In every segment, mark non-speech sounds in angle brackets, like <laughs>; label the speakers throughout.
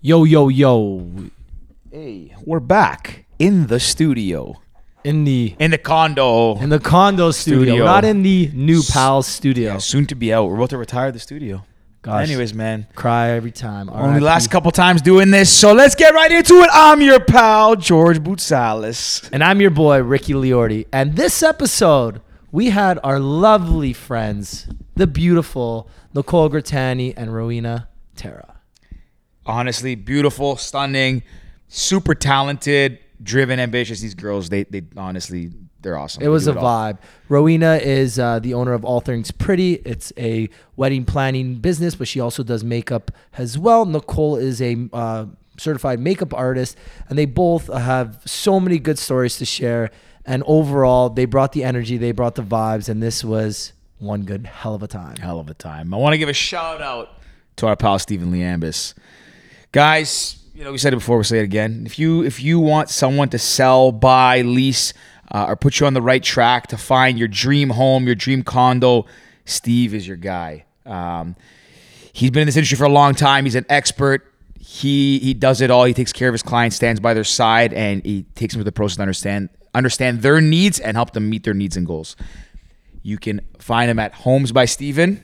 Speaker 1: Yo, yo, yo.
Speaker 2: Hey, we're back in the studio,
Speaker 1: In the
Speaker 2: in the condo.
Speaker 1: in the condo studio.
Speaker 2: Studio.
Speaker 1: We're not in the new pals studio.
Speaker 2: Yeah, soon to be out. We're about to retire the studio.
Speaker 1: Gosh.
Speaker 2: Anyways, man,
Speaker 1: Cry every time.
Speaker 2: only
Speaker 1: RIP.
Speaker 2: last couple times doing this, so let's get right into it. I'm your pal George Boutsalis.
Speaker 1: And I'm your boy, Ricky Liorti. And this episode, we had our lovely friends, the beautiful Nicole Grattani and Rowena Terra.
Speaker 2: Honestly, beautiful, stunning, super talented, driven, ambitious. These girls, they they honestly, they're awesome.
Speaker 1: It was
Speaker 2: They
Speaker 1: a
Speaker 2: do all.
Speaker 1: vibe. Rowena is uh, the owner of All Things Pretty. It's a wedding planning business, but she also does makeup as well. Nicole is a uh, certified makeup artist, and they both have so many good stories to share. And overall, they brought the energy, they brought the vibes, and this was one good hell of a time.
Speaker 2: hell of a time. I want to give a shout out to our pal Stephen Liambis. Guys, you know we said it before, we'll say it again. If you if you want someone to sell, buy, lease, uh, or put you on the right track to find your dream home, your dream condo, Steve is your guy. Um, he's been in this industry for a long time. He's an expert. He he does it all. He takes care of his clients, stands by their side, and he takes them through the process to understand understand their needs and help them meet their needs and goals. You can find him at Homes by Steven.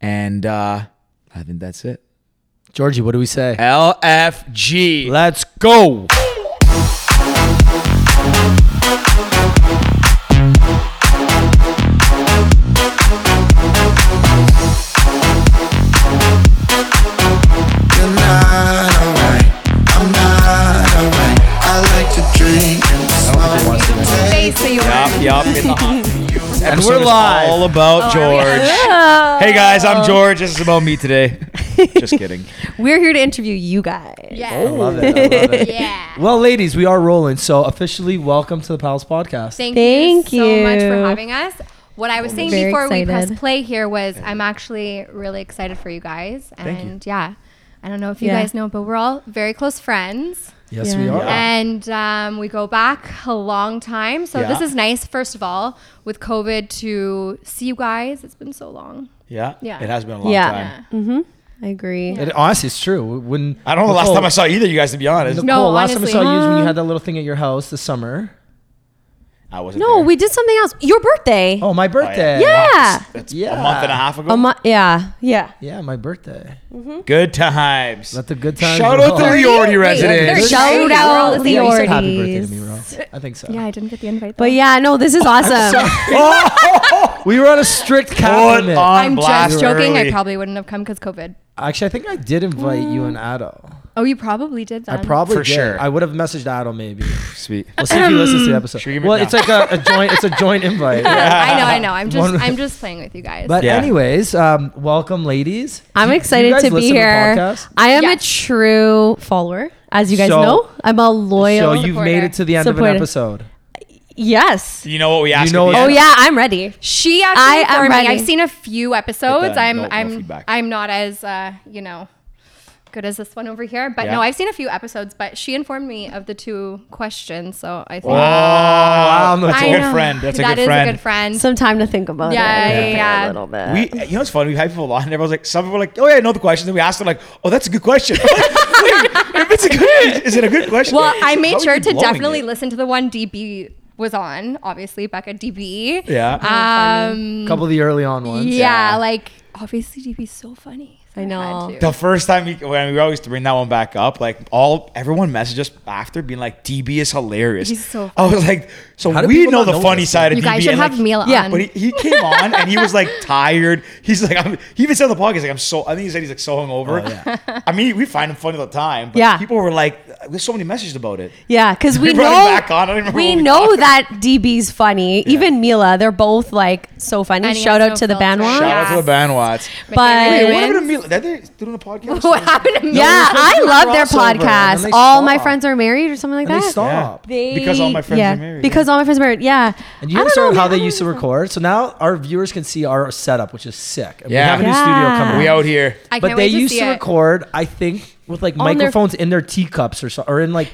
Speaker 2: And uh, I think that's it.
Speaker 1: Georgie, what do we say?
Speaker 2: LFG.
Speaker 1: Let's go.
Speaker 3: You're not alright. I'm not alright. I like to drink and smoke.
Speaker 4: face of yours.
Speaker 2: Yup, yup, in the hot. This episode
Speaker 1: we're
Speaker 2: is
Speaker 1: live.
Speaker 2: All about
Speaker 4: Oh,
Speaker 2: George.
Speaker 4: <laughs>
Speaker 2: Hey guys, I'm George. This is about me <laughs> today. Just kidding.
Speaker 5: We're here to interview you guys.
Speaker 4: Yeah.
Speaker 2: Oh.
Speaker 1: Love it. I love it.
Speaker 4: <laughs> Yeah.
Speaker 1: Well, ladies, we are rolling. So, officially, welcome to the Pals Podcast.
Speaker 4: Thank,
Speaker 5: Thank
Speaker 4: you, so much for
Speaker 5: you.
Speaker 4: having us. What I was saying
Speaker 5: Very
Speaker 4: before we
Speaker 5: excited.
Speaker 4: press play here was I'm actually really excited for you guys.
Speaker 2: Thank you.
Speaker 4: And yeah, I don't know if you
Speaker 5: Yeah.
Speaker 4: guys know, but we're all very close friends.
Speaker 1: Yes,
Speaker 5: Yeah.
Speaker 1: we are.
Speaker 4: And um, we go back a long time. So this
Speaker 2: Yeah.
Speaker 4: is nice, first of all, with COVID to see you guys. It's been so long.
Speaker 2: Yeah.
Speaker 4: Yeah.
Speaker 2: It has been a long
Speaker 5: Yeah.
Speaker 2: time.
Speaker 5: I agree.
Speaker 1: It, honestly, it's true. When
Speaker 2: I don't know the last
Speaker 1: Nicole-
Speaker 2: time I saw either of you guys, to be honest.
Speaker 1: Nicole,
Speaker 4: No,
Speaker 1: last
Speaker 4: honestly.
Speaker 1: time I saw you was when you had that little thing at your house this summer.
Speaker 2: I wasn't.
Speaker 5: No,
Speaker 2: there.
Speaker 5: we did something else. Your birthday.
Speaker 1: Oh, my birthday.
Speaker 5: yeah.
Speaker 2: That's
Speaker 1: Yeah.
Speaker 2: a month and a half ago.
Speaker 4: Um,
Speaker 5: A mo- yeah. Yeah.
Speaker 1: Yeah, my birthday.
Speaker 2: Good times.
Speaker 1: Let the good times
Speaker 2: Shout out to
Speaker 1: roll.
Speaker 2: the Yordi residents.
Speaker 4: there's-
Speaker 5: Shout
Speaker 4: We're all
Speaker 5: out
Speaker 4: the same.
Speaker 5: the
Speaker 1: Yeah,
Speaker 4: You
Speaker 1: you said happy birthday to
Speaker 5: Yordies.
Speaker 1: me, Ro. I think so.
Speaker 4: Yeah, I didn't get the invite.
Speaker 5: But yeah, no, this is awesome.
Speaker 1: We were on a strict cap
Speaker 2: Put
Speaker 1: limit.
Speaker 2: on
Speaker 4: I'm
Speaker 2: blast
Speaker 4: just joking. I
Speaker 2: early.
Speaker 4: probably wouldn't have come because COVID.
Speaker 1: Actually, I think I did invite you and Ado.
Speaker 4: Oh, you probably did
Speaker 1: I
Speaker 4: that.
Speaker 1: probably
Speaker 2: For
Speaker 1: did.
Speaker 2: sure.
Speaker 1: I would have messaged Ado maybe.
Speaker 2: Sweet.
Speaker 1: We'll see if he listens to the episode.
Speaker 2: Should we give him-
Speaker 1: well,
Speaker 2: no.
Speaker 1: it's like a, a joint. It's a joint invite.
Speaker 4: <laughs> I know, I know. I'm
Speaker 1: One-
Speaker 4: just, I'm just playing with you guys.
Speaker 1: But
Speaker 2: Yeah.
Speaker 1: anyways, um, welcome, ladies.
Speaker 5: I'm
Speaker 1: Do you- do you
Speaker 5: excited
Speaker 1: guys
Speaker 5: to be
Speaker 1: listen
Speaker 5: here.
Speaker 1: podcasts?
Speaker 5: I am
Speaker 4: Yeah.
Speaker 5: a true follower, as you guys
Speaker 1: So-
Speaker 5: know. I'm a
Speaker 1: So
Speaker 5: loyal.
Speaker 1: you've
Speaker 4: supporter.
Speaker 1: made it to the end of an
Speaker 5: Supporter.
Speaker 1: episode.
Speaker 5: yes.
Speaker 2: Do you know what we asked?
Speaker 1: know
Speaker 2: at the
Speaker 1: what-
Speaker 5: Oh
Speaker 2: end?
Speaker 5: yeah, I'm ready.
Speaker 4: She actually
Speaker 5: I am
Speaker 4: informed me.
Speaker 5: ready.
Speaker 4: I've seen a few
Speaker 2: Hit
Speaker 4: episodes.
Speaker 2: that.
Speaker 4: I'm
Speaker 2: No- no
Speaker 4: I'm
Speaker 2: feedback.
Speaker 4: I'm not as uh, you know good as this one over here. But
Speaker 2: Yeah.
Speaker 4: no, I've seen a few episodes, but she informed me of the two questions, so I think
Speaker 2: Wow,
Speaker 1: I'm not
Speaker 2: that's a
Speaker 4: I
Speaker 2: good
Speaker 4: know.
Speaker 2: friend. That's a
Speaker 4: That
Speaker 2: good
Speaker 4: is
Speaker 2: friend.
Speaker 4: a good friend.
Speaker 5: Some time to think about
Speaker 4: Yeah,
Speaker 5: it.
Speaker 4: yeah, yeah.
Speaker 5: A little bit.
Speaker 2: We, you know, it's funny. We hype people on, and everyone's like, some people are like, "Oh yeah, I know the question." Then we asked them like, "Oh, that's a good question." Wait, if it's a good, is it a good question?
Speaker 4: well, I made
Speaker 2: How are
Speaker 4: sure
Speaker 2: you
Speaker 4: to
Speaker 2: blowing
Speaker 4: definitely
Speaker 2: it?
Speaker 4: listen to the one DB was on, obviously Becca DB.
Speaker 2: Yeah.
Speaker 4: Um
Speaker 1: A couple of the early on ones.
Speaker 4: yeah,
Speaker 2: yeah.
Speaker 4: like obviously DB's so funny. so
Speaker 5: I
Speaker 4: had
Speaker 5: know.
Speaker 4: to.
Speaker 2: the first time we, when we always bring that one back up, like all everyone messaged us after being like, "DB is hilarious."
Speaker 4: He's so
Speaker 2: I was like, "So
Speaker 1: How do
Speaker 2: we
Speaker 1: people
Speaker 2: know
Speaker 1: not
Speaker 2: the
Speaker 1: know
Speaker 2: funny
Speaker 1: this?
Speaker 2: side of
Speaker 4: You
Speaker 2: DB."
Speaker 4: guys should
Speaker 2: and, like,
Speaker 4: have Mila
Speaker 5: Yeah,
Speaker 4: on.
Speaker 2: But he, he came on and he was like <laughs> tired. He's like, I'm, he even said on the podcast, like, I'm so, I think he said he's like so hungover.
Speaker 1: Oh,
Speaker 2: <laughs> I mean, we find him funny all the time. But
Speaker 5: Yeah.
Speaker 2: People were like, there's so many messages about it.
Speaker 5: Yeah, because we,
Speaker 2: We brought him
Speaker 5: know
Speaker 2: back on. I don't even remember
Speaker 5: we
Speaker 2: what we
Speaker 5: know
Speaker 2: talked
Speaker 5: that DB's funny. Even Mila, they're both like so funny.
Speaker 4: And he
Speaker 5: Shout
Speaker 4: has
Speaker 5: out
Speaker 4: no
Speaker 5: to the
Speaker 4: filter.
Speaker 5: Banwa.
Speaker 2: Shout
Speaker 4: Yeah.
Speaker 2: out to the Bandwats.
Speaker 5: But-
Speaker 2: Wait,
Speaker 4: Mickey
Speaker 2: what happened to
Speaker 4: Rooney.
Speaker 2: Mila? Did they do it on the podcast?
Speaker 4: <laughs> what happened to Mila?
Speaker 5: Yeah,
Speaker 1: they're
Speaker 5: I
Speaker 1: doing a
Speaker 5: love their
Speaker 1: crossover and then
Speaker 5: podcast.
Speaker 1: they
Speaker 5: All my
Speaker 1: stop.
Speaker 5: friends are married or something like
Speaker 1: And
Speaker 5: that.
Speaker 1: they stop.
Speaker 5: They-
Speaker 2: Because all my friends
Speaker 5: yeah,
Speaker 2: are married.
Speaker 5: Because all my friends are married. Yeah.
Speaker 1: And you
Speaker 5: I
Speaker 1: guys
Speaker 5: don't
Speaker 1: heard
Speaker 5: know,
Speaker 1: how
Speaker 5: man.
Speaker 1: they used to record. So now our viewers can see our setup, which is sick. And
Speaker 2: Yeah.
Speaker 1: We have a new
Speaker 5: Yeah.
Speaker 1: studio coming.
Speaker 2: We
Speaker 1: up.
Speaker 2: out here.
Speaker 4: I can't
Speaker 1: but they
Speaker 4: wait to
Speaker 1: used
Speaker 4: see
Speaker 1: to
Speaker 4: it.
Speaker 1: record, I think, with like
Speaker 5: On their- Uh-huh.
Speaker 1: microphones in their teacups or so, or in like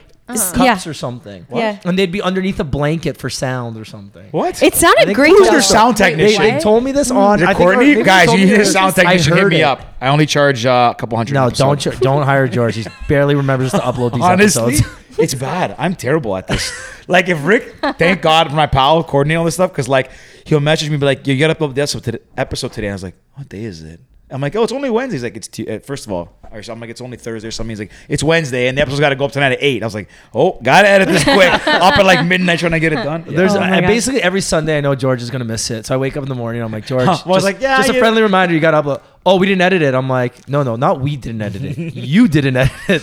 Speaker 1: cups or something.
Speaker 5: Yeah.
Speaker 1: And they'd be underneath a blanket for sound or something.
Speaker 2: What?
Speaker 5: It
Speaker 1: I
Speaker 5: sounded
Speaker 1: think
Speaker 5: great.
Speaker 1: those
Speaker 5: though.
Speaker 1: are
Speaker 2: sound
Speaker 5: Wait,
Speaker 1: They,
Speaker 2: technician.
Speaker 1: they
Speaker 5: what?
Speaker 1: told me this on.
Speaker 2: Is
Speaker 1: I
Speaker 2: it
Speaker 1: think- or
Speaker 2: Courtney?
Speaker 1: maybe
Speaker 2: Guys,
Speaker 1: they told
Speaker 2: you
Speaker 1: me
Speaker 2: need a
Speaker 1: this.
Speaker 2: sound
Speaker 1: I
Speaker 2: technician. Hit
Speaker 1: heard
Speaker 2: me
Speaker 1: it.
Speaker 2: up. I only charge uh, a couple hundred.
Speaker 1: No,
Speaker 2: an episode.
Speaker 1: don't ch- don't hire George. He barely remembers to upload these
Speaker 2: <laughs> Honestly,
Speaker 1: episodes.
Speaker 2: it's bad. I'm terrible at this. like if Rick,
Speaker 1: <laughs>
Speaker 2: thank God for my pal coordinating all this stuff because like he'll message me be like, "You got to upload the episode today." Episode today. I was like, "What day is it?" I'm like, "Oh, it's only Wednesday." He's like, "It's t- uh, first of all," or so I'm like, "It's only Thursday." Or something. He's like, "It's Wednesday," and the episode's got to go up tonight at eight. I was like, "Oh, gotta edit
Speaker 1: <laughs>
Speaker 2: this quick." up at like midnight trying to get it done.
Speaker 1: There's
Speaker 5: Oh my
Speaker 1: I-
Speaker 5: God.
Speaker 1: basically every Sunday I know George is gonna miss it, so I wake up in the morning. I'm like George,
Speaker 2: Huh. <laughs> Well, I was
Speaker 1: just,
Speaker 2: like, yeah,
Speaker 1: just a
Speaker 2: you-
Speaker 1: friendly reminder. You gotta upload. Oh, we didn't edit it. I'm like, no, no, not we didn't edit it.
Speaker 2: <laughs>
Speaker 1: you didn't edit it.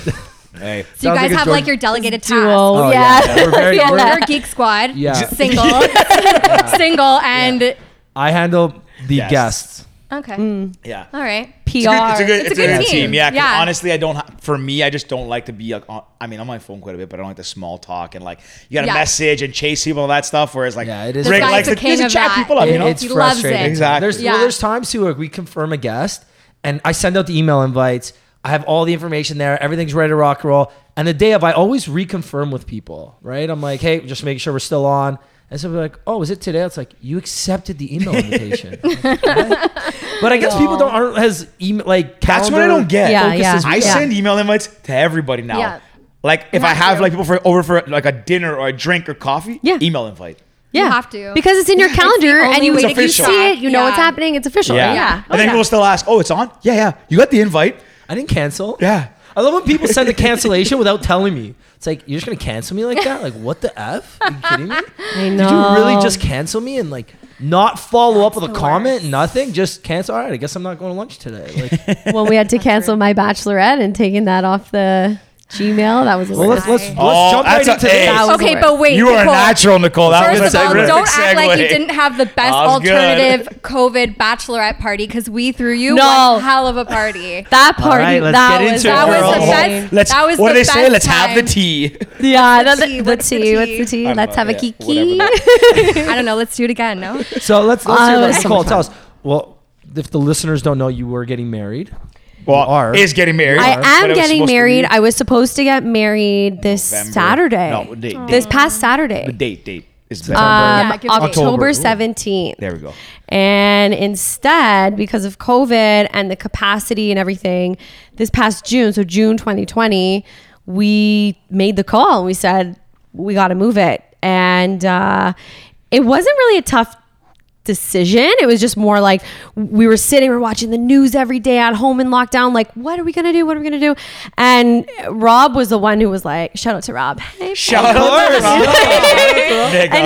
Speaker 2: Hey.
Speaker 4: So you
Speaker 1: Sounds
Speaker 4: guys
Speaker 1: like a
Speaker 4: have
Speaker 1: George-
Speaker 4: like your delegated tasks.
Speaker 5: Duo.
Speaker 1: Oh,
Speaker 5: <laughs> yeah.
Speaker 1: yeah, yeah. We're
Speaker 4: <laughs>
Speaker 1: very-
Speaker 5: Yeah.
Speaker 1: we're-
Speaker 4: We're Geek Squad.
Speaker 1: Yeah.
Speaker 4: Single. Single and
Speaker 1: I handle the
Speaker 2: Yes.
Speaker 1: guests.
Speaker 4: okay.
Speaker 2: Yeah.
Speaker 4: All right.
Speaker 5: PR.
Speaker 2: It's, good, it's a good, it's a good team. Yeah, 'cause
Speaker 4: Yeah.
Speaker 2: honestly, I don't. ha- For me, I just don't like to be like. On, I mean, I'm on my phone quite a bit, but I don't like the small talk and like you got to
Speaker 4: Yeah.
Speaker 2: message and chase people and all that stuff. Whereas like,
Speaker 1: Yeah, it is-
Speaker 2: Rick
Speaker 1: This guy's
Speaker 2: likes
Speaker 1: the
Speaker 2: to,
Speaker 4: king
Speaker 2: he's a
Speaker 4: of
Speaker 2: chat
Speaker 4: that.
Speaker 2: people up. You know,
Speaker 1: it's
Speaker 4: He loves
Speaker 1: frustrating.
Speaker 4: it.
Speaker 2: Exactly.
Speaker 1: There's well,
Speaker 4: Yeah.
Speaker 1: there's times too where we confirm a guest, and I send out the email invites. I have all the information there. Everything's ready to rock and roll. And the day of, I always reconfirm with people. Right? I'm like, hey, just making sure we're still on. And so we're like, oh, is it today? It's like you accepted the email
Speaker 2: <laughs>
Speaker 1: invitation. Like, what? but I guess people don't aren't as email like
Speaker 2: That's what I
Speaker 1: calendar
Speaker 2: don't get.
Speaker 5: Yeah,
Speaker 1: focuses
Speaker 5: yeah.
Speaker 1: with
Speaker 2: I
Speaker 5: Yeah.
Speaker 2: send email invites to everybody now.
Speaker 4: Yeah.
Speaker 2: Like if I
Speaker 4: have
Speaker 2: have
Speaker 4: to.
Speaker 2: like people for over for like a dinner or a drink or coffee,
Speaker 5: Yeah.
Speaker 2: email invite.
Speaker 5: Yeah.
Speaker 4: You have to.
Speaker 5: Because it's
Speaker 4: <laughs>
Speaker 5: in your calendar
Speaker 4: only
Speaker 5: and you,
Speaker 4: way
Speaker 2: to
Speaker 5: if you
Speaker 2: keep
Speaker 5: see
Speaker 4: track.
Speaker 5: it, you know
Speaker 4: Yeah.
Speaker 5: what's happening. It's official. Yeah.
Speaker 4: Oh, Yeah.
Speaker 2: And then
Speaker 5: Okay.
Speaker 2: people still ask, "Oh, it's on? Yeah, yeah. You got the invite?
Speaker 1: I didn't cancel.
Speaker 2: Yeah.
Speaker 1: I love when people
Speaker 2: <laughs>
Speaker 1: send a cancellation without telling me. It's like you're just gonna cancel me like that? Like what the f? Are you kidding me?
Speaker 5: I
Speaker 1: Did you really
Speaker 5: know.
Speaker 1: just cancel me and like not follow up with a
Speaker 4: the
Speaker 1: comment? Nothing. Just cancel. All right. I guess I'm not going to lunch
Speaker 5: <laughs>
Speaker 1: today. Like,
Speaker 5: well,
Speaker 1: <laughs>
Speaker 5: we had to cancel my bachelorette and taking that off the Gmail. That was a
Speaker 1: well,
Speaker 5: little-
Speaker 1: let's let's, let's
Speaker 2: Oh,
Speaker 1: jump right
Speaker 2: that's a-
Speaker 1: into
Speaker 2: hey.
Speaker 1: this.
Speaker 5: That was
Speaker 4: Okay,
Speaker 5: the
Speaker 4: but wait.
Speaker 2: you are a
Speaker 4: Nicole.
Speaker 2: natual, Nicole. That was
Speaker 4: First
Speaker 2: a
Speaker 4: of all,
Speaker 2: terrific
Speaker 4: don't act like you
Speaker 2: segue.
Speaker 4: didn't have the best
Speaker 2: That was good.
Speaker 4: alternative COVID bachelorette party because we threw you
Speaker 5: No.
Speaker 4: one hell of a
Speaker 5: <laughs>
Speaker 4: party.
Speaker 5: that party.
Speaker 1: right, let's
Speaker 5: that
Speaker 1: get
Speaker 5: was
Speaker 1: into it,
Speaker 5: that
Speaker 1: girl.
Speaker 5: was the
Speaker 4: Hold
Speaker 5: best.
Speaker 2: Let's,
Speaker 4: That was
Speaker 2: what do
Speaker 4: the
Speaker 2: they say?
Speaker 4: best
Speaker 2: Let's have the
Speaker 4: time.
Speaker 2: tea.
Speaker 5: Yeah,
Speaker 4: What's
Speaker 5: that's
Speaker 4: the
Speaker 5: the,
Speaker 4: tea?
Speaker 5: the
Speaker 4: What's the
Speaker 5: tea. What's
Speaker 4: tea?
Speaker 5: the tea?
Speaker 2: I don't
Speaker 5: Let's
Speaker 2: know,
Speaker 5: have a
Speaker 2: yeah,
Speaker 4: <laughs>
Speaker 5: kiki.
Speaker 2: whatever.
Speaker 4: I don't know. Let's do it again. No.
Speaker 2: <laughs>
Speaker 1: So let's let's hear
Speaker 5: Oh,
Speaker 1: about
Speaker 5: that's so
Speaker 1: Nicole.
Speaker 5: much
Speaker 1: Tell us.
Speaker 5: fun.
Speaker 1: Well, if the listeners don't know, you were getting married.
Speaker 2: Well,
Speaker 1: are.
Speaker 2: is getting married.
Speaker 5: I
Speaker 2: But
Speaker 5: am
Speaker 2: it was
Speaker 5: getting
Speaker 2: supposed to
Speaker 5: married.
Speaker 2: be
Speaker 5: I was supposed to get married this
Speaker 2: November.
Speaker 5: Saturday.
Speaker 2: No, date, date.
Speaker 5: This past Saturday.
Speaker 2: The date date is better.
Speaker 5: Um,
Speaker 4: Uh, Yeah, give me-
Speaker 2: Uh,
Speaker 5: October
Speaker 2: October. Ooh.
Speaker 5: 17th.
Speaker 2: there we go.
Speaker 5: And instead, because of COVID and the capacity and everything, this past June, so June 2020, we made the call. We said, we got to move it. And uh, it wasn't really a tough decision. It was just more like we were sitting, we are watching the news every day at home in lockdown. Like, what are we going to do? What are we going to do? And Rob was the one who was like, shout out to Rob. Hey,
Speaker 2: Shout <laughs>
Speaker 5: and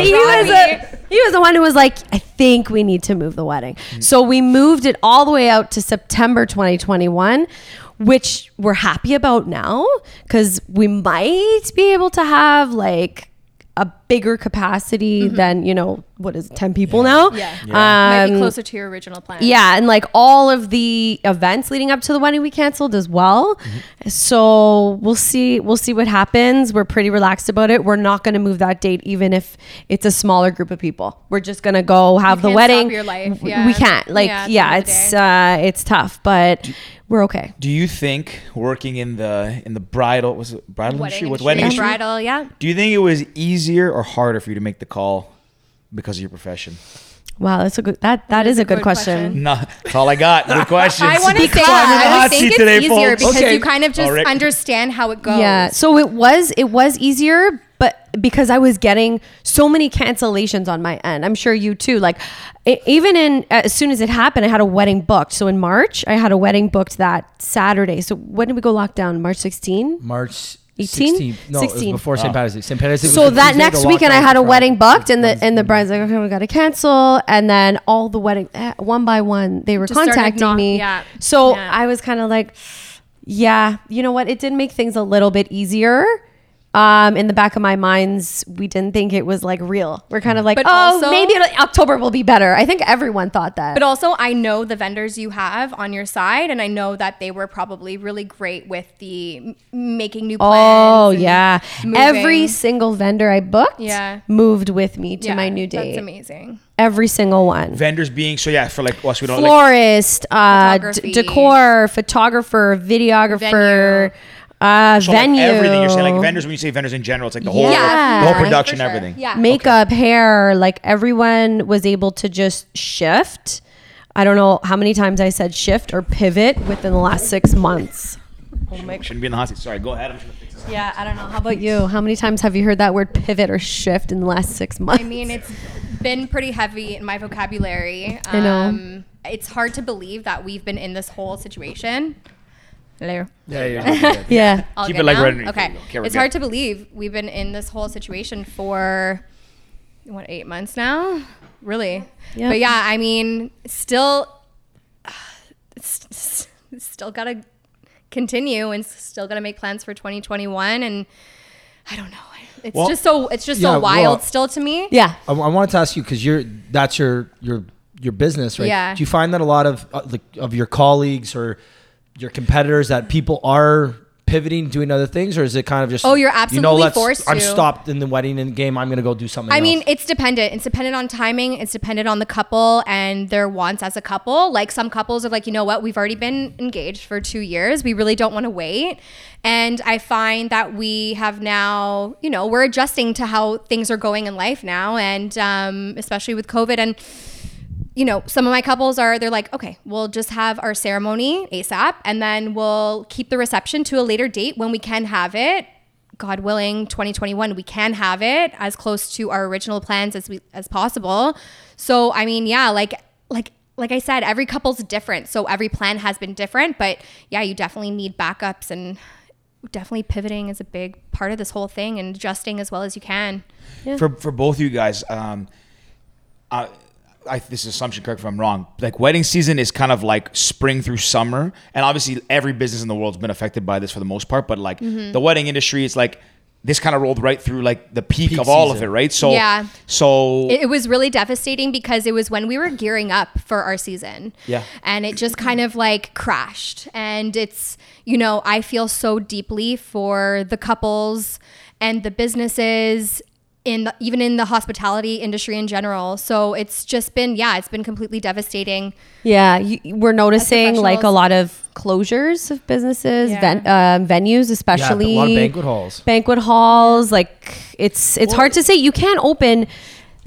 Speaker 5: he was a, he was the one who was like, I think we need to move the wedding.
Speaker 4: Mm.
Speaker 5: So we moved it all the way out to September 2021, which we're happy about now because we might be able to have like a bigger capacity than you know what is it, 10 people now.
Speaker 4: Mm-hmm. Yeah. Might
Speaker 5: Um,
Speaker 4: be closer to your original plan.
Speaker 5: yeah, and like all of the events leading up to the wedding we canceled as well. So we'll see we'll see what happens. We're pretty relaxed about it. We're not going to move that date even if it's a smaller group of people. We're just going to go have the
Speaker 4: can't
Speaker 5: wedding.
Speaker 4: stop your life,
Speaker 5: W-
Speaker 4: yeah.
Speaker 5: We can't. Like
Speaker 4: Yeah,
Speaker 5: yeah,
Speaker 4: at the end of the
Speaker 5: it's uh it's tough, but we're okay.
Speaker 2: Do you think working in the in the bridal was it bridal industry?
Speaker 4: Wedding,
Speaker 2: What, wedding
Speaker 4: industry, and
Speaker 2: industry?
Speaker 4: bridal. Yeah.
Speaker 2: Do you think it was easier or harder for you to make the call because of your profession?
Speaker 5: Wow, that's a good that that is, a good, question.
Speaker 2: No, that's all I got. Good question.
Speaker 4: <laughs> I want to say
Speaker 5: Because- I'm in the
Speaker 4: that. I
Speaker 2: hot
Speaker 4: would think
Speaker 2: seat
Speaker 4: it's
Speaker 2: today,
Speaker 4: easier
Speaker 2: folks.
Speaker 4: because
Speaker 1: Okay.
Speaker 4: you kind of just
Speaker 2: All right.
Speaker 4: understand how it goes.
Speaker 5: Yeah. So it was it was easier, but because I was getting so many cancellations on my end, I'm sure you too. Like e- even in as soon as it happened, I had a wedding booked. So in March, I had a wedding booked that Saturday. So when did we go lockdown? March 16.
Speaker 1: March
Speaker 5: 18?
Speaker 1: 16th. No, it was
Speaker 5: 16.
Speaker 1: before
Speaker 2: Oh.
Speaker 1: St. Patrick's Day. St. Patrick's Day was
Speaker 5: So
Speaker 1: the
Speaker 5: that
Speaker 1: Tuesday,
Speaker 5: next
Speaker 1: the
Speaker 5: weekend, I
Speaker 1: lockdown
Speaker 5: had a
Speaker 1: was
Speaker 5: wedding
Speaker 1: Friday.
Speaker 5: booked, and the and the bride's like, okay, we got to cancel, and then all the wedding eh, one by one, they were
Speaker 4: Just started
Speaker 5: contacting
Speaker 4: knock-
Speaker 5: me.
Speaker 4: yeah.
Speaker 5: So
Speaker 4: Yeah.
Speaker 5: I was kind of like, yeah, you know what? It did make things a little bit easier. Um, in the back of my minds, we didn't think it was like real. We're kind of like,
Speaker 4: Mm. But
Speaker 5: oh,
Speaker 4: also-
Speaker 5: maybe it'll, October will be better. I think everyone thought that.
Speaker 4: But also, I know the vendors you have on your side, and I know that they were probably really great with the m- making new plans.
Speaker 5: Oh
Speaker 4: and
Speaker 5: yeah,
Speaker 4: moving.
Speaker 5: every single vendor I booked
Speaker 4: Yeah.
Speaker 5: moved with me to
Speaker 4: Yeah,
Speaker 5: my new date.
Speaker 4: That's amazing.
Speaker 5: Every single one.
Speaker 2: vendors being so yeah for like us we don't like
Speaker 5: florist, uh, d-
Speaker 4: Photography.
Speaker 5: decor, photographer, videographer, Uh,
Speaker 6: So like
Speaker 5: venue.
Speaker 6: everything you're saying, like vendors. When you say vendors in general, it's like the whole,
Speaker 5: Yeah.
Speaker 6: the
Speaker 5: Yeah,
Speaker 6: whole
Speaker 5: for
Speaker 6: production,
Speaker 4: sure.
Speaker 6: everything.
Speaker 4: Yeah.
Speaker 5: makeup, hair, like everyone was able to just shift. I don't know how many times I said shift or pivot within the last six months.
Speaker 6: Shouldn't be in the hot seat. Sorry, go ahead. I'm trying to fix this.
Speaker 5: Yeah, I don't know. How about you? How many times have you heard that word pivot or shift in the last six months?
Speaker 4: I mean, it's been pretty heavy in my vocabulary. Um,
Speaker 5: I know.
Speaker 4: it's hard to believe that we've been in this whole situation. Hello.
Speaker 6: <laughs>
Speaker 1: Yeah, yeah.
Speaker 5: yeah.
Speaker 4: All
Speaker 6: Keep
Speaker 4: good
Speaker 6: it, like,
Speaker 4: now?
Speaker 6: right underneath. There
Speaker 4: Okay.
Speaker 6: you go. Okay, we're
Speaker 4: it's
Speaker 6: good.
Speaker 4: hard to believe we've been in this whole situation for what eight months now, really.
Speaker 5: Yeah.
Speaker 4: But yeah, I mean, still, <sighs> s- s- still gotta continue and s- still gotta make plans for 2021, and I don't know. It's
Speaker 6: Well,
Speaker 4: just so it's just
Speaker 1: yeah,
Speaker 4: so wild
Speaker 1: well-
Speaker 4: still to me.
Speaker 5: Yeah.
Speaker 1: I, I wanted to ask you because you're that's your your your business, right?
Speaker 4: Yeah.
Speaker 1: Do you find that a lot of uh, like of your colleagues or your competitors that people are pivoting, doing other things, or is it kind of just
Speaker 4: Oh, you're absolutely
Speaker 1: let's-
Speaker 4: forced
Speaker 1: I'm
Speaker 4: to.
Speaker 1: stopped in the wedding and game. I'm gonna go do something.
Speaker 4: I mean,
Speaker 1: else.
Speaker 4: it's dependent. It's dependent on timing. It's dependent on the couple and their wants as a couple. Like some couples are like, you know what? We've already been engaged for two years. We really don't want to wait. And I find that we have now, you know, we're adjusting to how things are going in life now, and um, especially with COVID and you know, some of my couples are, they're like, okay, we'll just have our ceremony ASAP and then we'll keep the reception to a later date when we can have it. God willing, 2021, we can have it as close to our original plans as we as possible. So I mean, yeah, like like like I said, every couple's different. So every plan has been different. But yeah, you definitely need backups and definitely pivoting is a big part of this whole thing and adjusting as well as you can.
Speaker 6: for for both of you guys. Um, I, I this is assumption correct if I'm wrong. Like wedding season is kind of like spring through summer, and obviously every business in the world's been affected by this for the most part. But like the wedding industry, it's like this kind of rolled right through like the peak,
Speaker 1: Peak
Speaker 6: of all
Speaker 1: season.
Speaker 6: of it, right? So
Speaker 4: Yeah.
Speaker 6: so
Speaker 4: it, it was really devastating because it was when we were gearing up for our season.
Speaker 6: Yeah.
Speaker 4: And it just kind of like crashed. And it's, you know, I feel so deeply for the couples and the businesses in the, even in the hospitality industry in general. So it's just been, yeah, it's been completely devastating.
Speaker 5: Yeah, you, we're noticing like a
Speaker 4: professionals.
Speaker 5: lot of closures of businesses,
Speaker 4: Yeah.
Speaker 5: ven- um, venues especially,
Speaker 1: lot of banquet halls.
Speaker 5: banquet halls. Like it's it's hard to say. You can't open.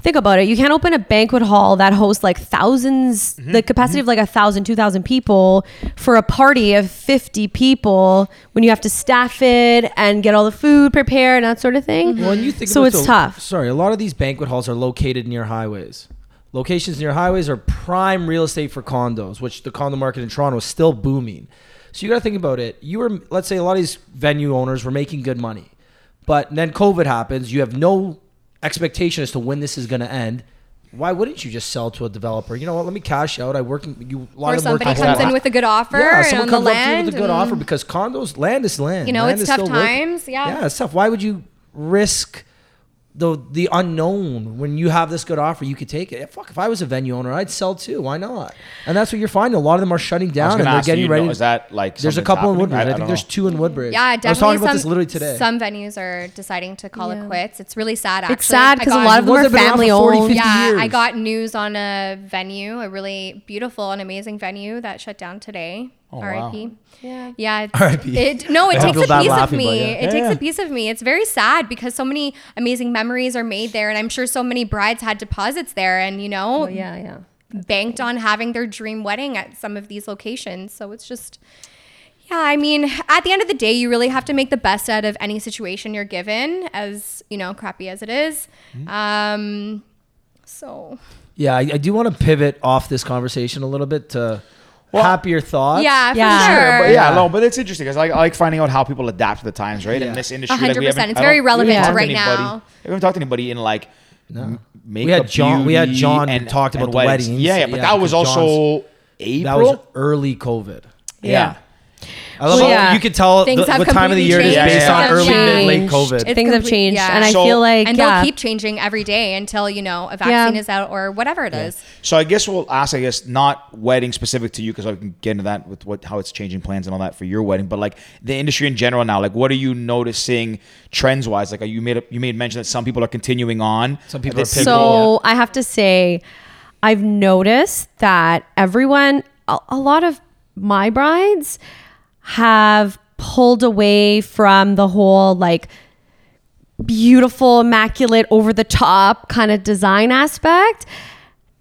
Speaker 5: Think about it. You can't open a banquet hall that hosts like 1000s
Speaker 1: Mm-hmm,
Speaker 5: the capacity of like a thousand, two thousand people for a party of fifty people when you have to staff it and get all the food prepared and that sort of thing.
Speaker 1: Well, and you think
Speaker 5: so
Speaker 1: about
Speaker 5: it's
Speaker 1: the-
Speaker 5: tough.
Speaker 1: Sorry, a lot of these banquet halls are located near highways. Locations near highways are prime real estate for condos, which the condo market in Toronto is still booming. So you got to think about it. You were, let's say, a lot of these venue owners were making good money, but then COVID happens. You have no expectation as to when this is going to end. Why wouldn't you just sell to a developer? You know what? Let me cash out. I work in you. A lot
Speaker 4: Or
Speaker 1: of them work
Speaker 4: somebody
Speaker 1: from
Speaker 4: comes
Speaker 1: home.
Speaker 4: in with a good offer
Speaker 1: Yeah,
Speaker 4: and
Speaker 1: someone
Speaker 4: on the
Speaker 1: comes up to you
Speaker 4: land
Speaker 1: with a good
Speaker 4: and-
Speaker 1: offer because condos, land is land.
Speaker 4: You know,
Speaker 1: Land
Speaker 4: it's
Speaker 1: is
Speaker 4: tough
Speaker 1: still worth-
Speaker 4: times, yeah.
Speaker 1: yeah, it's tough. Why would you risk the the unknown when you have this good offer? You could take it. Yeah, Fuck, if I was a venue owner, I'd sell too. Why not? And that's what you're finding. A lot of them are shutting
Speaker 6: I was
Speaker 1: down
Speaker 6: gonna
Speaker 1: and they're
Speaker 6: ask
Speaker 1: getting
Speaker 6: you,
Speaker 1: ready.
Speaker 6: Know, is that like
Speaker 1: there's a
Speaker 6: something's
Speaker 1: couple in
Speaker 6: happening?
Speaker 1: Woodbridge. I, think
Speaker 6: don't
Speaker 1: there's
Speaker 6: know.
Speaker 1: two in Woodbridge.
Speaker 4: Yeah, definitely.
Speaker 1: I was talking
Speaker 4: some,
Speaker 1: about this literally today.
Speaker 4: Some venues are deciding to call
Speaker 5: Yeah.
Speaker 4: it quits. It's really sad. Actually,
Speaker 5: It's
Speaker 4: I
Speaker 5: sad because a
Speaker 4: got-
Speaker 5: lot of them
Speaker 1: Ones
Speaker 5: are
Speaker 1: that have been around for 40,
Speaker 5: family owned.
Speaker 1: 50
Speaker 4: yeah, I
Speaker 1: years.
Speaker 4: got news on a venue, a really beautiful and amazing venue that shut down today.
Speaker 6: Oh,
Speaker 4: R.I.P.
Speaker 6: wow.
Speaker 5: Yeah.
Speaker 4: Yeah, it's-
Speaker 1: R.I.P..
Speaker 4: It, no, it
Speaker 1: I
Speaker 4: takes
Speaker 1: feel
Speaker 4: a
Speaker 1: bad
Speaker 4: piece of
Speaker 1: laughing, but
Speaker 4: me.
Speaker 1: yeah.
Speaker 4: It takes
Speaker 6: Yeah.
Speaker 4: a piece of me. It's very sad because so many amazing memories are made there, and I'm sure so many brides had deposits there, and you know,
Speaker 5: Oh, yeah, yeah.
Speaker 4: banked on having their dream wedding at some of these locations. So it's just, yeah, I mean, at the end of the day, you really have to make the best out of any situation you're given, as you know, crappy as it is.
Speaker 1: Mm-hmm.
Speaker 4: Um, so
Speaker 1: Yeah, I, I do want to pivot off this conversation a little bit to happier thoughts.
Speaker 4: yeah, for
Speaker 5: Yeah.
Speaker 4: sure.
Speaker 5: Sure,
Speaker 6: But yeah,
Speaker 1: Yeah.
Speaker 6: no, but it's interesting. 'cause I like, I like finding out how people adapt to the times, right?
Speaker 1: Yeah.
Speaker 6: In this industry, like,
Speaker 4: 100%.
Speaker 6: we haven't-
Speaker 4: It's
Speaker 6: I don't-
Speaker 4: very
Speaker 6: we haven't
Speaker 4: relevant
Speaker 6: talked to
Speaker 4: right
Speaker 6: anybody-
Speaker 4: now.
Speaker 6: I haven't talked to anybody in like m- makeup.
Speaker 1: had John- we had
Speaker 6: beauty
Speaker 1: John talked about the weddings.
Speaker 6: Yeah, yeah, but
Speaker 1: Yeah,
Speaker 6: that was
Speaker 1: because
Speaker 6: also
Speaker 1: that
Speaker 6: April.
Speaker 1: was early COVID.
Speaker 5: Yeah.
Speaker 1: I love how
Speaker 5: Well, yeah.
Speaker 1: you could tell the,
Speaker 4: Things
Speaker 1: the
Speaker 4: have
Speaker 1: time of the
Speaker 4: completely
Speaker 1: year it is
Speaker 6: changed.
Speaker 1: based
Speaker 6: Yeah.
Speaker 1: on early, mid, late
Speaker 5: Changed.
Speaker 1: COVID.
Speaker 5: It's Things have
Speaker 4: complete-
Speaker 5: changed,
Speaker 4: yeah.
Speaker 5: and I
Speaker 6: So-
Speaker 5: feel like
Speaker 4: and
Speaker 5: yeah.
Speaker 4: they'll keep changing every day until you know a vaccine is out or whatever it is.
Speaker 6: So I guess we'll ask. I guess not wedding specific to you because I can get into that with what how it's changing plans and all that for your wedding. But like the industry in general now, like what are you noticing trends wise? Like you made a, you made mention that some people are continuing on.
Speaker 1: Some people
Speaker 6: That
Speaker 1: are pivoting.
Speaker 5: So I have to say, I've noticed that everyone, a, a lot of my brides have pulled away from the whole like beautiful, immaculate, over the top kind of design aspect,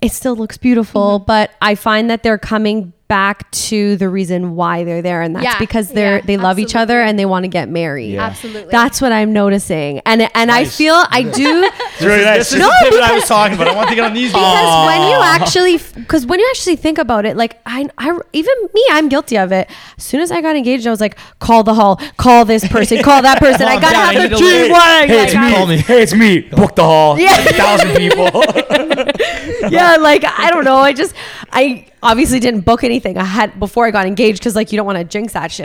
Speaker 5: it still looks beautiful.
Speaker 4: Mm-hmm.
Speaker 5: But I find that they're coming back to the reason why they're there, and that's
Speaker 4: Yeah,
Speaker 5: because they're
Speaker 4: yeah,
Speaker 5: they love each other
Speaker 4: absolutely.
Speaker 5: and they want to get married.
Speaker 6: Yeah.
Speaker 4: Absolutely.
Speaker 5: That's what I'm noticing, and and I
Speaker 2: Nice.
Speaker 5: feel
Speaker 4: <laughs>
Speaker 5: I do.
Speaker 2: It's really nice.
Speaker 6: this
Speaker 2: This
Speaker 6: is-
Speaker 2: is the pivot I was talking about. I want to get on these.
Speaker 5: because when you actually because when you actually think about it like I, I even me i'm guilty of it as soon as i got engaged i was like call the hall call this person
Speaker 2: <laughs>
Speaker 5: call that person i
Speaker 2: Mom, Dad,
Speaker 5: gotta
Speaker 2: I
Speaker 5: have
Speaker 2: need
Speaker 5: the
Speaker 2: a
Speaker 5: dream
Speaker 2: lady.
Speaker 5: wedding
Speaker 6: Hey, it's
Speaker 5: Like,
Speaker 6: me.
Speaker 5: I-
Speaker 6: Hey, it's me. Book the hall.
Speaker 5: Yeah.
Speaker 6: thousand people.
Speaker 5: <laughs> yeah like i don't know i just i obviously didn't book anything i had before i got engaged because like you don't want to jinx that shit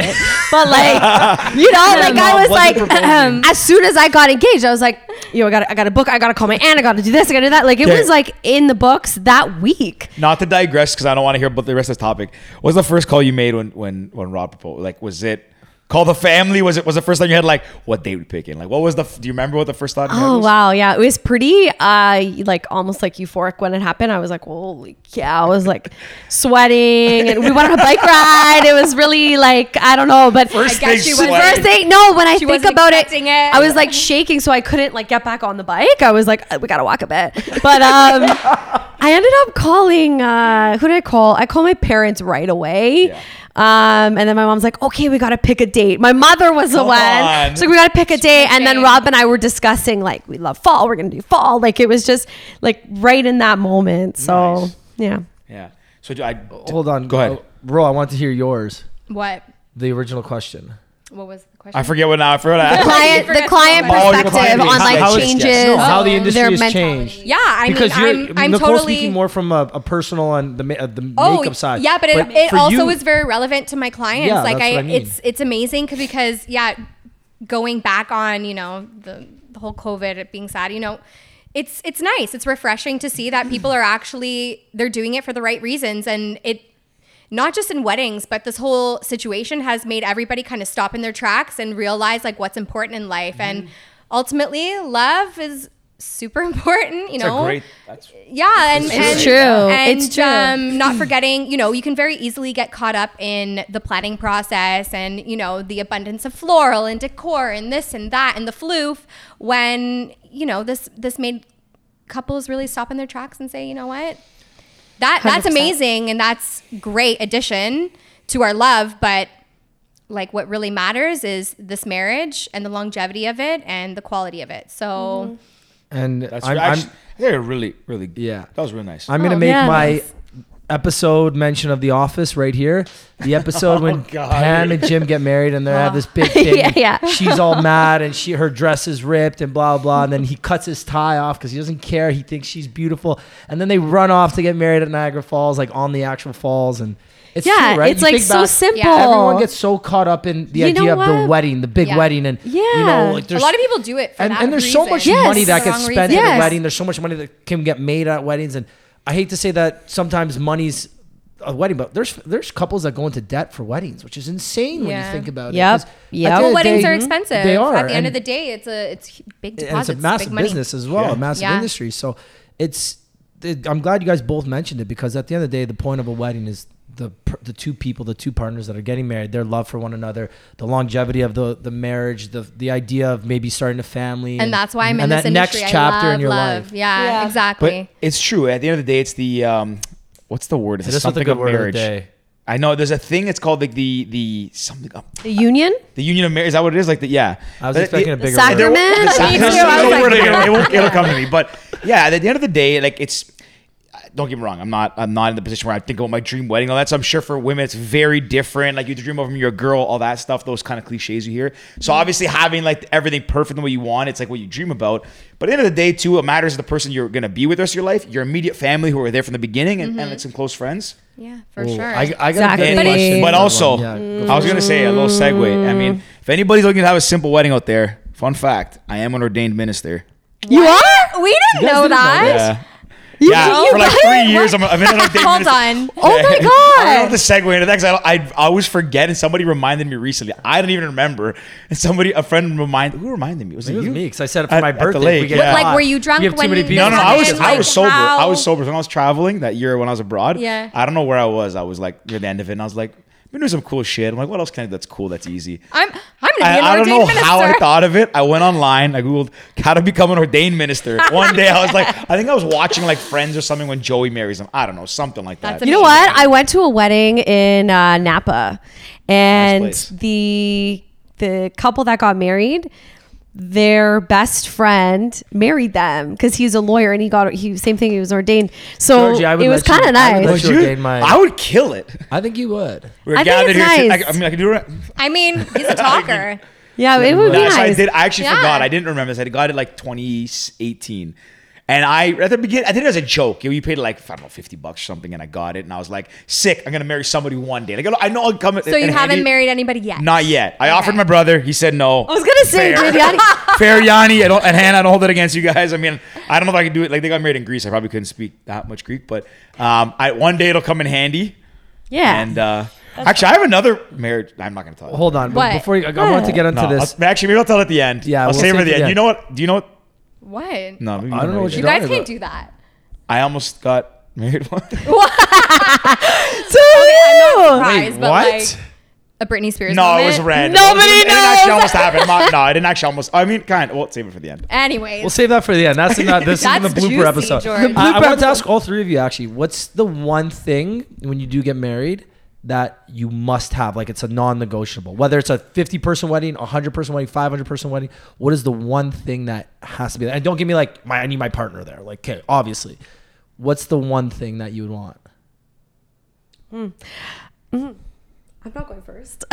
Speaker 2: <laughs>
Speaker 5: but like you know like
Speaker 2: Mom
Speaker 5: i was
Speaker 2: wasn't
Speaker 5: like
Speaker 2: proposing.
Speaker 5: <clears throat> as soon as i got engaged i was like yo i gotta i gotta book i gotta call my aunt i gotta do this i gotta do that like it
Speaker 2: Okay.
Speaker 5: was like in the books that week
Speaker 2: Not to digress, because I don't want to hear about the rest of this topic. What was the first call you made when when when Rob proposed? Like, was it call the family? Was it was the first time you had like what date we picking? Like, what was the? Do you remember what the first thought? you had
Speaker 5: Oh
Speaker 2: was?
Speaker 5: wow, yeah, it was pretty, uh, like almost like euphoric when it happened. I was like, holy cow! I was like sweating, and we went on a bike ride. It was really like I don't know, but
Speaker 2: First
Speaker 4: I guess
Speaker 2: thing
Speaker 4: she was-
Speaker 5: the
Speaker 2: sweating.
Speaker 5: first thing, no, when I
Speaker 4: She
Speaker 5: think
Speaker 4: wasn't
Speaker 5: about it,
Speaker 4: expecting it.
Speaker 5: I was like shaking, so I couldn't like get back on the bike. I was like, "Uh, we gotta walk a bit,
Speaker 2: <laughs>
Speaker 5: but um, I ended up calling. Uh, who did I call? I called my parents right away.
Speaker 2: Yeah.
Speaker 5: Um, and then my mom's like, okay, we gotta pick a date. My mother was the
Speaker 2: Come
Speaker 5: one.
Speaker 2: on.
Speaker 5: She's like, we gotta pick a date. And then
Speaker 4: Shame.
Speaker 5: Rob and I were discussing, like, we love fall, we're gonna do fall. Like, it was just like right in that moment. So,
Speaker 2: Nice.
Speaker 5: yeah.
Speaker 2: Yeah. So do I
Speaker 5: Oh.
Speaker 1: Hold on.
Speaker 2: Go ahead.
Speaker 1: Uh, Ro, I want to hear yours.
Speaker 4: What?
Speaker 1: The original question.
Speaker 4: What was the question?
Speaker 2: I forget what now. I
Speaker 5: <laughs>
Speaker 2: forgot.
Speaker 4: Client-
Speaker 5: Client,
Speaker 4: forgot
Speaker 5: the client
Speaker 4: about
Speaker 2: that.
Speaker 5: perspective
Speaker 2: Oh, your client
Speaker 5: on
Speaker 2: base.
Speaker 5: like
Speaker 2: How it's-
Speaker 5: changes,
Speaker 1: No, how the
Speaker 4: Oh.
Speaker 1: industry
Speaker 5: their
Speaker 1: has
Speaker 5: mentality.
Speaker 1: changed.
Speaker 4: Yeah, I mean,
Speaker 1: because you're
Speaker 4: I'm, I'm
Speaker 1: Nicole's
Speaker 4: totally
Speaker 1: speaking more from a, a personal and the, ma- uh, the makeup side.
Speaker 4: Oh, Yeah, but it, it
Speaker 1: for
Speaker 4: also
Speaker 1: you-
Speaker 4: was very relevant to my clients.
Speaker 1: Yeah,
Speaker 4: like
Speaker 1: that's
Speaker 4: I,
Speaker 1: what I mean.
Speaker 4: it's it's amazing 'cause- because yeah, going back on you know the, the whole COVID it being sad, you know. It's it's nice. It's refreshing to see that people are actually they're doing it for the right reasons and it not just in weddings, but this whole situation has made everybody kind of stop in their tracks and realize like what's important in life and
Speaker 1: Mm-hmm.
Speaker 4: ultimately love is super <laughs> important, you
Speaker 2: That's
Speaker 4: know.
Speaker 2: a great. That's,
Speaker 4: Yeah, and and-
Speaker 5: true.
Speaker 4: And,
Speaker 5: It's true.
Speaker 4: Um,
Speaker 5: <clears throat>
Speaker 4: not forgetting, you know, you can very easily get caught up in the planning process and you know the abundance of floral and decor and this and that and the floof. When you know this, this made couples really stop in their tracks and say, you know what, that that's
Speaker 5: 100%.
Speaker 4: amazing and that's great addition to our love, but. Like what really matters is this marriage and the longevity of it and the quality of it. So
Speaker 1: And
Speaker 2: that's
Speaker 1: I'm,
Speaker 2: actually,
Speaker 1: I'm,
Speaker 2: they're really, really.
Speaker 1: Yeah.
Speaker 2: That was real nice.
Speaker 1: I'm gonna
Speaker 5: Oh,
Speaker 1: make
Speaker 5: yeah.
Speaker 1: my episode mention of The Office right here. The episode when
Speaker 2: God.
Speaker 1: Pam and Jim get married and they have this big thing.
Speaker 5: <laughs> Yeah, yeah.
Speaker 1: She's all mad and she her dress is ripped and blah blah. And then he cuts his tie off because he doesn't care. He thinks she's beautiful. And then they run off to get married at Niagara Falls, like on the actual falls. And it's
Speaker 5: Yeah,
Speaker 1: true, right?
Speaker 5: it's
Speaker 1: You
Speaker 5: like
Speaker 1: think
Speaker 5: so
Speaker 1: back,
Speaker 5: simple.
Speaker 1: Everyone gets so caught up in the
Speaker 5: You know
Speaker 1: idea of the
Speaker 5: what?
Speaker 1: wedding, the big
Speaker 4: Yeah.
Speaker 1: wedding, and you
Speaker 5: Yeah.
Speaker 1: know, like
Speaker 4: a
Speaker 1: there's
Speaker 4: lot of people do it for
Speaker 1: and,
Speaker 4: that
Speaker 1: and there's so
Speaker 4: reason.
Speaker 1: much
Speaker 5: Yes.
Speaker 1: money that
Speaker 4: For the
Speaker 1: gets
Speaker 4: wrong
Speaker 1: spent
Speaker 4: reason.
Speaker 1: at a
Speaker 5: Yes.
Speaker 1: wedding. There's so much money that can get made at weddings, and I hate to say that sometimes money's a wedding, but there's there's couples that go into debt for weddings, which is insane when you
Speaker 4: Yeah.
Speaker 1: think about
Speaker 5: Yep.
Speaker 1: it. 'cause at the
Speaker 5: Yep.
Speaker 1: end
Speaker 5: Well,
Speaker 1: of the
Speaker 4: weddings
Speaker 1: day-
Speaker 4: are expensive.
Speaker 1: They are
Speaker 4: At the end of
Speaker 1: and-
Speaker 4: the day, it's a it's hu- big
Speaker 1: and
Speaker 4: deposits,
Speaker 1: it's a massive
Speaker 4: big money.
Speaker 1: business as well,
Speaker 2: Yeah.
Speaker 1: a massive
Speaker 4: Yeah.
Speaker 1: industry. So it's it, I'm glad you guys both mentioned it because at the end of the day, the point of a wedding is the per- the two people, the two partners that are getting married, their love for one another, the longevity of the the marriage, the the idea of maybe starting a family,
Speaker 4: And that's why I'm in
Speaker 1: and
Speaker 4: this
Speaker 1: that
Speaker 4: industry.
Speaker 1: next chapter
Speaker 4: I love,
Speaker 1: in your
Speaker 4: love.
Speaker 1: life.
Speaker 4: Yeah,
Speaker 5: Yeah.
Speaker 4: exactly.
Speaker 2: But it's true. At the end of the day, it's the um, what's the word? It's
Speaker 1: Hit us with a
Speaker 2: something
Speaker 1: good
Speaker 2: of
Speaker 1: word of the
Speaker 2: marriage.
Speaker 1: day.
Speaker 2: I know there's a thing. It's called the the, the something. Uh,
Speaker 5: The union?
Speaker 2: the union of marriage. Is that what it is? Like the yeah.
Speaker 1: I was
Speaker 2: But it-
Speaker 1: expecting a
Speaker 2: it-
Speaker 1: bigger
Speaker 5: Sac-
Speaker 1: word.
Speaker 2: there-
Speaker 5: Sacrament?
Speaker 2: the
Speaker 5: Me <laughs>
Speaker 2: sacrament-
Speaker 5: too, I was
Speaker 2: no
Speaker 5: like-
Speaker 2: word it- it won't- It'll come to me. But yeah, at the end of the day, like it's. Don't get me wrong. I'm not. I'm not in the position where I think about my dream wedding, and all that. So I'm sure for women, it's very different. Like you dream of when you're a girl, all that stuff. Those kind of cliches you hear. So obviously, having like everything perfect the way you want, it's like what you dream about. But at the end of the day, too, it matters the person you're gonna be with the rest of your life, your immediate family who are there from the beginning, and, and like some close friends.
Speaker 4: yeah, for
Speaker 1: Ooh,
Speaker 4: sure. Mm-hmm.
Speaker 1: I, I got
Speaker 5: Exactly.
Speaker 1: a good
Speaker 5: But it-
Speaker 1: question.
Speaker 2: But
Speaker 1: for
Speaker 2: also,
Speaker 1: one. Yeah, go
Speaker 2: I was gonna say a little segue. I mean, if anybody's looking to have a simple wedding out there, fun fact: I am an ordained minister.
Speaker 5: You
Speaker 4: are? We
Speaker 1: guys
Speaker 4: didn't know
Speaker 1: didn't know
Speaker 4: that.
Speaker 2: Yeah,
Speaker 5: you-
Speaker 2: yeah.
Speaker 5: you
Speaker 2: for like
Speaker 5: guys-
Speaker 2: three years, I'm, I've been an ordained
Speaker 4: <laughs> Hold
Speaker 2: minister.
Speaker 4: on.
Speaker 5: Oh my
Speaker 2: I don't
Speaker 5: God.
Speaker 2: know if the segue into that because I, I, I always forget, and somebody reminded me recently. I don't even remember. And somebody, a friend, reminded who reminded me? Was it,
Speaker 1: It was
Speaker 2: you?
Speaker 1: me because I said it for
Speaker 2: At-
Speaker 1: my
Speaker 2: at the
Speaker 1: birthday.
Speaker 2: lake,
Speaker 1: we get
Speaker 2: yeah. But,
Speaker 4: like,
Speaker 1: caught.
Speaker 4: were you drunk
Speaker 1: We have too
Speaker 4: when
Speaker 1: many
Speaker 4: you-
Speaker 1: people.
Speaker 2: No, no, I was
Speaker 4: And,
Speaker 2: I
Speaker 4: like,
Speaker 2: was sober. I
Speaker 4: how-
Speaker 2: was sober when I was traveling that year when I was abroad.
Speaker 4: Yeah.
Speaker 2: I don't know where I was. I was like near the end of it, and I was like, been doing some cool shit. I'm like, what else can I do that's cool, that's
Speaker 4: <laughs>
Speaker 2: easy?
Speaker 4: I'm I'm gonna
Speaker 2: I,
Speaker 4: be an
Speaker 2: I don't
Speaker 4: ordained
Speaker 2: know
Speaker 4: minister.
Speaker 2: how I thought of it. I went online. I googled how to become an ordained
Speaker 4: <laughs>
Speaker 2: minister. One day, I was like, I think I was watching like Friends or something when Joey marries him. I don't know, something like that.
Speaker 4: That's
Speaker 5: You know what? I went to a wedding in uh, Napa, and
Speaker 2: Nice place.
Speaker 5: the the couple that got married, their best friend married them because he's a lawyer and he got he same thing. He was ordained, so
Speaker 1: Georgie, I would
Speaker 5: it was
Speaker 1: let you-
Speaker 5: kind of
Speaker 1: I would
Speaker 5: nice.
Speaker 1: let
Speaker 2: Would
Speaker 1: you
Speaker 2: you-
Speaker 1: ordain my-
Speaker 2: I would kill it.
Speaker 1: I think you would.
Speaker 2: We were
Speaker 5: I think
Speaker 2: gathered
Speaker 5: it's
Speaker 2: here.
Speaker 5: nice.
Speaker 2: I, I mean, I could do it.
Speaker 4: I mean, he's
Speaker 1: <laughs>
Speaker 4: a talker.
Speaker 5: yeah, it would be
Speaker 2: Yeah, so I
Speaker 5: nice.
Speaker 2: did. I actually
Speaker 4: Yeah.
Speaker 2: forgot. I didn't remember this. I got it like 2018. And I at the beginning, I did it as a joke. We paid like I don't know, fifty bucks or something, and I got it. And I was like, "Sick! I'm gonna marry somebody one day." Like I know- I know I'll come.
Speaker 4: so you haven't married anybody yet?
Speaker 2: Not yet. I offered
Speaker 4: Okay.
Speaker 2: my brother. He said no.
Speaker 5: I was gonna say,
Speaker 2: Fair.
Speaker 5: dude, yeah,
Speaker 1: <laughs>
Speaker 4: <laughs>
Speaker 2: Fair Yanni I don't, and Hannah, I don't hold it against you guys. I mean, I don't know if I could do it. Like they got married in Greece. I probably couldn't speak that much Greek, but um, I, one day it'll come in handy.
Speaker 5: yeah.
Speaker 2: And uh, actually, I have another marriage. I'm not going to tell. you.
Speaker 1: Hold on, but
Speaker 4: What?
Speaker 1: before you, I want to get onto
Speaker 2: No,
Speaker 1: this.
Speaker 2: I'll- actually, maybe I'll tell it at the end.
Speaker 1: Yeah,
Speaker 2: I'll
Speaker 1: we'll
Speaker 2: save it at the end. You know what? Do you know what?
Speaker 4: What?
Speaker 2: No, maybe
Speaker 1: I don't know what
Speaker 2: either.
Speaker 1: you're
Speaker 4: You guys
Speaker 1: talking
Speaker 4: can't
Speaker 1: about.
Speaker 4: do that.
Speaker 2: I almost got married <laughs> once.
Speaker 5: so
Speaker 4: Surprise, but like a Britney Spears.
Speaker 2: no, it
Speaker 4: moment.
Speaker 2: was red.
Speaker 5: Nobody
Speaker 2: it, It didn't
Speaker 5: knows.
Speaker 2: actually almost happen. I'm not- no, it didn't actually almost. I mean, kind. of. Well, save it for the end.
Speaker 4: <laughs> Anyways,
Speaker 1: We'll save that for the end. That's not this is in the
Speaker 4: That's
Speaker 1: blooper
Speaker 4: juicy,
Speaker 1: episode.
Speaker 4: George. The
Speaker 1: I- I,
Speaker 5: blooper
Speaker 1: want to
Speaker 5: episode.
Speaker 1: ask all three of you actually. What's the one thing when you do get married that you must have? Like it's a non-negotiable. Whether it's a 50-person wedding, 100-person wedding, 500-person wedding. What is the one thing that has to be? there? And don't give me like my I need my partner there. Like okay, obviously. What's the one thing that you would want?
Speaker 5: I'm not going first.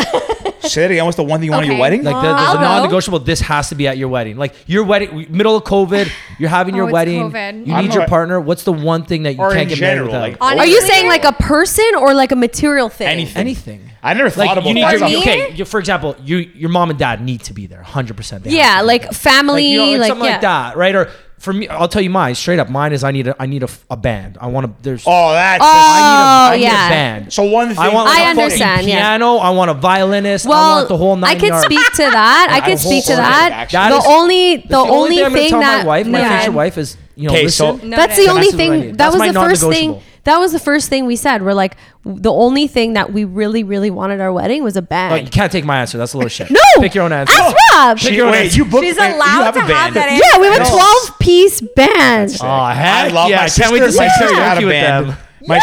Speaker 2: Say it again. What's the one thing you want at your
Speaker 4: Okay.
Speaker 2: wedding?
Speaker 1: Like there- there's
Speaker 4: I'll
Speaker 1: a
Speaker 4: go.
Speaker 1: non-negotiable. This has to be at your wedding. Like your wedding, middle of COVID, you're having
Speaker 4: Oh,
Speaker 1: your
Speaker 4: it's
Speaker 1: wedding.
Speaker 4: COVID.
Speaker 1: You
Speaker 2: I'm
Speaker 1: need your
Speaker 2: not-
Speaker 1: partner. What's the one thing that you
Speaker 2: Or in
Speaker 1: can't get
Speaker 2: general,
Speaker 1: married
Speaker 2: like
Speaker 1: without?
Speaker 5: <laughs> Are you
Speaker 4: Honestly-
Speaker 5: saying like a person or like a material thing?
Speaker 2: Anything.
Speaker 1: Anything.
Speaker 2: I never thought
Speaker 1: like
Speaker 2: about
Speaker 1: you need
Speaker 2: that.
Speaker 1: your,
Speaker 4: For me?
Speaker 1: okay you, for example you your mom and dad need to be there 100% they
Speaker 5: Yeah,
Speaker 1: have to be
Speaker 5: like
Speaker 1: there.
Speaker 5: family,
Speaker 1: you know,
Speaker 5: like,
Speaker 1: something like
Speaker 5: yeah.
Speaker 1: that right or for me i'll tell you mine straight up mine is i need a i need a, f- a band i want to there's
Speaker 2: Oh, that's.
Speaker 5: Oh,
Speaker 1: I need a
Speaker 5: yeah.
Speaker 1: band
Speaker 2: so one thing.
Speaker 1: I want like
Speaker 5: I
Speaker 1: a fucking
Speaker 5: understand, yeah.
Speaker 1: piano. I want a violinist. I
Speaker 5: Well,
Speaker 1: want the whole nine
Speaker 5: I could
Speaker 1: yards.
Speaker 5: speak to that. I
Speaker 1: whole
Speaker 5: could speak to
Speaker 1: orchestra,
Speaker 5: that.
Speaker 2: actually. That
Speaker 5: the
Speaker 1: is-
Speaker 5: only the,
Speaker 1: That's
Speaker 5: only
Speaker 1: I'm gonna
Speaker 5: thing
Speaker 1: tell
Speaker 5: that
Speaker 1: my wife, my
Speaker 5: yeah.
Speaker 1: future wife, is you know.
Speaker 2: Okay, so-
Speaker 1: listen,
Speaker 4: No,
Speaker 5: That's
Speaker 4: that
Speaker 5: the
Speaker 4: is-
Speaker 5: only
Speaker 1: That's what I
Speaker 5: thing.
Speaker 1: need.
Speaker 5: That
Speaker 1: That's
Speaker 5: was
Speaker 1: my
Speaker 5: the first thing.
Speaker 1: non-negotiable.
Speaker 5: That was the first thing we said. We're like, the only thing that we really, really wanted at our wedding was a
Speaker 1: no,
Speaker 5: band.
Speaker 1: you can't take my answer. That's a little shit.
Speaker 5: No,
Speaker 1: pick your own answer. Oh,
Speaker 5: Ask Rob.
Speaker 1: Pick
Speaker 2: She,
Speaker 1: your own
Speaker 2: wait,
Speaker 1: answer.
Speaker 2: you booked.
Speaker 4: She's
Speaker 2: you
Speaker 4: allowed
Speaker 2: have
Speaker 4: to
Speaker 2: a band.
Speaker 4: have that answer.
Speaker 5: yeah, we have a
Speaker 2: No.
Speaker 5: twelve-piece band.
Speaker 1: Oh, heck
Speaker 2: I love
Speaker 1: yeah.
Speaker 2: my sister.
Speaker 1: Can't wait to see
Speaker 2: my
Speaker 1: your
Speaker 2: sister had
Speaker 1: turkey
Speaker 2: a
Speaker 1: with
Speaker 2: band.
Speaker 1: them.
Speaker 2: My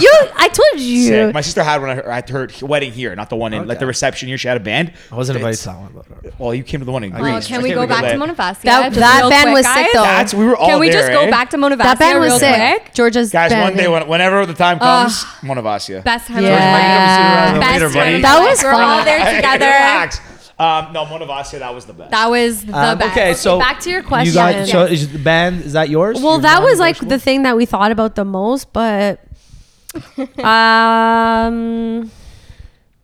Speaker 1: <laughs>
Speaker 5: you. I told you.
Speaker 2: Sick. My sister had one at her, at her wedding here, not the one in like
Speaker 1: Okay.
Speaker 2: the reception here. She had a band.
Speaker 1: I wasn't invited
Speaker 2: It's-
Speaker 1: to that one. But
Speaker 2: Well, you came to the one in Greece.
Speaker 4: Well,
Speaker 2: I
Speaker 4: Oh, can we
Speaker 2: can't
Speaker 4: go
Speaker 2: remember
Speaker 4: back
Speaker 2: that.
Speaker 4: to Mona Vasquez?
Speaker 5: That-
Speaker 4: just
Speaker 5: that
Speaker 4: real
Speaker 5: band
Speaker 4: quick,
Speaker 5: was sick,
Speaker 4: guys?
Speaker 5: though.
Speaker 2: That's we were all
Speaker 4: Can we just
Speaker 2: there,
Speaker 4: go
Speaker 2: eh?
Speaker 4: back to Mona Vasquez?
Speaker 5: that band
Speaker 4: real
Speaker 5: was sick.
Speaker 4: quick?
Speaker 5: Georgia's
Speaker 2: Guys,
Speaker 5: band.
Speaker 2: one day, when, whenever the time comes, one of us, yeah.
Speaker 4: Best time
Speaker 5: Yeah.
Speaker 4: of my life.
Speaker 2: Later,
Speaker 4: Best time.
Speaker 2: buddy.
Speaker 4: of my
Speaker 5: That
Speaker 4: life.
Speaker 5: was
Speaker 4: We're all
Speaker 5: fun.
Speaker 4: there
Speaker 2: <laughs>
Speaker 4: together.
Speaker 2: Relax. Um, no, one of us, yeah, that was the best.
Speaker 4: That was the
Speaker 1: Um,
Speaker 4: best.
Speaker 1: okay, so
Speaker 5: back to your
Speaker 1: You
Speaker 5: question.
Speaker 1: got, so is the band is that yours?
Speaker 5: well,
Speaker 1: Your
Speaker 5: that was like
Speaker 1: non-negotiable?
Speaker 5: the thing that we thought about the most,
Speaker 4: <laughs>
Speaker 5: but um,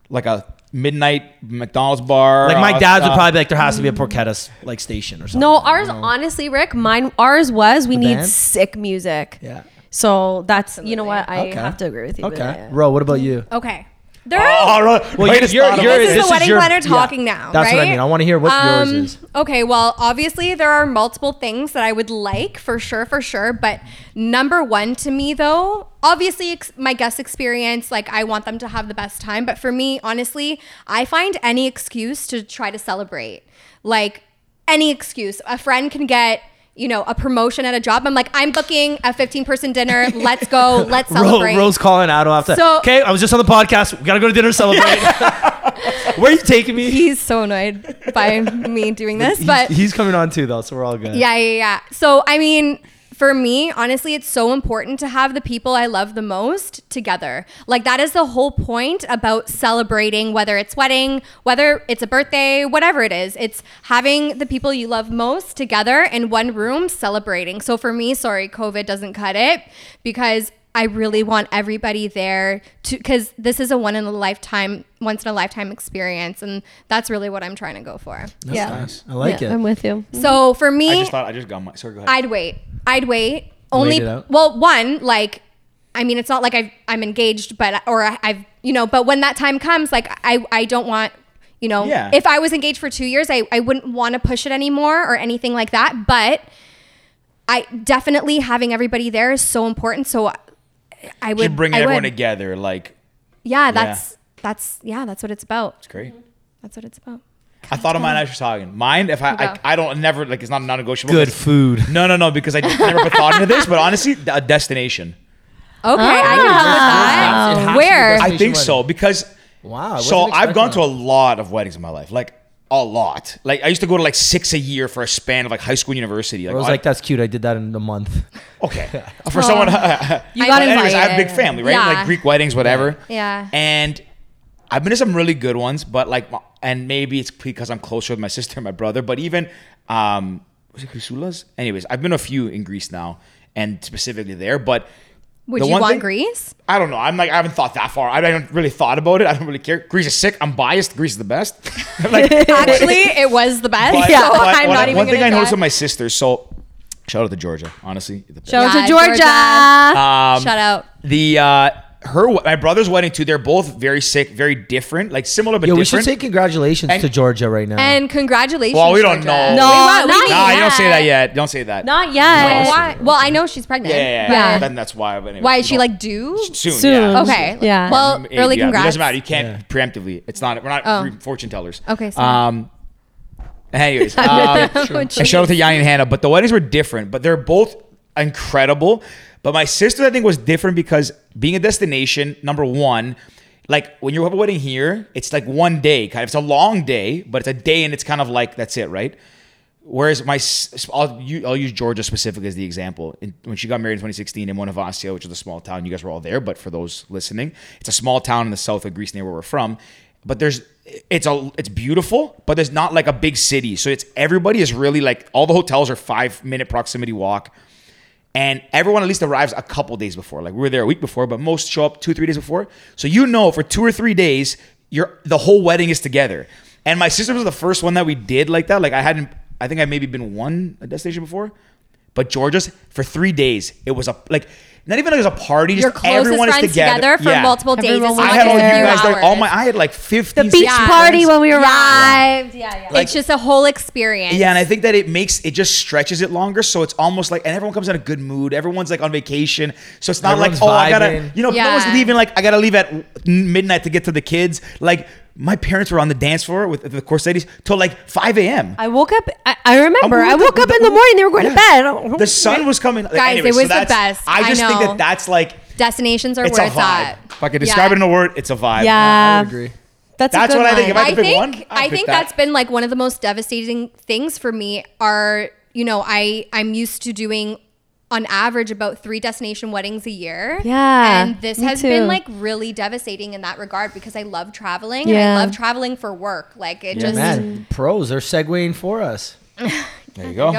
Speaker 2: like a midnight McDonald's bar.
Speaker 1: Like my
Speaker 2: uh,
Speaker 1: dad's
Speaker 2: uh,
Speaker 1: would probably be like, there has to be a
Speaker 5: Mm.
Speaker 1: porchetta like station or something.
Speaker 5: no, ours honestly, Rick, mine, ours was we
Speaker 1: The
Speaker 5: need
Speaker 1: band?
Speaker 5: sick music.
Speaker 1: Yeah.
Speaker 5: So that's you know what I
Speaker 1: Okay.
Speaker 5: have to agree with you. with
Speaker 1: Okay.
Speaker 5: it.
Speaker 1: Ro, what about
Speaker 5: <laughs>
Speaker 1: you?
Speaker 4: Okay. There
Speaker 2: Oh, right.
Speaker 1: Well,
Speaker 2: Right,
Speaker 1: you're-
Speaker 2: it's
Speaker 1: you're-
Speaker 2: not
Speaker 1: you're-
Speaker 2: about-
Speaker 4: this
Speaker 1: this
Speaker 4: is the
Speaker 1: is
Speaker 4: wedding
Speaker 1: your-
Speaker 4: planner
Speaker 1: yeah.
Speaker 4: talking now.
Speaker 1: That's what I
Speaker 4: right? Um,
Speaker 1: mean. I wanna hear what yours is.
Speaker 4: Okay, well, obviously there are multiple things that I would like for sure, for sure. But number one to me, though, obviously ex- my guest experience. Like I want them to have the best time. But for me, honestly, I find any excuse to try to celebrate. Like any excuse, a friend can get. You know, a promotion at a job. I'm like, I'm booking a 15 person dinner. Let's go.
Speaker 1: <laughs>
Speaker 4: Let's
Speaker 1: Ro,
Speaker 4: celebrate.
Speaker 1: Ro's calling out after.
Speaker 4: So-
Speaker 1: okay, I was just on the podcast. We gotta go to dinner
Speaker 5: <laughs>
Speaker 1: celebrate. <laughs> Where are you taking me?
Speaker 4: He's so annoyed by me doing this, but
Speaker 1: he's, he's coming on too though, so we're all good.
Speaker 4: Yeah, yeah, yeah. So, I mean, for me, honestly, it's so important to have the people I love the most together. Like, that is the whole point about celebrating, whether it's wedding, whether it's a birthday, whatever it is. It's having the people you love most together in one room celebrating. So, for me, sorry, COVID doesn't cut it because I really want everybody there to, because this is a one in a lifetime, once in a lifetime experience. And that's really what I'm trying to go for. yeah.
Speaker 2: Nice.
Speaker 1: I like
Speaker 5: Yeah,
Speaker 1: it.
Speaker 5: I'm with you.
Speaker 4: So, for me,
Speaker 2: I just thought I just got my. Sorry, go ahead.
Speaker 4: I'd wait. I'd wait. Only
Speaker 1: it out?
Speaker 4: well, one like I mean, it's not like I've, I'm engaged, but or I- I've you know, but when that time comes, like I I don't want you know,
Speaker 2: Yeah.
Speaker 4: if I was engaged for two years, I I wouldn't want to push it anymore or anything like that. But I definitely having everybody there is so important. So I- I would
Speaker 2: should bring
Speaker 4: I
Speaker 2: everyone
Speaker 4: would.
Speaker 2: together. Like
Speaker 4: Yeah, that's that's yeah, that's what it's about.
Speaker 2: Great.
Speaker 4: That's what it's about.
Speaker 2: I thought of mine as you're talking. Mine, if I,
Speaker 4: Go.
Speaker 2: I, I don't never like, it's not non-negotiable.
Speaker 6: Good
Speaker 2: It's-
Speaker 6: food.
Speaker 2: No, no, no, because I just never put thought into this. But honestly, a destination.
Speaker 4: Okay, I can do
Speaker 1: It has to
Speaker 4: that.
Speaker 1: be
Speaker 4: Where?
Speaker 1: destination
Speaker 2: I
Speaker 1: wedding.
Speaker 2: think so because
Speaker 1: Wow, I
Speaker 2: So
Speaker 1: wasn't
Speaker 2: I've gone to
Speaker 1: expecting
Speaker 2: a lot of weddings in my life, like a lot. Like I used to go to like six a year for a span of like high school, university. Like,
Speaker 1: I was
Speaker 2: I-
Speaker 1: like, that's cute. I did that in a month.
Speaker 4: <laughs>
Speaker 2: okay, for someone.
Speaker 5: Um,
Speaker 2: <laughs>
Speaker 5: You
Speaker 4: I
Speaker 5: got
Speaker 4: got
Speaker 2: anyways, I have a big
Speaker 5: invited.
Speaker 2: family, right?
Speaker 4: Yeah.
Speaker 2: Like Greek weddings, whatever.
Speaker 4: Yeah.
Speaker 2: And I've been to some really good ones, but like, my- and maybe it's because I'm closer with my sister and my brother. But even, um, was it Chrysoula's? Anyways, I've been to a few in Greece now, and specifically there, but.
Speaker 4: Would
Speaker 2: the
Speaker 4: you
Speaker 2: one
Speaker 4: want
Speaker 2: thing-
Speaker 4: Greece?
Speaker 2: I don't know. I'm like I haven't thought that far. I haven't really thought about it. I don't really care. Greece is sick. I'm biased. Greece is the best. <laughs>
Speaker 5: <laughs>
Speaker 2: like,
Speaker 4: Actually, it was the best.
Speaker 2: but-
Speaker 5: Yeah,
Speaker 2: but
Speaker 5: I'm
Speaker 2: what
Speaker 5: not
Speaker 2: I-
Speaker 5: even
Speaker 2: One thing
Speaker 5: gonna
Speaker 2: I noticed
Speaker 5: try.
Speaker 2: with my sisters. So, shout out to Georgia. Honestly, the best.
Speaker 5: Shout out
Speaker 4: Yeah,
Speaker 5: to Georgia.
Speaker 4: Georgia.
Speaker 2: Um,
Speaker 4: Shout out.
Speaker 2: the uh, her my brother's wedding too. They're both very sick, very different, like similar but
Speaker 1: Yo, we should
Speaker 2: different.
Speaker 1: say congratulations
Speaker 2: And-
Speaker 1: to Georgia right now.
Speaker 4: And congratulations.
Speaker 2: well, we don't
Speaker 4: Georgia.
Speaker 2: know.
Speaker 5: No,
Speaker 4: we,
Speaker 5: not
Speaker 4: we,
Speaker 2: nah, you
Speaker 5: yet.
Speaker 2: don't say that yet. Don't say that.
Speaker 5: Not yet.
Speaker 2: No.
Speaker 4: Why? Well, I know she's pregnant.
Speaker 2: Yeah, yeah.
Speaker 4: but
Speaker 2: yeah.
Speaker 5: Yeah.
Speaker 2: Then that's why. But anyway,
Speaker 4: Why
Speaker 2: you
Speaker 4: is she
Speaker 2: don't-
Speaker 4: like due?
Speaker 2: soon? <laughs>
Speaker 5: Soon.
Speaker 2: Yeah.
Speaker 4: Okay.
Speaker 5: Yeah.
Speaker 4: Well,
Speaker 2: Maybe,
Speaker 4: early
Speaker 2: yeah. It
Speaker 4: congrats.
Speaker 2: doesn't
Speaker 4: <laughs>
Speaker 2: matter. You can't preemptively. It's not. We're not
Speaker 4: Oh.
Speaker 2: re- fortune tellers.
Speaker 4: Okay, sorry.
Speaker 2: Um.
Speaker 4: <laughs>
Speaker 2: Anyways, um,
Speaker 4: Which-
Speaker 2: I shout out to Yanni and Hannah, but the weddings were different, but they're both incredible. But my sister, I think, was different because being a destination, number one, like when you have a wedding here, it's like one day, kind of. It's a long day, but it's a day, and it's kind of like that's it, right? Whereas my, s- I'll, u- I'll use Georgia specifically as the example. In, when she got married in 2016 in Monavasia, which is a small town, you guys were all there, but for those listening, it's a small town in the south of Greece near where we're from. But there's, it's a, it's beautiful, but there's not like a big city. So it's everybody is really like all the hotels are five minute proximity walk, and everyone at least arrives a couple days before. Like we were there a week before, but most show up two three days before. So you know for two or three days, you're the whole wedding is together. And my sister was the first one that we did like that. Like I hadn't, I think I maybe been one a destination before, but Georgia's for three days. It was a like not even like it was a party. Just
Speaker 4: Your closest
Speaker 2: everyone is
Speaker 4: friends
Speaker 2: together,
Speaker 4: together, for
Speaker 2: Yeah.
Speaker 4: multiple days.
Speaker 5: Everyone
Speaker 4: It's
Speaker 2: I
Speaker 5: was
Speaker 4: not
Speaker 2: had
Speaker 4: just
Speaker 2: all
Speaker 4: a
Speaker 2: you
Speaker 4: few
Speaker 2: guys like all
Speaker 4: hours.
Speaker 2: my. I had like
Speaker 5: The
Speaker 2: fifteen.
Speaker 5: beach
Speaker 2: 16
Speaker 5: party
Speaker 2: friends.
Speaker 5: when we
Speaker 4: Yeah.
Speaker 5: arrived. Yeah, yeah.
Speaker 2: Like-
Speaker 4: it's just a whole experience.
Speaker 2: Yeah, and I think that it makes it just stretches it longer, so it's almost like and everyone comes in a good mood. Everyone's like on vacation, so it's not
Speaker 1: Everyone's
Speaker 2: like oh I
Speaker 1: vibing.
Speaker 2: gotta you know no
Speaker 4: Yeah.
Speaker 2: one's leaving like I gotta leave at n- midnight to get to the kids. Like my parents were on the dance floor with the Corsettis till like five a.m.
Speaker 5: I woke up. I, I remember. I woke up in the morning. They were going to bed. I don't- <laughs>
Speaker 2: The sun was coming. Like,
Speaker 4: Guys,
Speaker 2: anyway,
Speaker 4: it
Speaker 2: so
Speaker 4: was the
Speaker 2: that's-
Speaker 4: best. I
Speaker 2: I just think
Speaker 4: know.
Speaker 2: that that's like
Speaker 4: Destinations are
Speaker 2: it's a
Speaker 4: where
Speaker 2: vibe.
Speaker 4: it's at.
Speaker 2: If I could describe it
Speaker 4: Yeah.
Speaker 2: in a word, it's a vibe.
Speaker 5: yeah,
Speaker 1: agree.
Speaker 5: That's,
Speaker 2: That's
Speaker 5: a good
Speaker 2: what I
Speaker 5: one.
Speaker 2: think about-
Speaker 4: I
Speaker 2: had to pick one,
Speaker 4: think
Speaker 2: I'd
Speaker 4: I
Speaker 2: pick
Speaker 4: think
Speaker 2: that.
Speaker 4: that's been like one of the most devastating things for me are, you know, I I'm used to doing on average about 3 destination weddings a year.
Speaker 5: Yeah,
Speaker 4: And this
Speaker 5: me
Speaker 4: has been
Speaker 5: too.
Speaker 4: like really devastating in that regard because I love traveling
Speaker 5: Yeah.
Speaker 4: and I love traveling for work. Like it just
Speaker 1: Man, pros are segueing for us.
Speaker 2: there you go.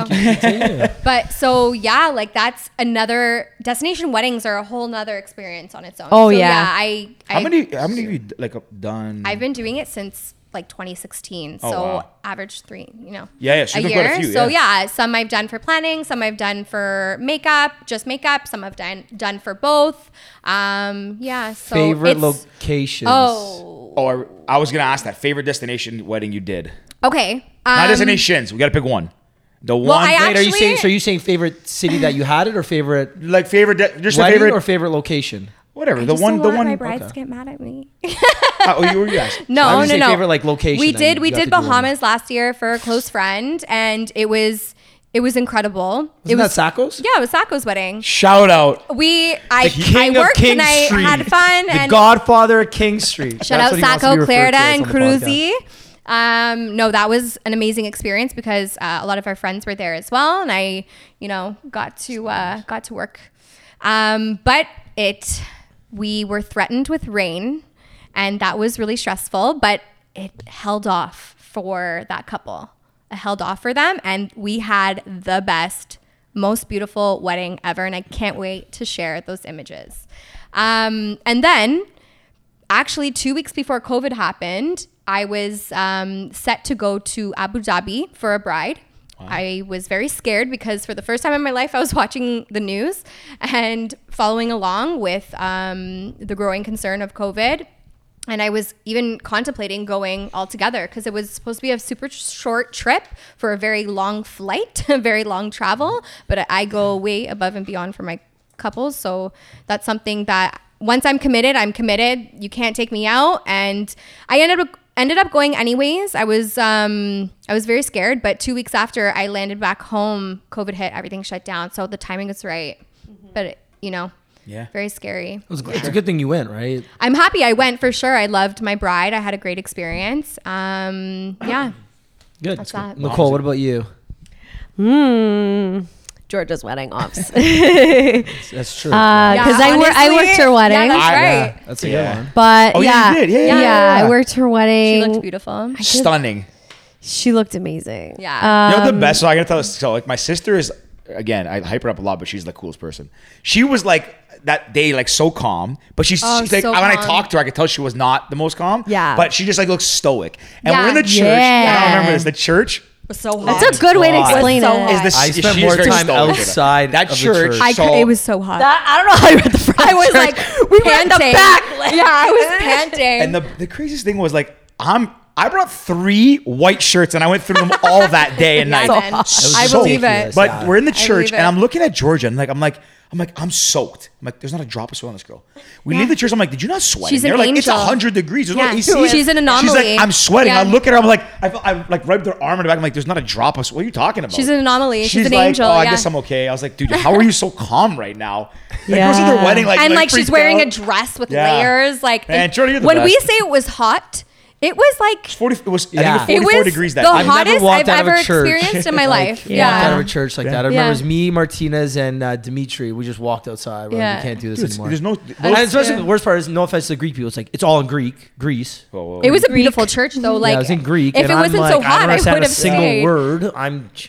Speaker 4: But so yeah, like that's another destination weddings are a whole nother experience on its own.
Speaker 5: Oh,
Speaker 4: So,
Speaker 5: yeah.
Speaker 4: I, I
Speaker 2: How many? How many of you like done?
Speaker 4: I've been doing it since like 2016.
Speaker 2: Oh,
Speaker 4: so
Speaker 2: wow.
Speaker 4: average three, you know.
Speaker 2: Yeah, yeah, so
Speaker 4: a
Speaker 2: you've
Speaker 4: year.
Speaker 2: done quite a few,
Speaker 4: so
Speaker 2: yeah.
Speaker 4: yeah, some I've done for planning, some I've done for makeup, just makeup. Some I've done done for both. Um, yeah. So
Speaker 1: Favorite
Speaker 4: it's-
Speaker 1: locations.
Speaker 4: Oh,
Speaker 2: or I was gonna ask that favorite destination wedding you did.
Speaker 4: okay.
Speaker 2: Not
Speaker 4: Um,
Speaker 2: destinations. We gotta pick one. The one.
Speaker 4: I
Speaker 1: Wait, are you
Speaker 4: actually-
Speaker 1: saying? So are you saying favorite city that you had it, or favorite
Speaker 2: like favorite, de- just
Speaker 1: wedding,
Speaker 2: the favorite,
Speaker 1: or favorite location?
Speaker 2: <laughs> whatever.
Speaker 4: I
Speaker 2: The
Speaker 4: just
Speaker 2: one,
Speaker 4: don't
Speaker 2: the
Speaker 4: want My
Speaker 2: one.
Speaker 4: brides to get mad at me.
Speaker 2: Uh, <laughs> oh, you were you asked.
Speaker 1: I
Speaker 4: <laughs> No,
Speaker 1: was
Speaker 4: no,
Speaker 1: gonna
Speaker 4: no.
Speaker 1: say favorite, like, location
Speaker 4: We
Speaker 1: that
Speaker 4: did.
Speaker 1: you-
Speaker 4: We
Speaker 1: you have to
Speaker 4: did
Speaker 1: do one.
Speaker 4: Bahamas last year for a close friend, and it was it was incredible. it
Speaker 1: Isn't
Speaker 4: was
Speaker 1: that Sacco's?
Speaker 4: yeah, it was Sacco's wedding.
Speaker 2: Shout out.
Speaker 4: We I I
Speaker 2: king of
Speaker 4: worked
Speaker 2: King
Speaker 4: and I
Speaker 2: Street.
Speaker 4: had fun
Speaker 1: The
Speaker 4: and
Speaker 1: Godfather of King Street.
Speaker 4: shout
Speaker 1: That's
Speaker 4: out
Speaker 1: what he wants to
Speaker 4: Sacco,
Speaker 1: be referred
Speaker 4: Clarida,
Speaker 1: to as
Speaker 4: and
Speaker 1: on the podcast.
Speaker 4: Cruzy. Um, no, that was an amazing experience because uh, a lot of our friends were there as well, and I you know got to uh, got to work. Um, but it we were threatened with rain, and that was really stressful. But it held off for that couple. It held off for them, and we had the best, most beautiful wedding ever. And I can't wait to share those images. Um, and then, actually, two weeks before COVID happened, I was um, set to go to Abu Dhabi for a bride. I was very scared because for the first time in my life, I was <laughs> watching the news and following along with um, the growing concern of COVID and I was even contemplating going all together because it was supposed to be a super short trip for a very long flight, <laughs> a very long travel. But I go way above and beyond for my couples, so that's something that once I'm committed, I'm committed. You can't take me out. And I ended up ended up going anyways. I was um I was very scared, but two weeks after I landed back home, COVID hit, everything shut down. So the timing was right. But it, you know,
Speaker 2: Yeah.
Speaker 4: very scary.
Speaker 1: It was- It's a good thing you went, right?
Speaker 4: I'm happy I went for sure. I loved my bride. I had a great experience. Um yeah.
Speaker 1: Good.
Speaker 4: That's that.
Speaker 1: Nicole, what about you?
Speaker 5: Hmm. Georgia's wedding <laughs> ops. Because
Speaker 1: That's true.
Speaker 4: Yeah,
Speaker 5: I, wor- I
Speaker 4: honestly,
Speaker 5: worked her wedding.
Speaker 4: Yeah, that's
Speaker 2: I-
Speaker 4: right.
Speaker 1: yeah, that's a
Speaker 2: Yeah.
Speaker 1: good one.
Speaker 5: but
Speaker 2: Oh, yeah,
Speaker 5: yeah,
Speaker 2: you did. Yeah, yeah, yeah, yeah.
Speaker 5: I worked her
Speaker 4: She
Speaker 5: wedding.
Speaker 4: looked beautiful.
Speaker 2: Stunning.
Speaker 5: She looked amazing. Um,
Speaker 4: Yeah.
Speaker 2: you know the best. So I gotta tell this. So like my sister is again. I hype her up a lot, but she's the coolest person. She was like that day, like so calm. But she's,
Speaker 4: Oh,
Speaker 2: she's like
Speaker 4: so
Speaker 2: when I
Speaker 4: calm.
Speaker 2: talked to her, I could tell she was not the most calm.
Speaker 5: Yeah.
Speaker 2: But she just like looks stoic. And
Speaker 4: Yeah.
Speaker 2: we're in the church. And I
Speaker 5: Yeah.
Speaker 2: remember this. The church
Speaker 4: was so hot.
Speaker 5: That's a good way to
Speaker 1: God.
Speaker 5: explain
Speaker 4: So
Speaker 5: it.
Speaker 4: hot.
Speaker 2: is this.
Speaker 1: I spent more time outside
Speaker 2: That
Speaker 1: of the
Speaker 2: church.
Speaker 1: church. I
Speaker 2: saw-
Speaker 4: it was so hot.
Speaker 5: That- I don't know how you read the front.
Speaker 4: I was
Speaker 1: <laughs>
Speaker 4: like, <laughs>
Speaker 5: we were
Speaker 4: panting.
Speaker 5: in the back. like-
Speaker 4: <laughs> yeah, I was panting.
Speaker 2: And the, the craziest thing was like I'm I brought three white shirts and I went through them all that day
Speaker 4: <laughs>
Speaker 2: and
Speaker 4: Yeah,
Speaker 2: night.
Speaker 4: man.
Speaker 1: was
Speaker 4: I
Speaker 1: so
Speaker 4: believe
Speaker 1: ridiculous.
Speaker 4: it.
Speaker 2: But
Speaker 1: Yeah.
Speaker 2: we're in the
Speaker 4: I
Speaker 2: church
Speaker 4: believe
Speaker 2: and
Speaker 4: it.
Speaker 2: I'm looking at Georgia and like I'm like I'm like I'm soaked. I'm like there's not a drop of sweat on this girl. We leave the church. I'm like, did you not sweat?
Speaker 4: She's
Speaker 2: in
Speaker 4: an
Speaker 2: there? like it's
Speaker 4: angel.
Speaker 2: hundred degrees. There's no
Speaker 4: Yeah.
Speaker 2: AC. She's
Speaker 4: She's an anomaly.
Speaker 2: like I'm sweating.
Speaker 4: Yeah.
Speaker 2: I look at her. I'm like I, felt- I like rubbed her arm in the back. I'm like there's not a drop of sweat. What are you talking about?
Speaker 4: She's an anomaly. She's an
Speaker 2: like,
Speaker 4: angel,
Speaker 2: Oh, I
Speaker 4: yeah.
Speaker 2: guess I'm okay. I was like, dude, how are you
Speaker 4: <laughs>
Speaker 2: so calm right now? Like,
Speaker 5: Yeah.
Speaker 2: girls at their wedding, <laughs> like
Speaker 4: and like, she's
Speaker 2: freaked
Speaker 4: wearing
Speaker 2: out.
Speaker 4: a dress with
Speaker 2: Yeah.
Speaker 4: layers. Like
Speaker 2: Man,
Speaker 4: it-
Speaker 2: Jordan, you're the
Speaker 4: when we
Speaker 2: best.
Speaker 4: say it was hot, it was like
Speaker 2: 40, it was,
Speaker 1: Yeah.
Speaker 2: I think it was
Speaker 4: it was
Speaker 2: 44 degrees that
Speaker 4: the
Speaker 2: day.
Speaker 1: I've never
Speaker 4: hottest
Speaker 1: walked
Speaker 4: I've
Speaker 1: out of a
Speaker 4: ever
Speaker 1: church.
Speaker 4: experienced in my life.
Speaker 1: <laughs> Like, Walked out of
Speaker 4: Yeah.
Speaker 1: a church like that. I remember
Speaker 4: Yeah.
Speaker 1: it was me, Martinez, and uh, Dimitri. We just walked outside. We're like,
Speaker 4: Yeah.
Speaker 1: we can't do this
Speaker 2: Dude, it's-
Speaker 1: anymore.
Speaker 2: there's no-
Speaker 1: And
Speaker 2: those-
Speaker 1: especially
Speaker 4: Yeah.
Speaker 1: the worst part is, no offense to the Greek people, it's like it's all in Greek, Greece.
Speaker 4: It was a beautiful church though. Like
Speaker 1: yeah, I was in Greek.
Speaker 4: If
Speaker 1: and
Speaker 4: it
Speaker 1: I'm
Speaker 4: wasn't
Speaker 1: like,
Speaker 4: so hot, I,
Speaker 1: don't
Speaker 4: would
Speaker 1: understand
Speaker 4: have
Speaker 1: a single
Speaker 4: stayed.
Speaker 1: word. I'm j-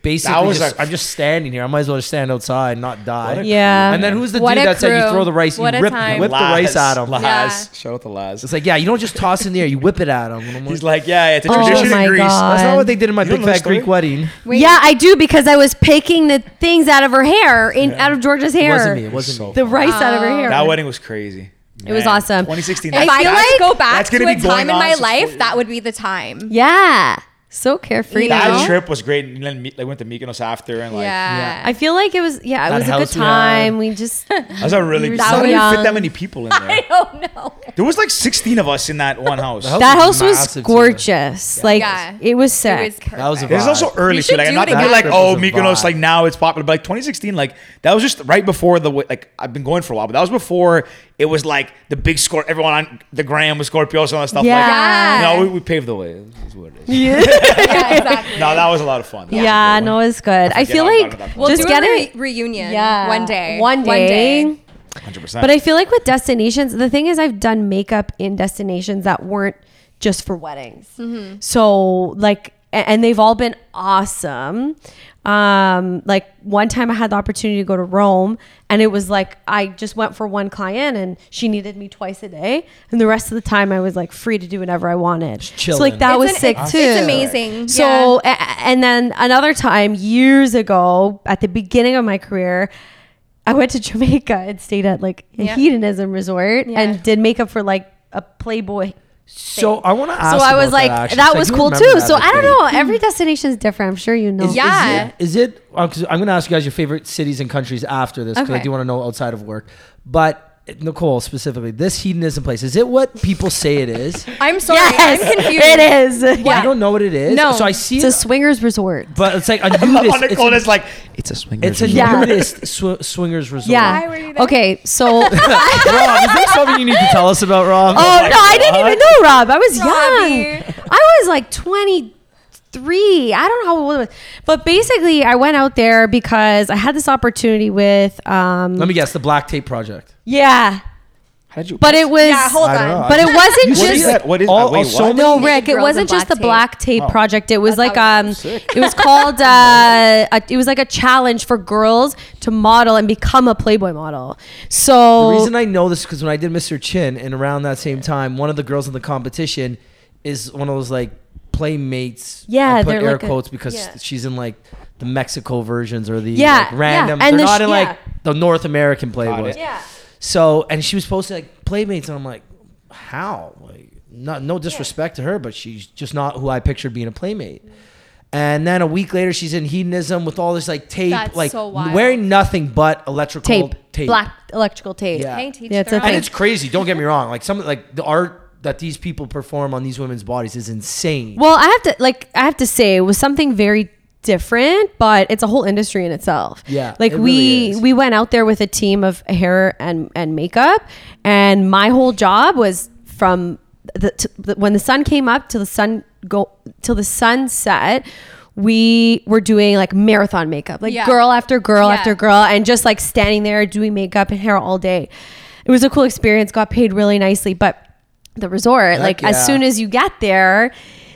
Speaker 2: That
Speaker 1: basically
Speaker 2: was
Speaker 1: just,
Speaker 2: a-
Speaker 1: i I'm just standing here. I might as well just stand outside, and not die.
Speaker 2: a-
Speaker 5: Yeah.
Speaker 1: And then who's the
Speaker 4: What
Speaker 1: dude
Speaker 4: a
Speaker 1: that said you
Speaker 4: crew.
Speaker 1: throw the rice, you
Speaker 4: What a
Speaker 1: rip,
Speaker 4: time.
Speaker 1: whip the rice at him?
Speaker 2: Laz.
Speaker 4: Yeah.
Speaker 2: Shout out to Laz.
Speaker 1: It's like, yeah, you don't just toss in the air, you whip it at him. And I'm like,
Speaker 2: He's like, yeah, it's a
Speaker 5: Oh
Speaker 2: tradition
Speaker 5: my
Speaker 2: in Greece.
Speaker 5: God.
Speaker 1: That's not what they did in my
Speaker 2: You don't
Speaker 1: big
Speaker 2: know the
Speaker 1: fat Greek
Speaker 2: story?
Speaker 1: wedding.
Speaker 4: Wait.
Speaker 5: Yeah, I do because I was picking the things out of her hair in out of Georgia's
Speaker 1: It
Speaker 5: hair.
Speaker 1: wasn't me. It wasn't me.
Speaker 5: The rice out of her
Speaker 4: Oh.
Speaker 5: hair.
Speaker 2: That wedding was crazy.
Speaker 5: It was
Speaker 2: Man,
Speaker 5: awesome.
Speaker 2: 2016.
Speaker 4: If I
Speaker 5: feel
Speaker 4: could
Speaker 5: like-
Speaker 4: go back
Speaker 2: that's
Speaker 4: to
Speaker 2: gonna
Speaker 4: a
Speaker 2: be going
Speaker 4: time in
Speaker 2: on
Speaker 4: my
Speaker 2: for
Speaker 4: life,
Speaker 2: four-
Speaker 4: that would be the time.
Speaker 5: yeah. So carefree.
Speaker 4: You
Speaker 2: that
Speaker 4: know?
Speaker 2: trip was great. And then me- like, went to Mykonos after and like,
Speaker 4: Yeah.
Speaker 5: I feel like it was yeah, it
Speaker 1: That
Speaker 5: was a good
Speaker 1: house we had.
Speaker 5: time. We
Speaker 4: <laughs>
Speaker 5: just
Speaker 2: that was a really.
Speaker 5: We were
Speaker 2: That
Speaker 5: so
Speaker 2: so didn't fit
Speaker 5: young.
Speaker 2: that many people in there.
Speaker 4: don't know.
Speaker 2: There was like 16 of us in that one house.
Speaker 1: The house-
Speaker 5: that house
Speaker 1: massive
Speaker 5: was
Speaker 1: too.
Speaker 5: gorgeous. Like
Speaker 4: Yeah.
Speaker 5: it was
Speaker 4: It
Speaker 5: sick.
Speaker 4: was perfect.
Speaker 1: That was a
Speaker 2: This is also
Speaker 1: vibe.
Speaker 2: early
Speaker 4: You
Speaker 2: too.
Speaker 4: should
Speaker 2: Like,
Speaker 4: do
Speaker 2: not
Speaker 4: it
Speaker 2: to be
Speaker 4: again.
Speaker 2: like,
Speaker 1: That
Speaker 2: oh,
Speaker 1: was a
Speaker 2: Mykonos,
Speaker 1: vibe.
Speaker 2: like now it's popular. But like 2016, like that was just right before the like I've been going for a while, but that was before it was like the big score. Everyone on the gram was Scorpios and all that stuff.
Speaker 5: Yeah.
Speaker 2: Like, no, we, we paved the way. Is what
Speaker 5: <laughs>
Speaker 2: it is.
Speaker 4: yeah, exactly.
Speaker 2: No, that was a lot of fun. That was a
Speaker 5: yeah,
Speaker 2: good
Speaker 5: no,
Speaker 2: one.
Speaker 5: it was good. I
Speaker 2: forget
Speaker 5: feel
Speaker 2: all about
Speaker 5: like
Speaker 2: that.
Speaker 4: We'll
Speaker 5: just
Speaker 4: do
Speaker 5: get
Speaker 4: a
Speaker 5: it.
Speaker 4: re- reunion.
Speaker 5: Yeah.
Speaker 4: One day.
Speaker 5: One day.
Speaker 2: 100%. <laughs>
Speaker 5: But I feel like with destinations, the thing is, I've done makeup in destinations that weren't just for weddings. So, like, a- and they've all been awesome. Um, like one time I had the opportunity to go to Rome and it was like I just went for one client and she needed me twice a day and the rest of the time I was like free to do whatever I wanted. So
Speaker 1: chilling.
Speaker 5: like that
Speaker 4: It's
Speaker 5: was
Speaker 4: an-
Speaker 5: sick
Speaker 4: it's-
Speaker 5: too.
Speaker 4: it's amazing.
Speaker 5: So a- a- and then another time years ago at the beginning of my career i went to <laughs> jamaica and stayed at like a
Speaker 4: Yeah.
Speaker 5: hedonism resort
Speaker 4: Yeah.
Speaker 5: and did makeup for like a playboy
Speaker 1: So I want to ask.
Speaker 5: so i was
Speaker 1: about
Speaker 5: like
Speaker 1: actually, 'cause
Speaker 5: that
Speaker 1: I
Speaker 5: was
Speaker 1: do
Speaker 5: cool
Speaker 1: remember
Speaker 5: too
Speaker 1: that
Speaker 5: so
Speaker 1: as a
Speaker 5: i don't
Speaker 1: kid.
Speaker 5: know every destination is different i'm sure you know
Speaker 4: Yeah.
Speaker 1: Is it? Because I'm going to ask you guys your favorite cities and countries after this. Because I
Speaker 4: Okay.
Speaker 1: do want to know outside of work. But Nicole specifically, this hedonism place is it what people say it is?
Speaker 4: I'm sorry.
Speaker 5: yes
Speaker 4: I'm confused.
Speaker 5: <laughs> it is
Speaker 1: I don't know what it is.
Speaker 4: No.
Speaker 1: So I see
Speaker 5: it's a
Speaker 1: it,
Speaker 5: swingers resort
Speaker 1: but it's like a
Speaker 2: I
Speaker 1: nudist.
Speaker 2: love how
Speaker 1: It's
Speaker 2: Nicole
Speaker 1: a,
Speaker 2: is like, it's a swing.
Speaker 1: it's a
Speaker 5: Yeah.
Speaker 1: nudist sw- swingers resort.
Speaker 5: yeah
Speaker 4: were you there?
Speaker 5: okay <laughs>
Speaker 1: <laughs>
Speaker 5: so oh no
Speaker 1: Rob, is there something you need to tell us about,
Speaker 5: <laughs>
Speaker 1: Rob?
Speaker 5: i didn't even know rob i was young
Speaker 4: Robbie.
Speaker 5: i was like 20 three. I don't know how old it was, but basically, I went out there because I had this opportunity with. Um,
Speaker 1: Let me guess. The Black Tape Project.
Speaker 5: yeah,
Speaker 2: How did you?
Speaker 5: but it was.
Speaker 4: Yeah, hold
Speaker 1: I don't know.
Speaker 4: on.
Speaker 5: but it wasn't
Speaker 2: What
Speaker 5: just
Speaker 2: is that? What is
Speaker 1: All-
Speaker 2: that? Wait,
Speaker 1: all so
Speaker 2: what?
Speaker 1: many-
Speaker 5: no, Rick. It
Speaker 4: Girls
Speaker 5: wasn't
Speaker 4: in
Speaker 5: just the
Speaker 4: black
Speaker 5: black tape project. It was
Speaker 4: That's
Speaker 5: like
Speaker 4: how it
Speaker 5: um, it was called uh, a, it was like a challenge for girls to model and become a Playboy model. So
Speaker 1: The reason I know this is because when I did Mr. Chin, and around that same time, one of the girls in the competition is one of those like playmates.
Speaker 5: Yeah,
Speaker 1: I put
Speaker 5: they're
Speaker 1: air
Speaker 5: like a-
Speaker 1: quotes because
Speaker 5: yeah.
Speaker 1: she's in like the Mexico versions or the
Speaker 5: Yeah,
Speaker 1: like, random.
Speaker 5: yeah,
Speaker 1: They're
Speaker 5: and the
Speaker 1: not
Speaker 5: sh-
Speaker 1: in
Speaker 5: yeah.
Speaker 1: like the North American playboys.
Speaker 2: it.
Speaker 5: yeah,
Speaker 1: So and she was posting like playmates, and I'm like, how? Like, not no disrespect to her, but she's just not who I pictured being a playmate. And then a week later, she's in hedonism with all this like tape,
Speaker 4: That's
Speaker 1: like
Speaker 4: so wild.
Speaker 1: wearing nothing but electrical
Speaker 5: Tape, black electrical tape.
Speaker 1: Yeah.
Speaker 4: Hey, teach
Speaker 5: Yeah, it's a
Speaker 4: their own.
Speaker 1: and
Speaker 5: thing.
Speaker 1: it's crazy. Don't get me wrong. Like some like the art that these people perform on these women's bodies is insane.
Speaker 5: Well, I have to like I have to say it was something very different, but it's a whole industry in itself.
Speaker 1: Yeah,
Speaker 5: Like
Speaker 1: it really
Speaker 5: we
Speaker 1: is.
Speaker 5: we went out there with a team of hair and and makeup and my whole job was from the, t- the when the sun came up till the sun go till the sunset we were doing like marathon makeup, like
Speaker 4: Yeah.
Speaker 5: girl after girl
Speaker 4: Yeah.
Speaker 5: after girl, and just like standing there doing makeup and hair all day. It was a cool experience, got paid really nicely. But the resort, like
Speaker 1: yeah.
Speaker 5: as soon as you get there,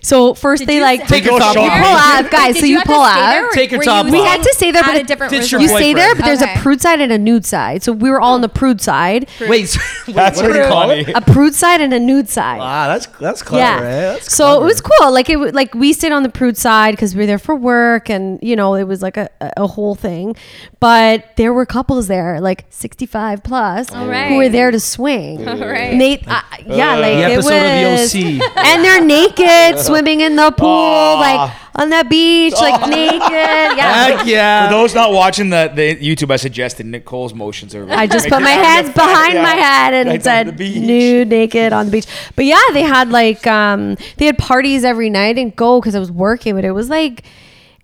Speaker 5: so first
Speaker 4: Did
Speaker 5: they
Speaker 4: you
Speaker 5: like
Speaker 4: s- Take
Speaker 5: you
Speaker 1: your
Speaker 5: pull
Speaker 1: top off.
Speaker 5: up, guys.
Speaker 4: Did
Speaker 5: so you,
Speaker 4: have to
Speaker 5: pull
Speaker 4: stay there,
Speaker 5: up.
Speaker 4: or
Speaker 1: Take your
Speaker 4: were
Speaker 1: top
Speaker 4: you
Speaker 1: off.
Speaker 5: We had to stay there,
Speaker 4: at
Speaker 5: but
Speaker 4: a different
Speaker 1: Ditch your
Speaker 5: you
Speaker 4: resort?
Speaker 5: stay there, but there's
Speaker 4: Okay.
Speaker 5: a prude side and a nude side. So we were all on the prude side,
Speaker 1: wait, so- <laughs> wait,
Speaker 2: That's
Speaker 1: what do
Speaker 2: pretty
Speaker 1: you call it?
Speaker 5: <laughs>
Speaker 2: funny.
Speaker 5: a prude side and a nude side.
Speaker 1: Wow, Ah, that's that's clever. eh? That's
Speaker 5: so
Speaker 1: clever.
Speaker 5: it was cool. Like it, w- like we stayed on the prude side because we were there for work, and you know it was like a, a a whole thing. But there were couples there, like sixty five plus, who were
Speaker 4: right.
Speaker 5: there to swing.
Speaker 4: All right.
Speaker 5: And they, uh, yeah, like
Speaker 1: The
Speaker 5: it was,
Speaker 1: episode of the OC.
Speaker 5: and they're
Speaker 2: <laughs>
Speaker 5: naked swimming in the pool, like on the beach, like naked.
Speaker 2: <laughs>
Speaker 5: Yeah. <laughs>
Speaker 1: Heck yeah.
Speaker 5: Um,
Speaker 2: For those not watching the, the YouTube, I suggested Nick Cole's motions are.
Speaker 5: I just put my hands behind my head and
Speaker 2: Right on the
Speaker 5: said
Speaker 2: beach.
Speaker 5: nude, naked on the beach. But yeah, they had like um they had parties every night. I didn't go because I was working, but it was like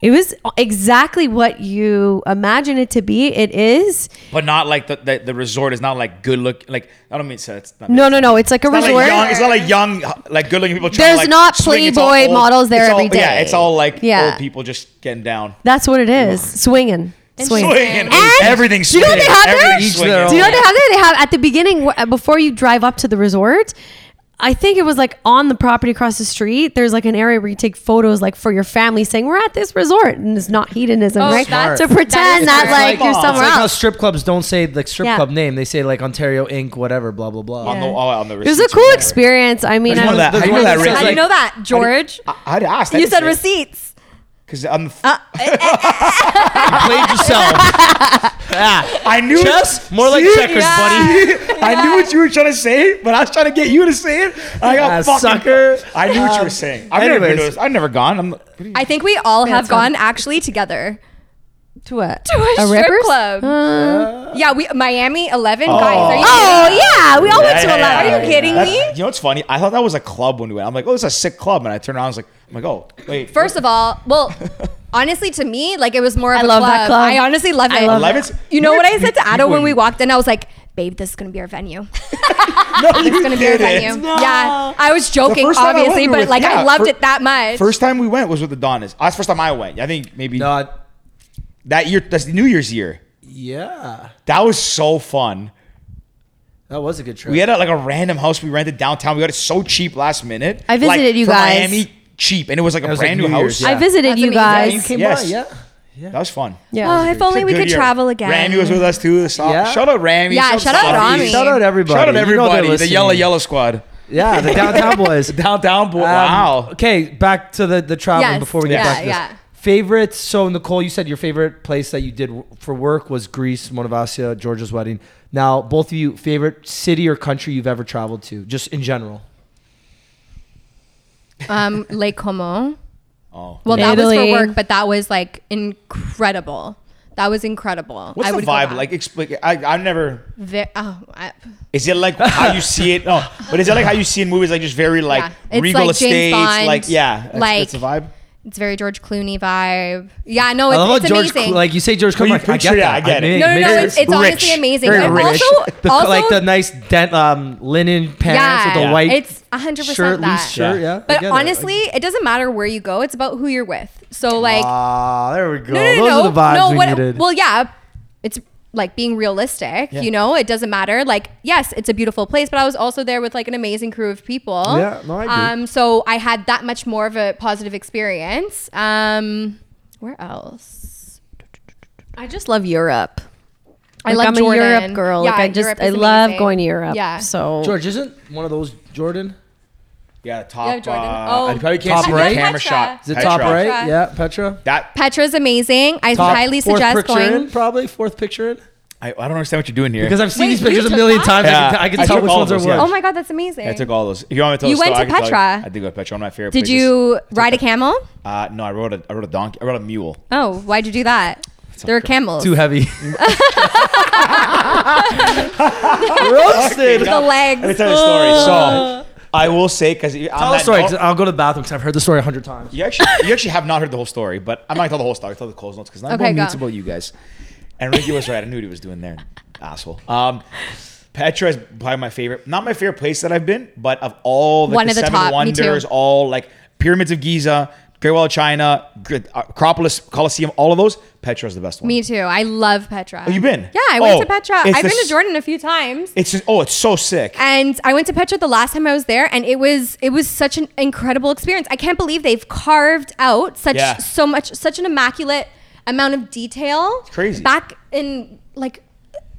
Speaker 5: it was exactly what you imagine it to be. It is
Speaker 2: But not like the, the the resort is not like good look. Like I don't mean so. It's not,
Speaker 5: no, no, no. It's like a
Speaker 2: It's not,
Speaker 5: resort.
Speaker 2: like young, it's not like young, like good-looking people. Trying
Speaker 5: There's
Speaker 2: to like
Speaker 5: not
Speaker 2: swing. It's all
Speaker 5: Playboy
Speaker 2: old-
Speaker 5: models there
Speaker 2: it's all-
Speaker 5: every day.
Speaker 2: Yeah, it's all like
Speaker 5: Yeah.
Speaker 2: old people just getting down.
Speaker 5: That's what it is. Swinging, swinging.
Speaker 2: Swinging.
Speaker 5: And
Speaker 2: Everything's
Speaker 5: do you know what
Speaker 2: swinging.
Speaker 5: they have there?
Speaker 2: Everything's
Speaker 1: Each their
Speaker 2: swinging.
Speaker 5: Do you know what they have there? They have at the beginning wh- before you drive up to the resort. I think it was like on the property across the street. There's like an area where you take photos, like for your family, saying we're at this resort, and it's not hedonism,
Speaker 4: Oh,
Speaker 5: right?
Speaker 4: that's-
Speaker 5: to
Speaker 4: Smart. that
Speaker 5: pretend
Speaker 4: is
Speaker 5: that,
Speaker 4: smart.
Speaker 5: like,
Speaker 1: It's
Speaker 5: you're
Speaker 1: it's
Speaker 5: somewhere
Speaker 1: like How
Speaker 5: else.
Speaker 1: strip clubs don't say the strip
Speaker 5: Yeah.
Speaker 1: club name; they say like Ontario Inc. Whatever. Blah blah blah.
Speaker 2: On the, oh, on the
Speaker 5: It was a
Speaker 2: receipts
Speaker 5: cool
Speaker 2: right there.
Speaker 5: experience. I mean,
Speaker 2: There's
Speaker 5: I
Speaker 2: one
Speaker 5: don't-
Speaker 2: that-
Speaker 1: There's
Speaker 2: I know
Speaker 1: one
Speaker 2: that
Speaker 1: that
Speaker 2: rich-
Speaker 1: says,
Speaker 4: How do you
Speaker 1: like-
Speaker 4: know that, George?
Speaker 2: I, I'd ask.
Speaker 4: You said receipts.
Speaker 2: because I'm. f-
Speaker 1: played
Speaker 5: <laughs>
Speaker 1: yourself. Ah. yeah.
Speaker 2: I knew
Speaker 1: Chess, more like
Speaker 2: See?
Speaker 1: checkers, buddy.
Speaker 2: I knew what you were trying to say, but I was trying to get you to say it. I got
Speaker 1: Ah,
Speaker 2: fucking
Speaker 1: sucker.
Speaker 2: I knew what you
Speaker 1: Um,
Speaker 2: were saying. I've never, been to
Speaker 1: anyways.
Speaker 2: this- I've never gone. I'm,
Speaker 4: I think we all have
Speaker 5: it's fun.
Speaker 4: gone actually together.
Speaker 5: to what?
Speaker 4: To a strip
Speaker 5: Rippers?
Speaker 4: club.
Speaker 5: Uh,
Speaker 4: Yeah, we Miami Eleven guys. Are you
Speaker 5: oh yeah, we all went to a
Speaker 4: Are
Speaker 5: lot.
Speaker 4: you kidding
Speaker 2: That's-
Speaker 4: me?
Speaker 2: You know what's funny? I thought that was a club when we went. I'm like, oh, it's a sick club. And I turned around, I was like, I'm like, oh, wait.
Speaker 4: First of all, well, honestly, to me, like it was more of
Speaker 5: I
Speaker 4: a
Speaker 5: love
Speaker 4: club.
Speaker 5: that club.
Speaker 4: I honestly love
Speaker 5: I
Speaker 4: it.
Speaker 5: love
Speaker 2: Love it. it.
Speaker 4: You know what I said to
Speaker 2: You-
Speaker 4: Ada
Speaker 2: you
Speaker 4: when we
Speaker 2: wouldn't.
Speaker 4: walked in? I was like, "Babe, this is gonna be our venue.
Speaker 2: <laughs> no,
Speaker 4: This is
Speaker 2: <laughs>
Speaker 4: gonna be our venue." Yeah, I was joking,
Speaker 2: first time I went,
Speaker 4: obviously,
Speaker 2: we
Speaker 4: but
Speaker 2: were-
Speaker 4: like
Speaker 2: yeah,
Speaker 4: I loved
Speaker 2: fir-
Speaker 4: it that much.
Speaker 2: First time we went was with the Donnas. That's the first time I went. I think maybe
Speaker 1: No, I-
Speaker 2: that year, that's New Year's year.
Speaker 1: yeah,
Speaker 2: That was so fun.
Speaker 1: that was a good trip.
Speaker 2: We had a, like a random house we rented downtown. We got it so cheap last minute.
Speaker 5: I visited
Speaker 2: Like,
Speaker 5: you
Speaker 2: from
Speaker 5: guys.
Speaker 2: Miami, cheap, and it was like a
Speaker 1: was, like,
Speaker 2: brand
Speaker 1: New
Speaker 2: new
Speaker 1: Year's,
Speaker 2: house.
Speaker 1: yeah.
Speaker 5: I visited
Speaker 4: That's
Speaker 5: you
Speaker 4: amazing.
Speaker 5: guys.
Speaker 4: Yeah,
Speaker 1: you came
Speaker 2: Yes.
Speaker 1: by, yeah.
Speaker 2: That was fun.
Speaker 5: Yeah.
Speaker 4: oh, if only we
Speaker 2: Good
Speaker 4: could
Speaker 2: year.
Speaker 4: travel again.
Speaker 2: Rami was with us too. The song.
Speaker 1: Yeah.
Speaker 2: Shout out Rami.
Speaker 4: Yeah, shout out
Speaker 2: Rami.
Speaker 4: Rami.
Speaker 1: Shout out everybody.
Speaker 2: Shout out
Speaker 1: You know they're
Speaker 2: everybody. the
Speaker 1: listening.
Speaker 2: Yellow Yellow Squad.
Speaker 1: Yeah,
Speaker 2: <laughs>
Speaker 1: the downtown boys.
Speaker 2: Downtown boy.
Speaker 1: Um,
Speaker 2: wow.
Speaker 1: Okay, back to the the traveling
Speaker 4: Yes,
Speaker 1: before we get
Speaker 4: yeah,
Speaker 1: back to this.
Speaker 4: yeah.
Speaker 1: Favorite. So Nicole, you said your favorite place that you did w- for work was Greece, Monavassia, Georgia's wedding. Now, both of you, favorite city or country you've ever traveled to, just in general.
Speaker 4: um, Lake Como.
Speaker 2: Oh.
Speaker 4: Well, that
Speaker 5: Italy.
Speaker 4: was for work, but that was like incredible. That was incredible.
Speaker 2: What's
Speaker 4: I
Speaker 2: the
Speaker 4: would go
Speaker 2: vibe
Speaker 4: back.
Speaker 2: like? Explain. I, I've never.
Speaker 4: Ve- oh, I,
Speaker 2: Is it like how
Speaker 4: <laughs>
Speaker 2: you see it? No, but is it like how you see in movies? Like just very like
Speaker 4: Yeah. It's
Speaker 2: regal
Speaker 4: like James
Speaker 2: estates.
Speaker 4: Bond,
Speaker 2: like yeah, that's,
Speaker 4: like-
Speaker 2: that's the vibe.
Speaker 4: it's very George Clooney vibe. Yeah, no, it's,
Speaker 1: I love
Speaker 4: it's
Speaker 1: how George,
Speaker 4: amazing.
Speaker 1: like you say, George
Speaker 2: Well,
Speaker 1: Clooney.
Speaker 2: you picture- yeah, I get it.
Speaker 4: no, no,
Speaker 1: makes
Speaker 4: no,
Speaker 1: sense.
Speaker 4: it's, it's honestly
Speaker 2: rich.
Speaker 4: amazing.
Speaker 2: Very
Speaker 4: and
Speaker 2: rich.
Speaker 4: also,
Speaker 1: <laughs> the,
Speaker 4: also,
Speaker 1: like the nice dent, um, linen pants with the
Speaker 4: Yeah,
Speaker 1: white.
Speaker 4: it's 100%
Speaker 1: shirt,
Speaker 4: that.
Speaker 1: loose shirt.
Speaker 2: Yeah.
Speaker 1: Yeah, I
Speaker 4: But
Speaker 1: get it.
Speaker 4: honestly, it. doesn't matter where you go. It's about who you're with. So like,
Speaker 1: ah, there we go.
Speaker 4: no, no, no,
Speaker 1: Those
Speaker 4: no,
Speaker 1: are the vibes
Speaker 4: no,
Speaker 1: we
Speaker 4: what-
Speaker 1: needed.
Speaker 4: Well, yeah, it's like being realistic. You know, it doesn't matter. Like, yes, it's a beautiful place, but I was also there with like an amazing crew of people.
Speaker 1: Yeah, no, I agree.
Speaker 4: Um, so I had that much more of a positive experience. Um, where else?
Speaker 5: I just love Europe.
Speaker 4: I
Speaker 5: Like,
Speaker 4: love
Speaker 5: I'm a
Speaker 4: Jordan.
Speaker 5: Europe girl.
Speaker 4: Yeah,
Speaker 5: like I just
Speaker 4: Europe
Speaker 5: I
Speaker 4: is
Speaker 5: love
Speaker 4: amazing.
Speaker 5: going to Europe.
Speaker 4: Yeah.
Speaker 5: So
Speaker 1: George isn't one of those Jordan.
Speaker 2: Yeah, top.
Speaker 4: Yeah, Jordan.
Speaker 2: Uh, I
Speaker 4: Oh.
Speaker 2: probably can't
Speaker 1: Top
Speaker 2: see
Speaker 1: right?
Speaker 2: the camera
Speaker 4: Petra.
Speaker 2: shot.
Speaker 1: Is it
Speaker 2: Petra.
Speaker 1: top right?
Speaker 4: Petra.
Speaker 1: Yeah, Petra.
Speaker 2: That
Speaker 4: Petra's amazing. I
Speaker 1: Top-
Speaker 4: highly
Speaker 1: fourth
Speaker 4: suggest
Speaker 1: picture
Speaker 4: going.
Speaker 1: in, probably fourth picture in.
Speaker 2: I, I don't understand what you're doing here.
Speaker 1: Because I've seen
Speaker 4: Wait,
Speaker 1: these pictures
Speaker 4: you
Speaker 1: a
Speaker 4: took
Speaker 1: million
Speaker 4: that?
Speaker 1: times.
Speaker 2: Yeah,
Speaker 1: I can, I can
Speaker 2: I
Speaker 1: tell
Speaker 2: took
Speaker 1: which
Speaker 2: all
Speaker 1: ones are
Speaker 2: those,
Speaker 1: what.
Speaker 2: yeah.
Speaker 4: Oh my god, that's amazing.
Speaker 2: I took all those. If you want me to tell
Speaker 4: You
Speaker 2: the story,
Speaker 4: went to
Speaker 2: I can tell
Speaker 4: Petra.
Speaker 2: I did go to Petra. One of my favorite.
Speaker 4: Did
Speaker 2: places.
Speaker 4: you ride a camel?
Speaker 2: Uh, no, I rode a I rode a donkey. I rode a mule.
Speaker 4: Oh, why'd you do that? There are camels.
Speaker 1: Too heavy. <laughs> Roasted.
Speaker 4: The
Speaker 2: Let me
Speaker 4: legs.
Speaker 2: tell you the story.
Speaker 4: <laughs>
Speaker 2: So I will say because
Speaker 1: Tell the story. 'cause I'll go to the bathroom because I've heard the story a hundred times.
Speaker 2: You actually, you actually have not heard the whole story, but I'm not gonna tell the whole story. I'll tell the close notes because none
Speaker 4: Okay,
Speaker 2: about me.
Speaker 4: go.
Speaker 2: It's about you guys. And Ricky was right. I knew what he was doing there, asshole. Um, Petra is probably my favorite, not my favorite place that I've been, but of all like,
Speaker 4: One of the
Speaker 2: seven
Speaker 4: top, me too.
Speaker 2: wonders, all like pyramids of Giza, Great Wall of China, Gr- uh, Acropolis, Colosseum, all of those. Petra's the best one.
Speaker 4: Me too. I love Petra.
Speaker 2: Oh, you've been?
Speaker 4: Yeah, I went
Speaker 2: Oh,
Speaker 4: to Petra.
Speaker 2: it's
Speaker 4: I've
Speaker 2: the
Speaker 4: been to
Speaker 2: s-
Speaker 4: Jordan a few times.
Speaker 2: It's just, oh, it's so sick.
Speaker 4: and I went to Petra the last time I was there, and it was it was such an incredible experience. I can't believe they've carved out such
Speaker 2: Yeah.
Speaker 4: so much such an immaculate amount of detail.
Speaker 2: crazy.
Speaker 4: Back in like,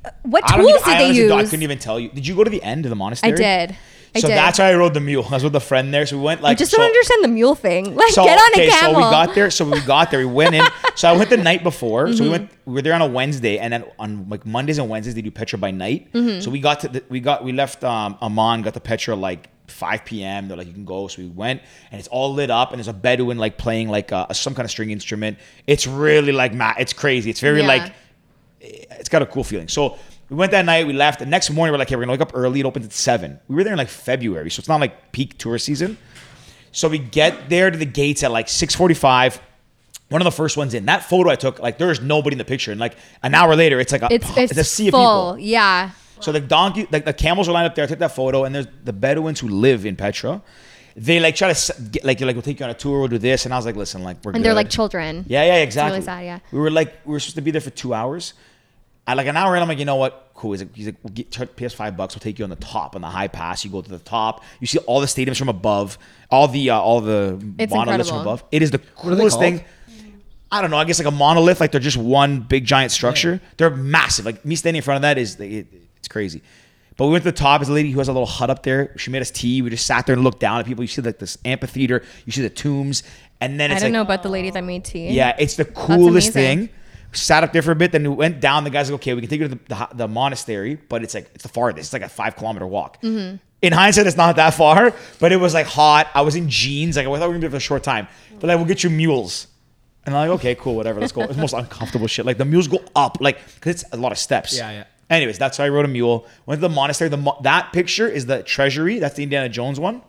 Speaker 4: uh, what
Speaker 2: I
Speaker 4: tools
Speaker 2: even-
Speaker 4: did
Speaker 2: I
Speaker 4: they
Speaker 2: honestly
Speaker 4: use?
Speaker 2: don't- I couldn't even tell you. Did you go to the end of the
Speaker 4: I
Speaker 2: monastery?
Speaker 4: did. I
Speaker 2: so
Speaker 4: did.
Speaker 2: that's why I rode the mule. I was with a friend there. So we went like
Speaker 4: I just
Speaker 2: so,
Speaker 4: don't understand the mule thing. <laughs> Like, get on a camel.
Speaker 2: So we got there. So we got there. We went
Speaker 4: <laughs>
Speaker 2: in. so I went the night before. So
Speaker 4: Mm-hmm.
Speaker 2: we went. We were there on a Wednesday, and then on like Mondays and Wednesdays they do Petra by night.
Speaker 4: Mm-hmm.
Speaker 2: So we got to the, we got we left um, Amman, got the Petra like 5 p.m. They're like you can go. So we went, and it's all lit up, and there's a Bedouin like playing like uh, some kind of string instrument. It's really like ma- it's crazy. It's very
Speaker 4: Yeah.
Speaker 2: like eh, it's got a cool feeling. So we went that night, we left. The next morning, we're like, hey, we're gonna wake up early. It opens at seven. We were there in like February, so it's not like peak tourist season. So we get there to the gates at like 6:45. One of the first ones in. That photo I took, like there's nobody in the picture, and like an hour later, <laughs> it's like a <gasps>
Speaker 4: It's it's,
Speaker 2: a sea
Speaker 4: full.
Speaker 2: of people.
Speaker 4: Yeah.
Speaker 2: So the donkey, like the camels are lined up there. I took that photo, and there's the Bedouins who live in Petra. They like try to s- get, like you're like we'll take you on a tour, we'll do this, and I was like, listen, like we're
Speaker 4: And they're
Speaker 2: good.
Speaker 4: like children.
Speaker 2: Yeah, yeah, exactly.
Speaker 4: sad, yeah.
Speaker 2: We were like, we were supposed to be there for two hours. At like an hour in, I'm like, you know what? Cool. He's like, he's like we'll get turn- PS five bucks. We'll take you on the top, on the high pass. You go to the top. You see all the stadiums from above, all the uh, all the
Speaker 4: It's
Speaker 2: monoliths
Speaker 4: incredible.
Speaker 2: from above. It is the
Speaker 1: are they
Speaker 2: coolest
Speaker 1: called?
Speaker 2: thing. I don't know. I guess like a monolith, like they're just one big giant structure. They're massive. Like me standing in front of that is it, it's crazy. But we went to the top. There's a lady who has a little hut up there. She made us tea. We just sat there and looked down at people. You see like this amphitheater. You see the tombs, and then
Speaker 4: I
Speaker 2: it's
Speaker 4: don't
Speaker 2: like
Speaker 4: know about the lady that made tea.
Speaker 2: yeah, it's the coolest
Speaker 4: amazing.
Speaker 2: thing. Sat up there for a bit, then we went down. The guys like, okay, we can take you to the, the, the monastery, but it's like it's the farthest. It's like a five kilometer walk.
Speaker 4: Mm-hmm.
Speaker 2: In hindsight, it's not that far, but it was like hot. I was in jeans. Like I thought we were gonna be there for a short time, but like we'll get you mules. And I'm like, okay, cool, whatever, let's go. It's the most <laughs> uncomfortable shit. Like the mules go up, like because it's a lot of steps.
Speaker 1: Yeah, yeah.
Speaker 2: Anyways, that's how I rode a mule. Went to the monastery. The mo- that picture is the treasury. That's the Indiana Jones one.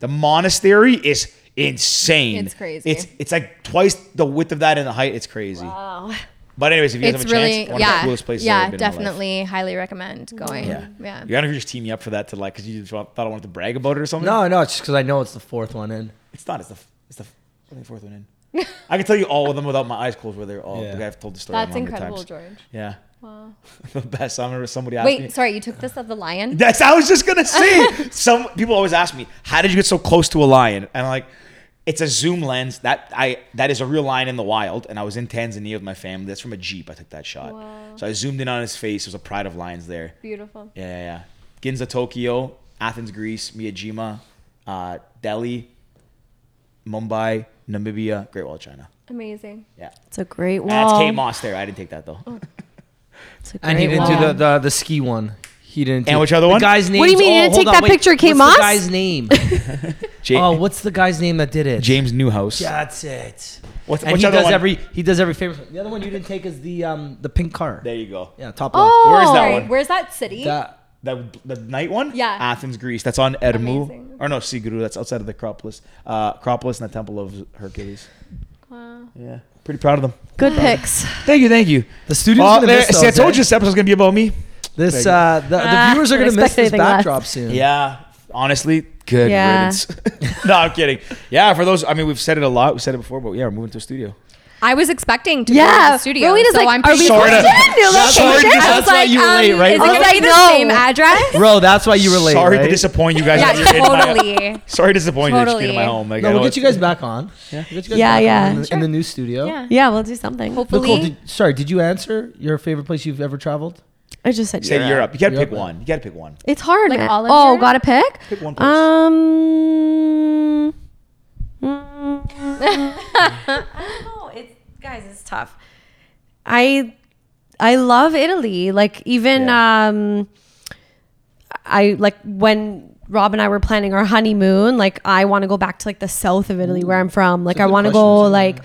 Speaker 2: The monastery is insane.
Speaker 4: It's crazy.
Speaker 2: It's it's like twice the width of that in the height. It's crazy.
Speaker 5: Wow.
Speaker 2: But anyways, if you guys
Speaker 4: It's
Speaker 2: have a
Speaker 4: really
Speaker 2: chance, one of
Speaker 4: yeah
Speaker 2: the coolest places. I've
Speaker 4: yeah
Speaker 2: ever been in my life.
Speaker 4: definitely highly recommend going yeah
Speaker 2: Yeah. You're gonna just team me up for that to like because you just thought I wanted to brag about it or something.
Speaker 1: No, no, it's just because I know it's the fourth one in.
Speaker 2: it's not. It's the f- it's the f- I think fourth one in. <laughs> I can tell you all of them without my eyes closed. Where they're all.
Speaker 1: Yeah.
Speaker 2: Like, I've told the story.
Speaker 4: that's
Speaker 2: a hundred
Speaker 4: incredible,
Speaker 2: times.
Speaker 4: George.
Speaker 2: Yeah. Wow. <laughs> the best. I remember somebody asked me.
Speaker 4: Wait, sorry, you took this of the
Speaker 2: <laughs>
Speaker 4: lion?
Speaker 2: That's I was just gonna say. Some people always ask me, "How did you get so close to a lion?" And I'm like, it's a zoom lens that I that is a real lion in the wild. And I was in Tanzania with my family. That's from a jeep. I took that shot. So I zoomed in on his face. There's a pride of lions there.
Speaker 4: Beautiful.
Speaker 2: Yeah, yeah, yeah. Ginza, Tokyo, Athens, Greece, Miyajima, uh, Delhi, Mumbai, Namibia, Great Wall of China.
Speaker 4: Amazing.
Speaker 2: Yeah,
Speaker 5: It's a great
Speaker 2: that's
Speaker 5: wall.
Speaker 2: Kate Moss there. I didn't take that though.
Speaker 5: It's a great
Speaker 1: And he didn't
Speaker 5: wall.
Speaker 1: do the, the the ski one. He didn't.
Speaker 2: And
Speaker 1: do
Speaker 2: which other one?
Speaker 1: The guy's oh, name.
Speaker 5: do you mean you didn't take that picture of Kate
Speaker 1: what's
Speaker 5: Moss?
Speaker 1: The guy's <laughs> name.
Speaker 2: Ja-
Speaker 1: oh, what's the guy's name that did it?
Speaker 2: James Newhouse.
Speaker 1: That's it.
Speaker 2: What's-
Speaker 1: and
Speaker 2: which
Speaker 1: he
Speaker 2: other
Speaker 1: does
Speaker 2: one?
Speaker 1: every he does every famous. One. The other one you didn't take is the um the pink car.
Speaker 2: There you go.
Speaker 1: yeah, top
Speaker 5: Oh,
Speaker 2: Where's that
Speaker 4: Sorry,
Speaker 2: one?
Speaker 4: Where's that city?
Speaker 1: left.
Speaker 2: That the night one?
Speaker 4: Yeah.
Speaker 2: Athens, Greece. That's on Edmu.
Speaker 4: Amazing.
Speaker 2: Or no, Siguru. That's outside of the Acropolis. Uh, Acropolis and the Temple of Hercules.
Speaker 4: Wow.
Speaker 2: Yeah. Pretty proud of them.
Speaker 5: Good
Speaker 1: <laughs>
Speaker 5: picks.
Speaker 2: Thank you, thank you.
Speaker 1: The studio's
Speaker 2: Well,
Speaker 1: gonna
Speaker 2: Oh, there-
Speaker 1: miss
Speaker 2: see, I
Speaker 1: those,
Speaker 2: told
Speaker 1: eh?
Speaker 2: you this episode's gonna be about me.
Speaker 1: This
Speaker 2: There you
Speaker 1: uh the, the
Speaker 5: Ah,
Speaker 1: viewers are
Speaker 5: don't
Speaker 1: gonna miss
Speaker 5: expect
Speaker 1: this
Speaker 5: anything less.
Speaker 1: backdrop soon.
Speaker 2: Yeah. Honestly, good
Speaker 5: Yeah.
Speaker 2: riddance. <laughs> no, I'm kidding. Yeah, for those, I mean, we've said it a lot. We said it before, but yeah, we're moving to a studio.
Speaker 4: I was expecting to go to
Speaker 5: Yeah.
Speaker 4: the studio,
Speaker 5: Rowena's
Speaker 4: so
Speaker 5: like,
Speaker 4: I'm
Speaker 5: are we
Speaker 4: pretty sure.
Speaker 2: Sorta.
Speaker 5: located? You're
Speaker 1: That's
Speaker 5: located?
Speaker 1: why- that's
Speaker 5: I was
Speaker 1: why
Speaker 5: like,
Speaker 1: you were
Speaker 5: um,
Speaker 1: late, right?
Speaker 4: Is it
Speaker 5: I
Speaker 4: going
Speaker 5: was
Speaker 4: to be
Speaker 5: like,
Speaker 4: the
Speaker 5: no.
Speaker 4: same address?
Speaker 1: Bro, that's why you were late.
Speaker 2: Sorry to
Speaker 1: right?
Speaker 2: disappoint you guys.
Speaker 4: yeah,
Speaker 2: that you're in my-
Speaker 4: totally.
Speaker 2: <laughs> sorry to disappoint you. that You're in my
Speaker 4: Totally.
Speaker 2: home. Like, I
Speaker 1: No, we'll
Speaker 2: know
Speaker 1: get you
Speaker 2: it's-
Speaker 1: guys back on. Yeah, we'll get you guys
Speaker 5: Yeah,
Speaker 1: back on
Speaker 5: yeah.
Speaker 1: In, the, in the new studio.
Speaker 4: Yeah.
Speaker 5: Yeah, we'll do something.
Speaker 1: Nicole,
Speaker 4: Hopefully.
Speaker 1: did, sorry, did you answer your favorite place you've ever traveled?
Speaker 5: I just said
Speaker 2: Say
Speaker 5: Europe.
Speaker 2: Europe. You gotta
Speaker 1: Europe.
Speaker 2: pick one. You gotta pick one.
Speaker 5: It's hard.
Speaker 4: Like
Speaker 5: man.
Speaker 4: all of
Speaker 5: oh,
Speaker 4: Europe?
Speaker 5: gotta pick.
Speaker 2: Pick one place.
Speaker 5: Um.
Speaker 4: <laughs>
Speaker 5: <laughs> mm, I don't know. It's guys, it's tough. I I love Italy. Like even um I like when Rob and I were planning our honeymoon, like I want to go back to like the south of Italy where I'm from. Like I want to go like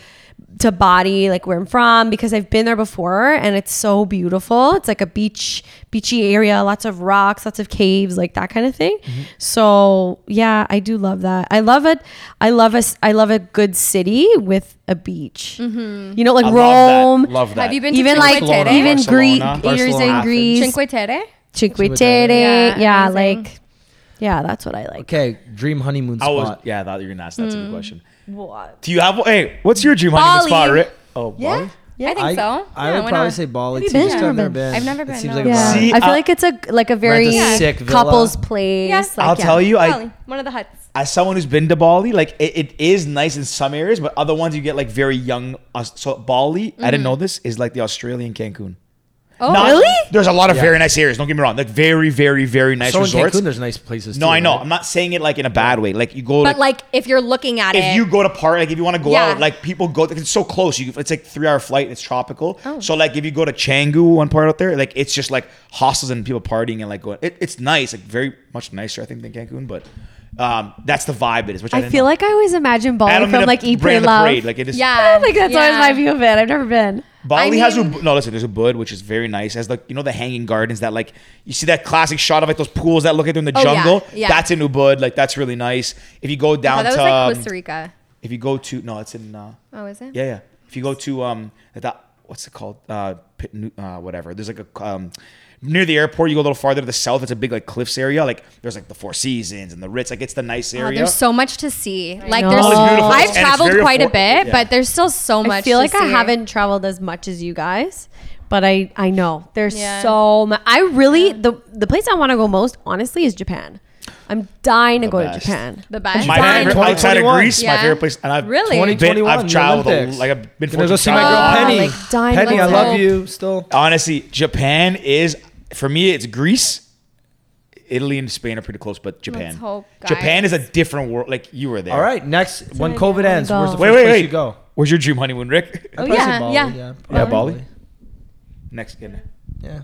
Speaker 5: to Body, like where I'm from, because I've been there before and it's so beautiful. It's like a beach, beachy area, lots of rocks, lots of caves, like that kind of thing. So yeah, I do love that. I love it. I love a, s- I love a good city with a beach. You know, like Rome,
Speaker 2: Love that. Love that.
Speaker 4: Have you Mm-hmm. been to
Speaker 5: even like
Speaker 4: Cinque Terre?
Speaker 5: even Greece,
Speaker 2: Barcelona,
Speaker 5: years
Speaker 2: Barcelona,
Speaker 5: in Greece,
Speaker 4: Cinque Terre?
Speaker 5: Cinque Terre.
Speaker 1: Terre.
Speaker 5: Yeah,
Speaker 4: Yeah, amazing.
Speaker 5: like yeah, that's what I like.
Speaker 1: Okay, dream honeymoon
Speaker 2: I was,
Speaker 1: spot.
Speaker 2: yeah, I thought you were gonna ask. That's
Speaker 4: Hmm.
Speaker 2: a good question. Do you have? Hey, what's your dream
Speaker 4: Bali.
Speaker 2: honeymoon spot, Rick? Oh, Bali.
Speaker 4: Yeah. I think so.
Speaker 1: I
Speaker 4: Yeah,
Speaker 1: would
Speaker 4: why
Speaker 1: probably
Speaker 4: not?
Speaker 1: say Bali.
Speaker 5: you
Speaker 1: too,
Speaker 5: been?
Speaker 1: just
Speaker 5: I've never
Speaker 1: never
Speaker 5: been.
Speaker 1: been.
Speaker 4: I've never
Speaker 1: It
Speaker 4: been,
Speaker 1: seems
Speaker 4: no.
Speaker 1: like a
Speaker 5: Yeah,
Speaker 1: Bali.
Speaker 2: See,
Speaker 5: I feel
Speaker 2: I-
Speaker 5: like it's a like a very
Speaker 1: sick villa.
Speaker 5: couples place.
Speaker 4: Yeah.
Speaker 5: Like,
Speaker 2: I'll
Speaker 5: yeah.
Speaker 2: tell you, I
Speaker 4: Bali, one of the huts.
Speaker 2: as someone who's been to Bali, like it, it is nice in some areas, but other ones you get like very young. Aus- So Bali, I didn't know this, is like the Australian Cancun.
Speaker 4: Mm-hmm. Oh,
Speaker 2: Not-
Speaker 4: really?
Speaker 2: There's a lot of very nice areas. Don't get me wrong, like very, very, very nice
Speaker 1: So in
Speaker 2: resorts.
Speaker 1: Cancun, there's nice places.
Speaker 2: no,
Speaker 1: too,
Speaker 2: I know.
Speaker 1: right?
Speaker 2: I'm not saying it like in a bad way. Like you go,
Speaker 4: But
Speaker 2: like,
Speaker 4: like, if you're looking at it, Oh,
Speaker 2: if you go to park, like if you want to go
Speaker 4: Yeah.
Speaker 2: out, like people go. like, It's so close. You, it's like three hour flight. and It's tropical.
Speaker 4: Oh.
Speaker 2: So like if you go to Canggu, one part out there, like it's just like hostels and people partying and like going. It, it's nice, like very much nicer, I think, than Cancun. But um, that's the vibe it is. Which I,
Speaker 5: I
Speaker 2: didn't
Speaker 5: feel
Speaker 2: know.
Speaker 5: like I always imagine
Speaker 2: I
Speaker 5: Bali
Speaker 2: don't
Speaker 5: from
Speaker 2: mean to
Speaker 5: like Ypres
Speaker 2: bring in the
Speaker 5: Love.
Speaker 2: parade, Like it is.
Speaker 4: yeah,
Speaker 5: <laughs> I think that's always
Speaker 4: yeah.
Speaker 5: my view of it. I've never been.
Speaker 2: Bali
Speaker 4: I
Speaker 2: has
Speaker 4: mean-
Speaker 2: Ubud. No, listen. There's Ubud, which is very nice. Has like you know the hanging gardens that like you see that classic shot of like those pools that look like they're in the
Speaker 4: Oh, yeah,
Speaker 2: jungle.
Speaker 4: yeah.
Speaker 2: That's in Ubud. Like that's really nice. If you go
Speaker 4: Oh,
Speaker 2: down
Speaker 4: that was
Speaker 2: to
Speaker 4: like
Speaker 2: um,
Speaker 4: Costa Rica.
Speaker 2: if you go to no, it's in. Uh,
Speaker 4: Oh, is it?
Speaker 2: Yeah, yeah. If you go to um, at that what's it called? Uh, Pit, uh, whatever. There's like a um, near the airport. You go a little farther to the south. It's a big like cliffs area. Like there's like the Four Seasons and the Ritz. Like it's the nice
Speaker 4: Oh,
Speaker 2: area.
Speaker 4: there's so much to see. Like there's,
Speaker 5: know. It's beautiful.
Speaker 2: And
Speaker 4: I've
Speaker 2: it's
Speaker 4: traveled
Speaker 2: very
Speaker 4: quite a
Speaker 2: affordable.
Speaker 4: bit,
Speaker 2: Yeah.
Speaker 4: but there's still so much.
Speaker 5: I feel
Speaker 4: to
Speaker 5: like I
Speaker 4: see.
Speaker 5: haven't traveled as much as you guys, but I I know there's
Speaker 4: Yeah.
Speaker 5: so much. I really the the place I want to go most honestly is Japan. I'm dying to go to
Speaker 2: best.
Speaker 5: Japan.
Speaker 4: The best.
Speaker 2: my
Speaker 4: Fine.
Speaker 2: favorite outside of
Speaker 1: 2021.
Speaker 2: Greece,
Speaker 4: Yeah.
Speaker 2: my favorite place, and I've
Speaker 4: Really?
Speaker 2: been,
Speaker 1: 2021,
Speaker 2: I've
Speaker 1: the
Speaker 2: traveled a,
Speaker 1: Olympics.
Speaker 2: like I've been
Speaker 1: Gonna go
Speaker 2: fortunate.
Speaker 1: see my girl
Speaker 5: Oh,
Speaker 1: Penny.
Speaker 5: like dying to
Speaker 1: Penny,
Speaker 5: go
Speaker 1: I
Speaker 5: to
Speaker 1: love
Speaker 5: Japan.
Speaker 1: you still.
Speaker 2: honestly, Japan is for me. It's Greece, Italy, and Spain are pretty close, but Japan.
Speaker 4: Let's hope,
Speaker 2: Japan
Speaker 4: guys.
Speaker 2: is a different world. Like you were there.
Speaker 1: All right, next when
Speaker 5: maybe I
Speaker 1: COVID
Speaker 5: wanna
Speaker 1: ends, where's the
Speaker 5: go.
Speaker 1: first
Speaker 2: Wait, wait,
Speaker 1: place
Speaker 2: wait.
Speaker 1: you go?
Speaker 2: Where's your dream honeymoon, Rick?
Speaker 4: Oh,
Speaker 1: Probably say
Speaker 4: yeah,
Speaker 1: Bali,
Speaker 4: yeah.
Speaker 2: Yeah,
Speaker 1: probably.
Speaker 2: Bali. Next, kid.
Speaker 1: Yeah.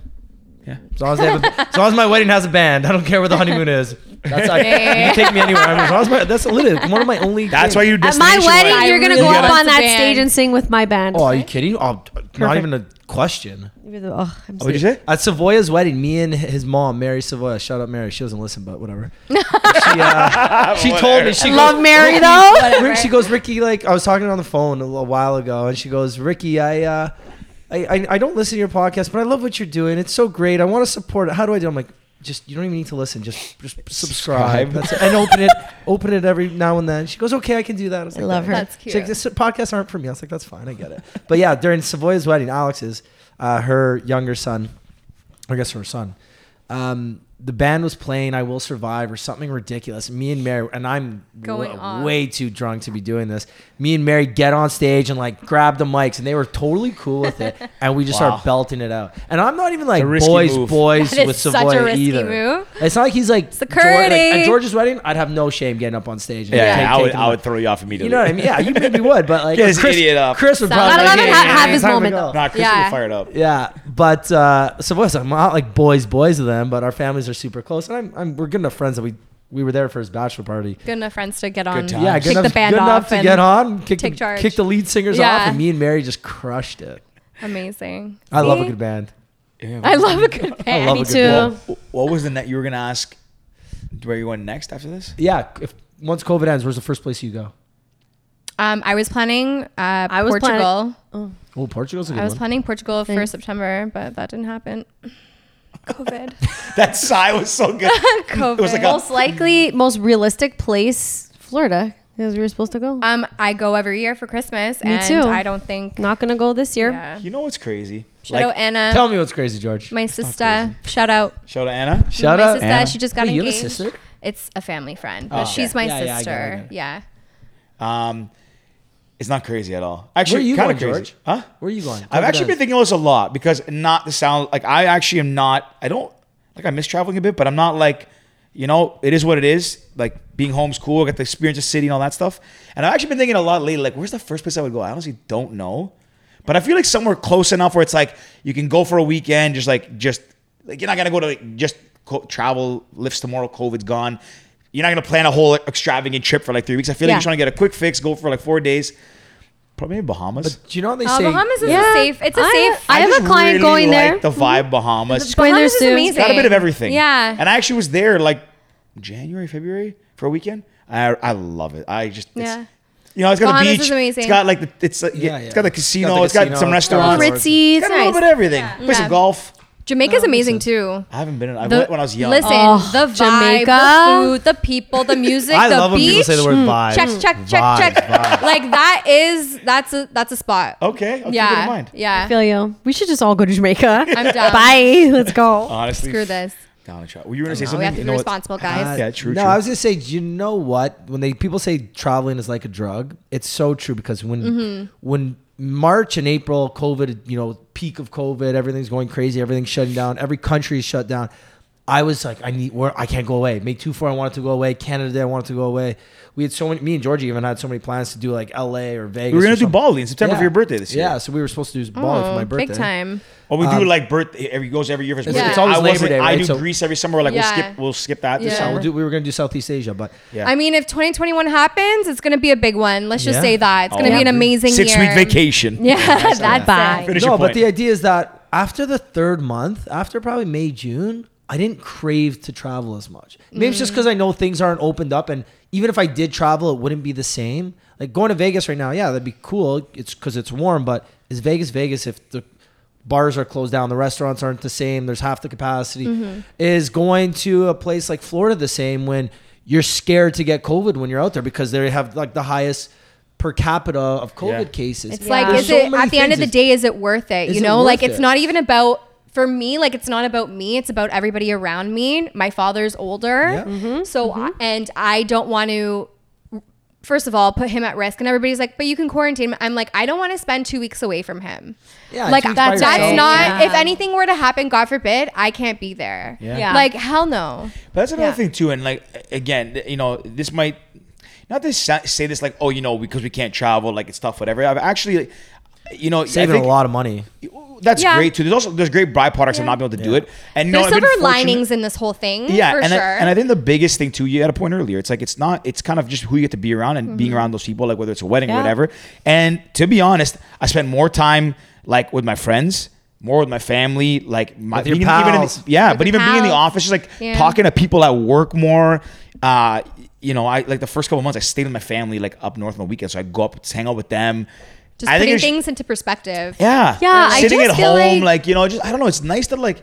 Speaker 2: Yeah.
Speaker 1: As long as, they have a, as long as my wedding has a band, I don't care where the honeymoon is. That's like, you can take me anywhere. I mean, as long as my, that's literally one of my only.
Speaker 2: That's why you.
Speaker 5: At my wedding,
Speaker 4: I
Speaker 5: you're gonna
Speaker 4: really
Speaker 5: go up
Speaker 4: want
Speaker 5: on
Speaker 4: the
Speaker 5: that
Speaker 4: band.
Speaker 5: stage and sing with my band.
Speaker 1: Oh, are you kidding? Oh, not even a question.
Speaker 5: You're the- oh, I'm <laughs>
Speaker 2: What'd you
Speaker 5: sorry.
Speaker 2: say?
Speaker 1: At Savoya's wedding, me and his mom, Mary Savoya, shout out Mary. She doesn't listen, but
Speaker 5: <laughs>
Speaker 1: whatever. she uh, she told me she
Speaker 5: Love
Speaker 1: goes,
Speaker 5: Mary
Speaker 1: "Ricky,"
Speaker 5: though.
Speaker 1: Rick- she goes, Ricky. Like I was talking on the phone a little while ago, and she goes, Ricky, I, uh, I, I, I don't listen to your podcast, but I love what you're doing. It's so great. I want to support it. How do I do? I'm like, just you don't even need to listen. Just just subscribe.
Speaker 2: Subscribe.
Speaker 1: That's it. And open it, open it every now and then. She goes, okay, I can do that. I, was like,
Speaker 5: love her.
Speaker 4: That's
Speaker 1: She's like,
Speaker 4: cute.
Speaker 1: this podcasts aren't for me. I was like, that's fine, I get it. But yeah, during Savoya's wedding, Alex's, uh, her younger son, I guess her son. Um, the band was playing "I Will Survive" or something ridiculous. Me and Mary, and I'm
Speaker 4: Going
Speaker 1: wa-
Speaker 4: off.
Speaker 1: way too drunk to be doing this. Me and Mary get on stage and like grab the mics, and they were totally cool with
Speaker 4: <laughs>
Speaker 1: it. And we just
Speaker 2: Wow.
Speaker 1: start belting it out. And I'm not even like
Speaker 2: a risky
Speaker 1: boys,
Speaker 2: move.
Speaker 1: boys
Speaker 4: That is
Speaker 1: with
Speaker 4: such a
Speaker 1: Savoy
Speaker 4: risky
Speaker 1: either.
Speaker 4: move.
Speaker 1: It's not like he's like George, like,
Speaker 4: Security.
Speaker 1: at George's wedding. I'd have no shame getting up on stage. And
Speaker 2: Yeah,
Speaker 1: take-
Speaker 2: I would.
Speaker 1: taking
Speaker 2: I
Speaker 1: the-
Speaker 2: would throw you off immediately.
Speaker 1: you know what I mean?
Speaker 2: <laughs>
Speaker 1: Yeah, you maybe would, but like
Speaker 2: Get this
Speaker 1: Chris,
Speaker 2: idiot up.
Speaker 1: Chris would
Speaker 4: Stop.
Speaker 1: probably
Speaker 5: Gotta let
Speaker 1: be
Speaker 5: him
Speaker 1: like,
Speaker 5: ha- have
Speaker 1: "Yeah,
Speaker 5: his
Speaker 1: time to
Speaker 5: moment,
Speaker 1: go."
Speaker 5: though.
Speaker 2: Nah, Chris
Speaker 4: Yeah.
Speaker 2: would fire it
Speaker 1: <laughs>
Speaker 2: up.
Speaker 1: Yeah, but uh, so what? I'm not like boys, boys with them, but our families are super close, and I'm, I'm we're good enough friends that we we were there for his bachelor party.
Speaker 4: Good enough friends to get on.
Speaker 2: times.
Speaker 1: Yeah,
Speaker 2: Yeah,
Speaker 1: good
Speaker 4: kick
Speaker 1: enough,
Speaker 4: the band
Speaker 1: good
Speaker 4: off
Speaker 1: enough to
Speaker 4: and
Speaker 1: get on, kick
Speaker 4: take
Speaker 1: the,
Speaker 4: charge.
Speaker 1: kick the lead singers
Speaker 4: Yeah.
Speaker 1: off, and me and Mary just crushed it.
Speaker 4: Amazing.
Speaker 1: I love a
Speaker 4: See?
Speaker 1: good band.
Speaker 4: I love a good band.
Speaker 1: love
Speaker 5: Me
Speaker 1: a good
Speaker 5: too.
Speaker 1: band.
Speaker 2: Wh- What was the net you were gonna ask? Where you went next after this? <laughs>
Speaker 1: Yeah, if once COVID ends, where's the first place you go?
Speaker 4: Um, I was planning uh,
Speaker 5: I was
Speaker 4: Portugal.
Speaker 5: planning-
Speaker 1: Oh, Portugal's a good
Speaker 4: I was
Speaker 1: one.
Speaker 4: planning Portugal for
Speaker 5: Thanks.
Speaker 4: September, but that didn't happen. COVID.
Speaker 2: That sigh was so
Speaker 5: <laughs>
Speaker 2: good.
Speaker 4: <laughs> COVID.
Speaker 2: It was like a,
Speaker 5: Most likely, most realistic place, Florida, because we were supposed to go.
Speaker 4: um, I go every year for Christmas,
Speaker 5: Me
Speaker 4: and
Speaker 5: too.
Speaker 4: I don't think.
Speaker 5: Not gonna go this year.
Speaker 4: Yeah.
Speaker 2: you know what's crazy?
Speaker 4: Shout out Anna,
Speaker 1: Tell me what's crazy, George.
Speaker 4: my sister. Shout out.
Speaker 2: shout out Anna.
Speaker 1: Shout
Speaker 4: my
Speaker 1: out.
Speaker 4: sister.
Speaker 2: Anna.
Speaker 4: She just got
Speaker 1: Wait, you have a
Speaker 4: engaged.
Speaker 1: sister?
Speaker 4: It's a family friend, but
Speaker 2: Oh.
Speaker 4: she's my
Speaker 1: Yeah, yeah, I get it, I
Speaker 4: sister.
Speaker 1: get it.
Speaker 4: Yeah.
Speaker 2: Um, it's not crazy at all.
Speaker 1: Where are
Speaker 2: Actually,
Speaker 1: you
Speaker 2: kind
Speaker 1: going,
Speaker 2: of crazy.
Speaker 1: George?
Speaker 2: Huh?
Speaker 1: Where are you going?
Speaker 2: I've
Speaker 1: COVID
Speaker 2: actually been
Speaker 1: ends.
Speaker 2: thinking of this a lot because not the sound like I actually am not I don't like I miss traveling a bit, but I'm not like you know, it is what it is. Like being home's cool, I got to experience the city and all that stuff. And I've actually been thinking a lot lately, like where's the first place I would go? I honestly don't know. But I feel like somewhere close enough where it's like you can go for a weekend, just like just like you're not gonna go to like, just co- travel. Lifts tomorrow, COVID's gone. You're not gonna plan a whole extravagant trip for like three weeks. I feel like
Speaker 5: Yeah.
Speaker 2: you're trying to get a quick fix, go for like four days. Probably Bahamas.
Speaker 1: Do you know what they
Speaker 4: Uh,
Speaker 1: say?
Speaker 4: Bahamas is
Speaker 5: Yeah.
Speaker 4: a safe. It's a
Speaker 5: I-
Speaker 4: safe.
Speaker 5: I have
Speaker 2: just
Speaker 5: a client
Speaker 2: really
Speaker 5: going
Speaker 2: like
Speaker 5: there.
Speaker 4: Mm-hmm.
Speaker 2: The vibe Bahamas.
Speaker 5: going there
Speaker 4: Bahamas is
Speaker 5: soon.
Speaker 4: amazing.
Speaker 2: Got a bit of everything.
Speaker 4: Yeah.
Speaker 2: And I actually was there like January, February for a weekend. I I love it. I just it's,
Speaker 4: Yeah.
Speaker 2: You know, it's got
Speaker 4: Bahamas
Speaker 2: a
Speaker 4: is
Speaker 2: beach.
Speaker 4: amazing.
Speaker 2: It's got like the it's like,
Speaker 1: Yeah,
Speaker 2: yeah,
Speaker 1: yeah.
Speaker 2: it's got the
Speaker 1: It's got
Speaker 2: casino.
Speaker 1: the
Speaker 2: It's got
Speaker 1: casino,
Speaker 2: some
Speaker 1: it's got
Speaker 2: restaurants.
Speaker 1: resorts.
Speaker 5: Ritzy.
Speaker 2: It's
Speaker 5: It's
Speaker 2: got a little
Speaker 5: nice.
Speaker 2: bit of everything. Play
Speaker 4: Yeah.
Speaker 2: some golf.
Speaker 4: Jamaica's amazing too.
Speaker 2: I haven't been. In, I
Speaker 4: The-
Speaker 2: went when I was young.
Speaker 4: Listen,
Speaker 5: Oh,
Speaker 4: the vibe,
Speaker 5: Jamaica.
Speaker 4: the food, the people, the music,
Speaker 7: I
Speaker 4: the
Speaker 7: love when
Speaker 4: beach.
Speaker 7: people say the word vibe.
Speaker 4: Check, check, check,
Speaker 7: Vibe,
Speaker 4: check.
Speaker 7: vibe.
Speaker 4: Like that is that's a that's a spot.
Speaker 2: Oh, Okay. I'll Keep it
Speaker 4: yeah,
Speaker 2: in mind.
Speaker 5: I
Speaker 4: yeah.
Speaker 5: feel you. We should just all go to Jamaica. <laughs>
Speaker 4: I'm down.
Speaker 5: Bye. Let's go.
Speaker 2: Honestly,
Speaker 4: Screw this. Oh,
Speaker 2: Donald Trump. Were you gonna say
Speaker 4: we
Speaker 2: something?
Speaker 4: have to
Speaker 2: You
Speaker 4: be
Speaker 2: know what?
Speaker 4: responsible,
Speaker 1: <laughs>
Speaker 4: guys.
Speaker 2: Yeah, true,
Speaker 1: No,
Speaker 2: true.
Speaker 1: I was gonna say, do you know what? When they people say traveling is like a drug, it's so true because when
Speaker 4: Mm-hmm.
Speaker 1: when March and April, COVID, you know, peak of COVID, everything's going crazy, everything's shutting down, every country is shut down. I was like, I need where I can't go away. Make two four, I wanted to go away. Canada Day, I wanted to go away. We had so many. Me and Georgie even had so many plans to do like L.A. or Vegas.
Speaker 2: We
Speaker 1: or
Speaker 2: were gonna do
Speaker 1: something.
Speaker 2: Bali in September
Speaker 1: Yeah.
Speaker 2: for your birthday this year.
Speaker 1: Yeah, so we were supposed to do Bali for my
Speaker 4: Oh,
Speaker 1: birthday.
Speaker 4: big time.
Speaker 2: Or we do like birthday. Every goes every year for his
Speaker 1: It's-
Speaker 2: birthday.
Speaker 1: it's always
Speaker 2: I
Speaker 1: Labor
Speaker 2: wasn't-
Speaker 1: Day,
Speaker 2: I
Speaker 1: right?
Speaker 2: do
Speaker 1: So-
Speaker 2: Greece every summer. We're like
Speaker 4: Yeah.
Speaker 2: we'll skip. We'll skip that this
Speaker 4: Yeah.
Speaker 1: Yeah,
Speaker 2: summer.
Speaker 1: we'll do, we were gonna do Southeast Asia, but
Speaker 2: Yeah.
Speaker 4: I mean, if 2021 happens, it's gonna be a big one. Let's just
Speaker 1: Yeah.
Speaker 4: say that it's gonna
Speaker 5: yeah.
Speaker 4: be an amazing
Speaker 2: Oh, six
Speaker 4: year.
Speaker 2: week vacation.
Speaker 4: Yeah, that's
Speaker 5: That
Speaker 4: bad.
Speaker 2: <laughs>
Speaker 5: vibe.
Speaker 2: Finish
Speaker 1: no,
Speaker 2: your
Speaker 1: but
Speaker 2: point.
Speaker 1: the idea is that after the third month, after probably May, June, I didn't crave to travel as much. Maybe it's just
Speaker 4: Mm.
Speaker 1: because I know things aren't opened up, and even if I did travel, it wouldn't be the same. Like going to Vegas right now, yeah, that'd be cool. It's because it's warm, but is Vegas Vegas if the bars are closed down, the restaurants aren't the same, there's half the capacity?
Speaker 4: Mm-hmm.
Speaker 1: Is going to a place like Florida the same when you're scared to get COVID when you're out there because they have like the highest per capita of COVID
Speaker 2: Yeah.
Speaker 1: cases?
Speaker 4: It's
Speaker 5: Yeah.
Speaker 4: like,
Speaker 1: There's
Speaker 4: is
Speaker 1: so
Speaker 4: it
Speaker 1: many
Speaker 4: at the end of
Speaker 1: things.
Speaker 4: the day, is it worth it?
Speaker 1: Is
Speaker 4: you
Speaker 1: it
Speaker 4: know,
Speaker 1: worth
Speaker 4: like it's
Speaker 1: it?
Speaker 4: not even about for me. Like it's not about me. It's about everybody around me. My father's older,
Speaker 1: Yeah.
Speaker 4: so
Speaker 1: Mm-hmm.
Speaker 4: I- and I don't want to. First of all, put him at risk, and everybody's like, "But you can quarantine." him." I'm like, I don't want to spend two weeks away from him.
Speaker 1: Yeah,
Speaker 4: like
Speaker 1: two weeks by
Speaker 4: that's, that's
Speaker 1: yourself.
Speaker 4: not.
Speaker 5: Yeah.
Speaker 4: If anything were to happen, God forbid, I can't be there.
Speaker 5: Yeah.
Speaker 4: like hell no.
Speaker 2: But that's another
Speaker 4: Yeah.
Speaker 2: thing too, and like again, th- you know, this might not to sa- say this like, oh, you know, because we can't travel, like it's tough, whatever. I've actually, you know, I
Speaker 1: saving
Speaker 2: think
Speaker 1: a lot of money.
Speaker 2: That's
Speaker 4: Yeah.
Speaker 2: great too. There's also there's great byproducts of not being able to do it, and you know,
Speaker 4: There's
Speaker 2: I've been
Speaker 4: silver
Speaker 2: fortunate-
Speaker 4: linings in this whole thing.
Speaker 2: Yeah,
Speaker 4: for
Speaker 2: and
Speaker 4: sure.
Speaker 2: I, and I think the biggest thing too, you had a point earlier. It's like it's not. It's kind of just who you get to be around and being around those people, like whether it's a wedding or
Speaker 5: Yeah.
Speaker 2: whatever. And to be honest, I spend more time like with my friends, more with my family, like my
Speaker 1: With your
Speaker 2: even- even in the-
Speaker 1: pals.
Speaker 2: yeah,
Speaker 4: With
Speaker 2: but
Speaker 4: your
Speaker 2: even being in the
Speaker 4: pals.
Speaker 2: office, just like
Speaker 4: Yeah.
Speaker 2: talking to people at work more. Uh, you know, I like the first couple months I stayed with my family like up north on the weekend, so I go up, just hang out with them.
Speaker 4: just
Speaker 2: I think
Speaker 4: putting
Speaker 2: it's-
Speaker 4: things into perspective.
Speaker 2: yeah.
Speaker 5: Yeah, I
Speaker 2: Sitting
Speaker 5: just
Speaker 2: at
Speaker 5: feel
Speaker 2: home, like,
Speaker 5: like-
Speaker 2: you know, just I don't know. It's nice to like.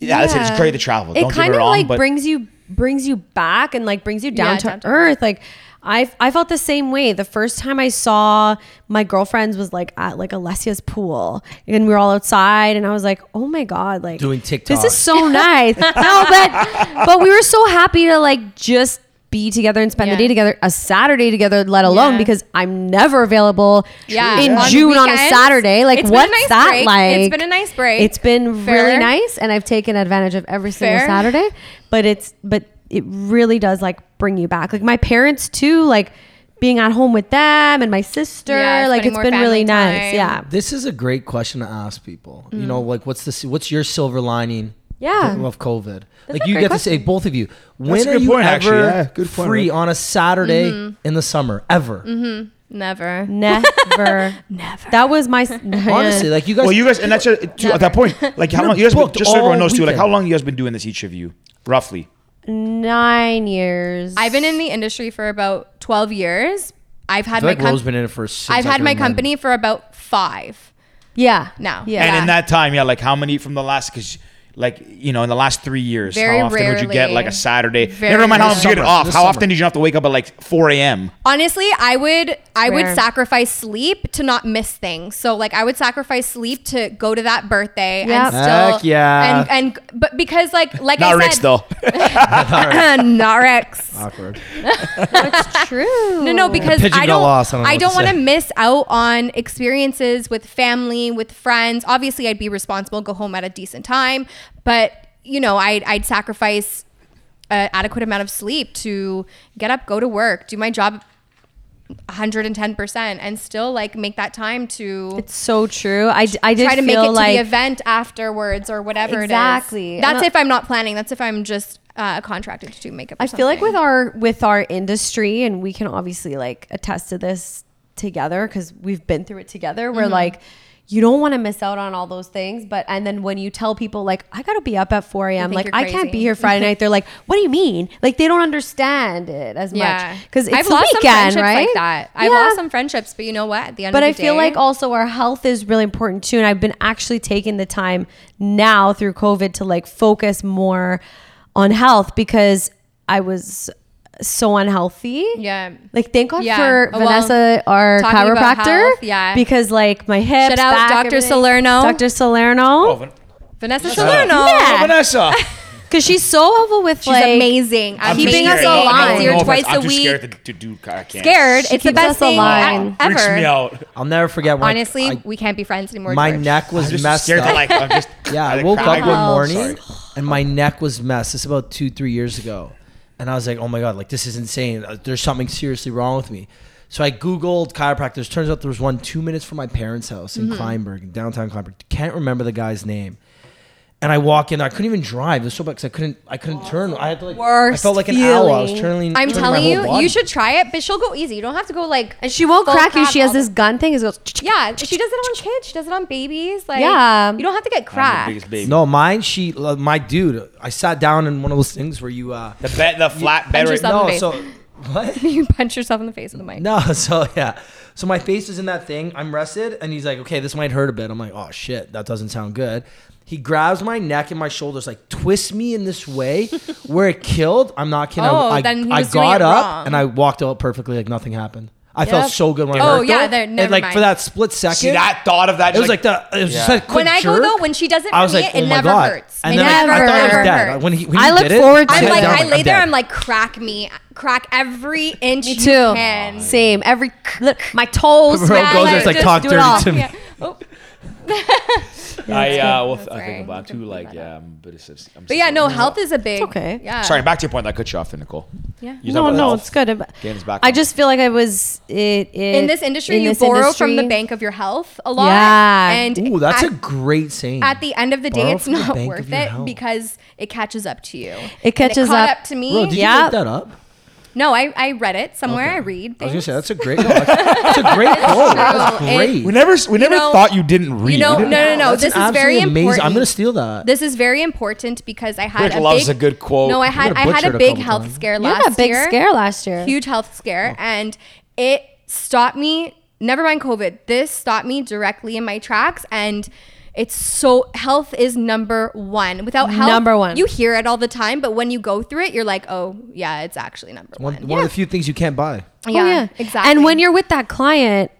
Speaker 2: Yeah, that's it. It's
Speaker 4: Yeah.
Speaker 2: great to travel.
Speaker 5: It
Speaker 2: don't get
Speaker 5: kind
Speaker 2: me
Speaker 5: of
Speaker 2: wrong,
Speaker 5: like
Speaker 2: but
Speaker 5: brings you brings you back and like brings you down
Speaker 4: Yeah,
Speaker 5: to
Speaker 4: down to
Speaker 5: earth. Like I I felt the same way. The first time I saw my girlfriends was like at like Alessia's pool and we were all outside and I was like, "Oh my god, like
Speaker 1: Doing
Speaker 5: This
Speaker 1: TikToks.
Speaker 5: is
Speaker 2: <laughs>
Speaker 5: so nice." no, but but we were so happy to like just be together and spend
Speaker 4: Yeah.
Speaker 5: the day together, a Saturday together, let alone
Speaker 4: Yeah.
Speaker 5: because I'm never available
Speaker 4: Yeah,
Speaker 5: in
Speaker 4: on
Speaker 5: June on a
Speaker 4: weekends.
Speaker 5: Saturday. Like,
Speaker 4: It's been a
Speaker 5: what's
Speaker 4: nice
Speaker 5: that
Speaker 4: break. It's
Speaker 5: like?
Speaker 4: been a nice break.
Speaker 5: It's been really
Speaker 4: Fair.
Speaker 5: nice, and I've taken advantage of every single
Speaker 4: Fair.
Speaker 5: Saturday. But it's but it really does like bring you back. Like my parents too, like being at home with them and my sister.
Speaker 4: Yeah,
Speaker 5: like
Speaker 4: spending
Speaker 5: it's
Speaker 4: more
Speaker 5: been really
Speaker 4: family
Speaker 5: nice.
Speaker 4: time.
Speaker 5: Yeah,
Speaker 1: This is a great question to ask people. You
Speaker 4: Mm.
Speaker 1: know, like what's the what's your silver lining?
Speaker 5: Yeah.
Speaker 1: of COVID. like
Speaker 5: a
Speaker 1: you get
Speaker 5: great
Speaker 1: to
Speaker 5: question.
Speaker 1: say both of you. When
Speaker 2: a
Speaker 1: are
Speaker 2: good
Speaker 1: you
Speaker 2: point,
Speaker 1: ever
Speaker 2: actually. Yeah, good point,
Speaker 1: free
Speaker 2: Rick.
Speaker 1: on a Saturday
Speaker 4: Mm-hmm.
Speaker 1: in the summer ever?
Speaker 4: Never. <laughs>
Speaker 5: never, never. That was my
Speaker 1: Honestly, like you guys.
Speaker 2: Well, you guys, and that's a, to, at that point. Like, how
Speaker 1: You're
Speaker 2: long you guys been,
Speaker 1: booked
Speaker 2: just so
Speaker 1: all
Speaker 2: everyone knows too. Like,
Speaker 1: weekend.
Speaker 2: how long you guys been doing this each of you, roughly?
Speaker 5: nine years.
Speaker 4: I've been in the industry for about 12 years. I've
Speaker 1: I
Speaker 4: had
Speaker 1: feel
Speaker 4: my
Speaker 1: like
Speaker 4: com-
Speaker 1: Rose been in it for. Since
Speaker 4: I've
Speaker 1: I
Speaker 4: had
Speaker 1: can
Speaker 4: my
Speaker 1: remember.
Speaker 4: company for about 5
Speaker 5: yeah
Speaker 4: now.
Speaker 5: Yeah.
Speaker 2: And in that time, yeah, like how many from the last? Because like you know, in the last three years,
Speaker 4: Very
Speaker 2: how often would you get
Speaker 4: rarely.
Speaker 2: like a Saturday?
Speaker 4: Very
Speaker 2: Never mind how often you get it
Speaker 1: rarely.
Speaker 2: off.
Speaker 1: This
Speaker 2: How
Speaker 1: summer.
Speaker 2: often did you have to wake up at like four a.m.?
Speaker 4: Honestly, I would I would
Speaker 5: Rare.
Speaker 4: sacrifice sleep to not miss things. So like I would sacrifice sleep to go to that birthday
Speaker 5: Yep.
Speaker 4: and still
Speaker 1: Heck yeah.
Speaker 4: and and but because like like
Speaker 2: Not
Speaker 4: I
Speaker 2: Rich
Speaker 4: said
Speaker 2: though.
Speaker 4: <laughs> not Rex.
Speaker 1: Awkward.
Speaker 5: that's true.
Speaker 4: <laughs> No, no, because
Speaker 1: pigeon
Speaker 4: I
Speaker 1: got
Speaker 4: don't,
Speaker 1: lost. I
Speaker 4: I
Speaker 1: don't
Speaker 4: don't,
Speaker 1: know what to
Speaker 4: want to
Speaker 1: say.
Speaker 4: miss out on experiences with family, with friends. Obviously, I'd be responsible, go home at a decent time, but you know, I'd, I'd sacrifice an adequate amount of sleep to get up, go to work, do my job 110% and still like make that time to
Speaker 5: It's so true. I, d- I did
Speaker 4: try to make
Speaker 5: feel
Speaker 4: it to
Speaker 5: like
Speaker 4: the event afterwards or whatever it
Speaker 5: Exactly.
Speaker 4: is. That's
Speaker 5: And I-
Speaker 4: if I'm not planning. That's if I'm just uh, contracted to do makeup. Or
Speaker 5: I feel like
Speaker 4: something.
Speaker 5: with our with our industry, and we can obviously like attest to this together because we've been through it together.
Speaker 4: Mm-hmm.
Speaker 5: We're like, you don't want to miss out on all those things, but and then when you tell people like, I gotta be up at four a.m.,
Speaker 4: think
Speaker 5: like
Speaker 4: you're
Speaker 5: I can't be
Speaker 4: crazy.
Speaker 5: here Friday night, they're like, what do you mean? Like they don't understand it as much because it's
Speaker 4: I've
Speaker 5: the
Speaker 4: lost some
Speaker 5: weekend,
Speaker 4: friendships
Speaker 5: right?
Speaker 4: like that. I've
Speaker 5: Yeah.
Speaker 4: lost some friendships, but you know what? At the end
Speaker 5: But
Speaker 4: of the
Speaker 5: I feel
Speaker 4: day-
Speaker 5: like also our health is really important too. And I've been actually taking the time now through COVID to like focus more on health because I was so unhealthy.
Speaker 4: Yeah.
Speaker 5: Like thank God
Speaker 4: Yeah.
Speaker 5: for
Speaker 4: Oh, well,
Speaker 5: Vanessa, our
Speaker 4: talking about
Speaker 5: chiropractor.
Speaker 4: health, yeah.
Speaker 5: Because like my hips.
Speaker 4: Shout out
Speaker 5: back,
Speaker 4: Dr.
Speaker 5: everything.
Speaker 4: Salerno.
Speaker 5: Dr. Salerno.
Speaker 1: Oh.
Speaker 4: Vanessa Salerno.
Speaker 5: Yeah.
Speaker 2: Vanessa.
Speaker 5: Because she's so helpful with
Speaker 4: She's
Speaker 5: like
Speaker 4: amazing.
Speaker 5: I'm keeping
Speaker 4: amazing.
Speaker 5: us
Speaker 4: I
Speaker 5: alive.
Speaker 4: see her
Speaker 5: No
Speaker 4: twice a
Speaker 2: I'm too
Speaker 4: week.
Speaker 2: scared to, to do. I can't.
Speaker 4: Scared.
Speaker 5: She
Speaker 4: it's the
Speaker 5: keeps
Speaker 4: best
Speaker 5: us
Speaker 4: thing
Speaker 5: alive.
Speaker 4: ever.
Speaker 2: Freaks me out.
Speaker 1: I'll never forget. When I-
Speaker 4: Honestly,
Speaker 1: I-
Speaker 4: we can't be friends anymore.
Speaker 1: my
Speaker 4: George.
Speaker 1: neck was
Speaker 2: I'm just
Speaker 1: messed
Speaker 2: scared
Speaker 1: up.
Speaker 2: to like. I'm just.
Speaker 1: <laughs> Yeah, I
Speaker 2: like,
Speaker 1: woke
Speaker 2: cry.
Speaker 1: up one
Speaker 5: Oh,
Speaker 1: morning
Speaker 2: Sorry.
Speaker 1: and my neck was messed. It's about two, three years ago. And I was like, oh my God, like this is insane. Uh, There's something seriously wrong with me. So I Googled chiropractors. Turns out there was one two minutes from my parents' house
Speaker 4: Mm-hmm.
Speaker 1: in Kleinberg, in downtown Kleinberg. Can't remember the guy's name. And I walk in there. I couldn't even drive. It was so bad because I couldn't. I couldn't turn. I had to like. I
Speaker 5: Worst
Speaker 1: felt like an owl. I was
Speaker 5: feeling.
Speaker 1: turning.
Speaker 4: I'm
Speaker 1: turning my
Speaker 4: telling
Speaker 1: whole
Speaker 4: you,
Speaker 1: body.
Speaker 4: you should try it, but she'll go easy. You don't have to go like.
Speaker 5: and she won't
Speaker 4: full
Speaker 5: crack you.
Speaker 4: cab
Speaker 5: She has
Speaker 4: all the-
Speaker 5: this gun thing. It goes
Speaker 4: Yeah, she does it on kids. She does it on babies. Like,
Speaker 5: Yeah.
Speaker 4: you don't have to get
Speaker 2: I'm the
Speaker 4: cracked.
Speaker 2: biggest baby.
Speaker 1: No, mine. She, uh, my dude. I sat down in one of those things where you. uh
Speaker 2: The bed, the flat bed.
Speaker 4: yourself.
Speaker 2: Right,
Speaker 1: No,
Speaker 4: Sunbase.
Speaker 1: so <laughs> what?
Speaker 4: <laughs> You punch yourself in the face with a mic.
Speaker 1: No, <laughs> so yeah. So my face is in that thing. I'm rested, and he's like, okay, this might hurt a bit. I'm like, oh shit, that doesn't sound good. He grabs my neck and my shoulders, like twists me in this
Speaker 4: <laughs>
Speaker 1: way where it killed. I'm not kidding. I-
Speaker 4: Oh,
Speaker 1: I,
Speaker 4: then he
Speaker 1: I
Speaker 4: was doing
Speaker 1: got
Speaker 4: it
Speaker 1: up
Speaker 4: wrong.
Speaker 1: and I walked out perfectly, like nothing happened. I felt
Speaker 4: Yep.
Speaker 1: so good when I
Speaker 4: Oh,
Speaker 1: worked
Speaker 4: yeah,
Speaker 1: out.
Speaker 4: there-
Speaker 1: It,
Speaker 4: never
Speaker 1: like
Speaker 4: mind.
Speaker 1: for that split second.
Speaker 2: see that thought of that.
Speaker 1: It was
Speaker 2: just
Speaker 1: like the it was just
Speaker 2: Yeah.
Speaker 1: a quick
Speaker 4: When I go
Speaker 1: jerk.
Speaker 4: though, when she does it for
Speaker 1: I was
Speaker 4: me,
Speaker 1: like,
Speaker 4: it
Speaker 1: oh my
Speaker 4: never
Speaker 1: God.
Speaker 4: hurts.
Speaker 1: And
Speaker 4: it
Speaker 1: then I- I
Speaker 4: never,
Speaker 1: thought I was
Speaker 4: ever
Speaker 1: dead.
Speaker 4: hurts.
Speaker 1: When he, when
Speaker 5: I
Speaker 1: he
Speaker 5: look
Speaker 1: did it,
Speaker 5: forward to
Speaker 1: I
Speaker 4: I'm
Speaker 5: it.
Speaker 1: sat
Speaker 4: like,
Speaker 1: down,
Speaker 4: I lay there.
Speaker 1: dead.
Speaker 4: I'm like, crack me, crack every inch.
Speaker 5: Me
Speaker 4: you
Speaker 5: too.
Speaker 4: can.
Speaker 5: Same. Every look, my toes.
Speaker 1: Bro
Speaker 5: man,
Speaker 1: goes
Speaker 4: there,
Speaker 5: like,
Speaker 4: it's like,
Speaker 5: just
Speaker 1: talk
Speaker 5: do it
Speaker 1: dirty
Speaker 5: all.
Speaker 1: to me.
Speaker 4: Yeah. Oh.
Speaker 2: I uh, well, I
Speaker 4: right.
Speaker 2: think about too.
Speaker 4: Think
Speaker 2: Like,
Speaker 4: about
Speaker 2: yeah, I'm a bit of. sus- I'm
Speaker 4: But yeah,
Speaker 2: sus-
Speaker 4: no, health is a big.
Speaker 5: okay.
Speaker 4: Yeah.
Speaker 2: Sorry, back to your point. That could show off, there, Nicole.
Speaker 4: Yeah.
Speaker 2: You talk
Speaker 5: No,
Speaker 2: about
Speaker 5: no,
Speaker 2: health.
Speaker 5: it's good. But
Speaker 2: Gains back
Speaker 5: I
Speaker 2: on.
Speaker 5: just feel like I was it, it
Speaker 4: In this industry,
Speaker 5: in
Speaker 4: you
Speaker 5: this
Speaker 4: borrow from the
Speaker 5: industry.
Speaker 4: bank of your health a lot.
Speaker 5: Yeah.
Speaker 4: And
Speaker 1: Ooh, that's
Speaker 4: at,
Speaker 1: a great saying.
Speaker 4: "Ah, at the end of the day,
Speaker 1: Borrow
Speaker 4: it's
Speaker 1: from the
Speaker 4: not
Speaker 1: bank
Speaker 4: worth
Speaker 1: of your
Speaker 4: it
Speaker 1: health.
Speaker 4: because it catches up to you. And
Speaker 5: catches
Speaker 4: caught
Speaker 5: up.
Speaker 4: up to me.
Speaker 1: Bro, did you
Speaker 5: Yeah.
Speaker 1: make that up?
Speaker 4: No, I, I read it somewhere. I read.
Speaker 1: I was gonna say that's
Speaker 4: things.
Speaker 1: a
Speaker 4: <laughs>
Speaker 1: great. No, that's, that's a great quote. That's
Speaker 4: true. It-
Speaker 1: great.
Speaker 2: We never, we never
Speaker 4: know-
Speaker 2: thought you didn't read.
Speaker 4: You know, no, no, no.
Speaker 1: That's
Speaker 4: This
Speaker 1: an
Speaker 4: is very
Speaker 1: absolutely
Speaker 4: important.
Speaker 1: I'm gonna steal that.
Speaker 4: This is very important because I had
Speaker 2: Rick
Speaker 4: a
Speaker 2: loves
Speaker 4: big,
Speaker 2: a good quote.
Speaker 4: No, I
Speaker 2: I'm
Speaker 4: had
Speaker 1: gonna
Speaker 4: I
Speaker 1: butcher
Speaker 4: had
Speaker 1: it
Speaker 4: a
Speaker 1: a
Speaker 4: big
Speaker 1: couple
Speaker 4: health
Speaker 1: times.
Speaker 4: scare
Speaker 5: You
Speaker 4: last
Speaker 5: had a big
Speaker 4: year.
Speaker 5: scare last year.
Speaker 4: Huge health scare,
Speaker 2: Oh.
Speaker 4: and it stopped me. Never mind COVID. This stopped me directly in my tracks, and it's so health is number one. Without health,
Speaker 5: Number one.
Speaker 4: You hear it all the time, but when you go through it, you're like, oh yeah, it's actually number
Speaker 1: One,
Speaker 4: one.
Speaker 1: one of the few things you can't buy.
Speaker 5: Oh,
Speaker 4: yeah, exactly.
Speaker 5: And when you're with that client,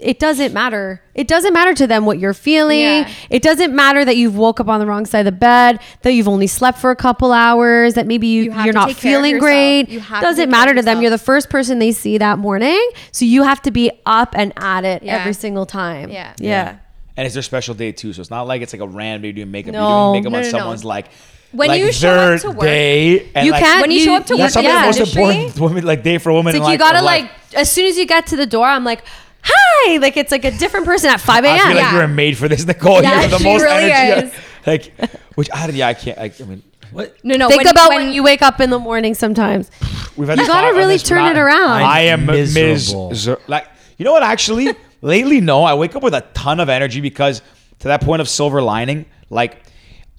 Speaker 5: it doesn't matter. It doesn't matter to them what you're feeling.
Speaker 4: Yeah.
Speaker 5: It doesn't matter that you've woke up on the wrong side of the bed, that you've only slept for a couple hours, that maybe you,
Speaker 4: You
Speaker 5: you
Speaker 4: have
Speaker 5: are
Speaker 4: to
Speaker 5: not
Speaker 4: take care of
Speaker 5: feeling
Speaker 4: yourself.
Speaker 5: great.
Speaker 4: You have to
Speaker 5: doesn't
Speaker 4: take care
Speaker 5: matter
Speaker 4: of
Speaker 5: to them.
Speaker 4: yourself.
Speaker 5: You're the first person they see that morning, so you have to be up and at it
Speaker 4: Yeah.
Speaker 5: every single time.
Speaker 4: Yeah.
Speaker 5: Yeah.
Speaker 2: And it's their special day too, so it's not like it's like a random day doing makeup.
Speaker 5: No.
Speaker 2: You're doing makeup
Speaker 4: No,
Speaker 2: on
Speaker 4: no, no.
Speaker 2: someone's like
Speaker 4: When
Speaker 2: like
Speaker 4: you show up to
Speaker 2: their
Speaker 4: work-
Speaker 2: day, and
Speaker 5: You
Speaker 2: like,
Speaker 5: can't
Speaker 4: when you, show up to work,
Speaker 5: Yeah,
Speaker 2: That's
Speaker 5: something
Speaker 2: something
Speaker 5: yeah,
Speaker 2: the most
Speaker 4: industry,
Speaker 2: important women like day for a woman.
Speaker 5: It's
Speaker 2: in
Speaker 5: like you
Speaker 2: life,
Speaker 5: gotta
Speaker 2: I'm
Speaker 5: like, as soon as you get to the door, I'm like, hi. Like it's like a different person at 5
Speaker 2: I
Speaker 5: a.m.
Speaker 2: feel like
Speaker 4: yeah.
Speaker 2: you were made for this, Nicole.
Speaker 4: Yeah,
Speaker 2: you have the
Speaker 4: she
Speaker 2: most
Speaker 4: really
Speaker 2: energy.
Speaker 4: is.
Speaker 2: Like, which I yeah, I can't. I, I mean,
Speaker 1: What?
Speaker 4: no, no.
Speaker 5: Think
Speaker 4: when,
Speaker 5: about when you wake up in the morning sometimes.
Speaker 2: we've had
Speaker 5: You
Speaker 2: this
Speaker 5: gotta
Speaker 2: talk on
Speaker 5: really
Speaker 2: this,
Speaker 5: turn
Speaker 2: but
Speaker 5: it
Speaker 2: I-
Speaker 5: around.
Speaker 2: I am
Speaker 1: Miserable.
Speaker 2: miserable. Like, you know what? Actually, <laughs> lately, no. I wake up with a ton of energy because to that point of silver lining, like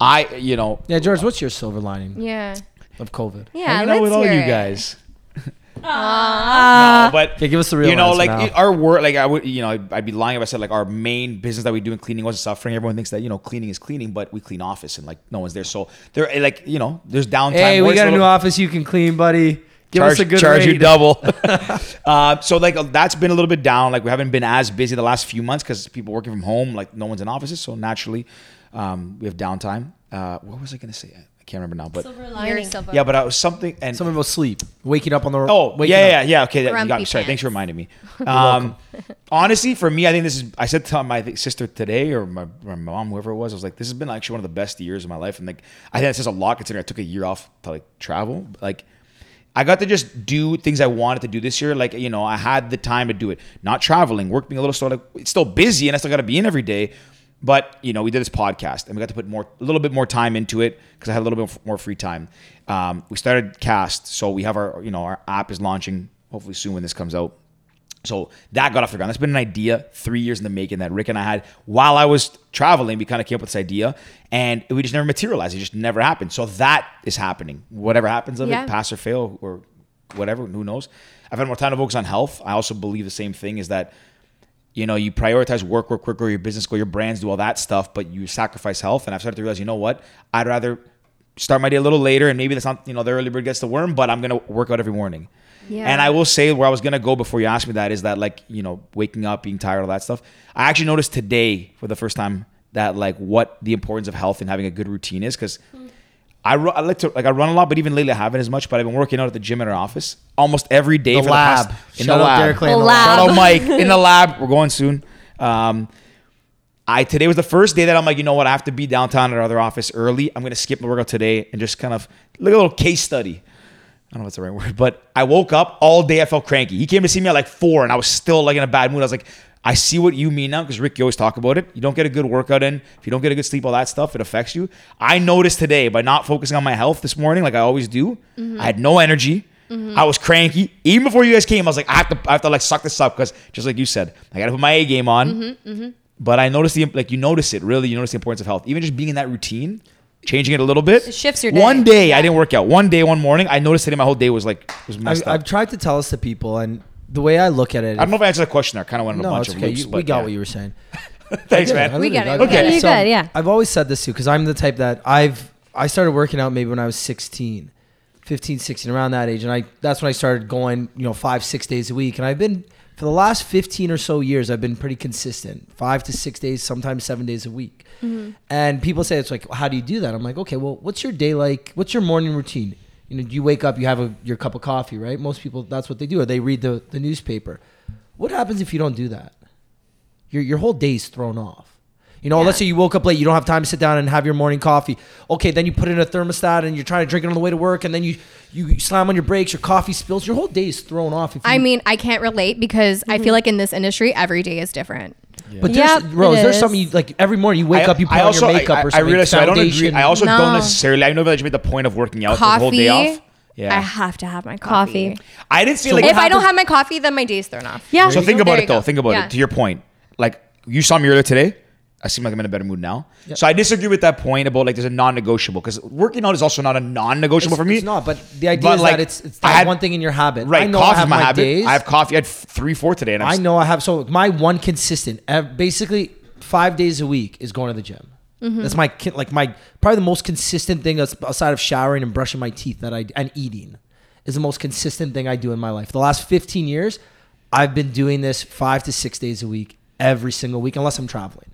Speaker 2: I, you know,
Speaker 1: Yeah, George, what's your silver lining
Speaker 4: yeah,
Speaker 1: of COVID?
Speaker 4: yeah.
Speaker 2: hanging out
Speaker 4: let's
Speaker 2: with all
Speaker 4: hear
Speaker 2: you
Speaker 4: it.
Speaker 5: <laughs>
Speaker 2: guys. No, but
Speaker 1: Yeah, give us the real
Speaker 2: You know,
Speaker 1: answer
Speaker 2: like
Speaker 1: now.
Speaker 2: it- our work, like I would, you know, I'd, I'd be lying if I said like our main business that we do in cleaning wasn't suffering. Everyone thinks that you know cleaning is cleaning, but we clean office and like no one's there, so there, like you know, there's downtime.
Speaker 1: Hey, we
Speaker 2: Always
Speaker 1: got a new
Speaker 2: little-
Speaker 1: office you can clean, buddy. Give
Speaker 2: charge,
Speaker 1: us a good
Speaker 2: charge
Speaker 1: rate.
Speaker 2: you
Speaker 1: <laughs>
Speaker 2: double. <laughs> uh, so like uh, that's been a little bit down. Like we haven't been as busy the last few months because people working from home, like no one's in offices, so naturally um, we have downtime. Uh, what was I gonna say? I can't remember now, but
Speaker 4: You're silver.
Speaker 2: yeah, but I was something and
Speaker 1: Something about sleep, waking up on the
Speaker 2: Oh,
Speaker 1: waking
Speaker 2: yeah, yeah,
Speaker 1: up.
Speaker 2: yeah. Okay, that, you got
Speaker 4: Grumpy
Speaker 2: me. Sorry, thanks
Speaker 4: pants.
Speaker 2: for reminding
Speaker 4: <laughs>
Speaker 2: me. Um, honestly, for me, I think this is. I said to my th- sister today, or my, my mom, whoever it was, I was like, "This has been actually one of the best years of my life." And like, I think that says a lot considering I took a year off to like travel. Like, I got to just do things I wanted to do this year. Like, you know, I had the time to do it. Not traveling, work being a little slow. Like, it's still busy and I still got to be in every day. But, you know, we did this podcast and we got to put more, a little bit more time into it because I had a little bit more free time. Um, we started Cast. So we have our, you know, our app is launching hopefully soon when this comes out. So that got off the ground. That's been an idea three years in the making that Rick and I had while I was traveling. We kind of came up with this idea and we just never materialized. It just never happened. So that is happening. Whatever happens of
Speaker 4: Yeah.
Speaker 2: it, pass or fail or whatever, who knows? I've had more time to focus on health. I also believe the same thing is that, you know, you prioritize work, work, work, or your business goal, your brands do all that stuff, but you sacrifice health. And I've started to realize, you know what? I'd rather start my day a little later and maybe that's not, you know, the early bird gets the worm, but I'm going to work out every morning.
Speaker 4: Yeah.
Speaker 2: And I will say where I was gonna go before you asked me that is that like you know waking up, being tired, all that stuff. I actually noticed today for the first time that like what the importance of health and having a good routine is because
Speaker 1: Hmm.
Speaker 2: I, ru- I like to like I run a lot, but even lately I haven't as much. But I've been working out at the gym in our office almost every day
Speaker 1: The
Speaker 2: for
Speaker 1: lab.
Speaker 2: the past in
Speaker 1: Shout
Speaker 2: the
Speaker 1: out
Speaker 2: lab.
Speaker 1: Derek Lane
Speaker 5: The
Speaker 1: in the
Speaker 5: lab.
Speaker 1: lab.
Speaker 2: Shout out Mike in the lab. We're going soon. Um, I today was the first day that I'm like, you know what? I have to be downtown at our other office early. I'm gonna skip my workout today and just kind of look at a little case study. I don't know if that's the right word, but I woke up all day. I felt cranky. He came to see me at like four, and I was still like in a bad mood. I was like, I see what you mean now because Rick, you always talk about it. You don't get a good workout in. If you don't get a good sleep, all that stuff, it affects you. I noticed today by not focusing on my health this morning, like I always do.
Speaker 5: Mm-hmm.
Speaker 2: I had no energy. I was cranky. Even before you guys came, I was like, I have to, I have to like suck this up because just like you said, I got to put my A game on.
Speaker 5: Mm-hmm,
Speaker 2: But I noticed the like you notice it really. You notice the importance of health, even just being in that routine, changing it a little bit. It
Speaker 5: shifts your
Speaker 2: One
Speaker 5: day.
Speaker 2: day I didn't work out. One day, one morning, I noticed today my whole day was like was
Speaker 1: I've,
Speaker 2: messed up.
Speaker 1: I've tried to tell us to people, and the way I look at it,
Speaker 2: I don't know if I answered the question. there. I kind of went on a
Speaker 1: no,
Speaker 2: bunch
Speaker 1: it's
Speaker 2: of
Speaker 1: okay.
Speaker 2: loops.
Speaker 1: you,
Speaker 2: but
Speaker 1: we got
Speaker 2: yeah.
Speaker 1: what you were saying.
Speaker 2: <laughs> Thanks,
Speaker 1: Yeah, I
Speaker 2: man.
Speaker 1: literally
Speaker 4: We get it,
Speaker 1: got
Speaker 4: we get
Speaker 5: it. You
Speaker 1: So
Speaker 5: good, yeah.
Speaker 1: I've always said this too because I'm the type that I've I started working out maybe when I was 16, 15, 16, around that age, and I that's when I started going you know five six days a week, and I've been for the last 15 or so years I've been pretty consistent, five to six days, sometimes seven days a week. And people say it's like, how do you do that? I'm like, okay, well, what's your day like? What's your morning routine? You know, you wake up, you have a, your cup of coffee, right? Most people that's what they do, or they read the, the newspaper. What happens if you don't do that? your your whole day's thrown off. You know, let's say you woke up late, you don't have time to sit down and have your morning coffee. Okay, then you put in a thermostat and you're trying to drink it on the way to work, and then you you slam on your brakes, your coffee spills, your whole day is thrown off. If you,
Speaker 4: I mean, I can't relate because I
Speaker 5: Mm-hmm.
Speaker 4: feel like in this industry, every day is different.
Speaker 1: but there's,
Speaker 5: Yep,
Speaker 1: Rose,
Speaker 5: it
Speaker 1: there's
Speaker 5: is.
Speaker 1: something you like every morning you wake
Speaker 2: I-
Speaker 1: up, you put
Speaker 2: I
Speaker 1: on
Speaker 2: also,
Speaker 1: your makeup
Speaker 2: I,
Speaker 1: or
Speaker 2: I, I
Speaker 1: something.
Speaker 2: realized so I don't agree.
Speaker 1: foundation.
Speaker 2: I also
Speaker 4: No.
Speaker 2: don't necessarily. I know that you made the point of working out the whole
Speaker 4: Coffee.
Speaker 2: day off. Yeah,
Speaker 4: I have to have my coffee.
Speaker 5: Coffee.
Speaker 2: I didn't see like
Speaker 4: If I don't have my coffee, then my day's thrown off.
Speaker 5: Yeah.
Speaker 2: So think about
Speaker 4: There
Speaker 2: it
Speaker 4: you go.
Speaker 2: though. Think about
Speaker 4: Yeah.
Speaker 2: it. To your point, like you saw me earlier today. I seem like I'm in a better mood now. So I disagree with that point about like there's a non-negotiable because working out is also not a non-negotiable
Speaker 1: It's,
Speaker 2: for me.
Speaker 1: it's not, but the idea
Speaker 2: But,
Speaker 1: is
Speaker 2: like,
Speaker 1: that it's it's
Speaker 2: I
Speaker 1: that
Speaker 2: had-
Speaker 1: one thing in your habit.
Speaker 2: right.
Speaker 1: I know
Speaker 2: coffee's
Speaker 1: I have
Speaker 2: my
Speaker 1: my,
Speaker 2: habit.
Speaker 1: days.
Speaker 2: I have coffee. I had f- three, four today, and I'm
Speaker 1: I
Speaker 2: s-
Speaker 1: know I have. So my one consistent, ev- basically five days a week, is going to the gym. That's my ki- like my probably the most consistent thing as- outside of showering and brushing my teeth that I and eating is the most consistent thing I do in my life. The last 15 years, I've been doing this five to six days a week every single week, unless I'm traveling.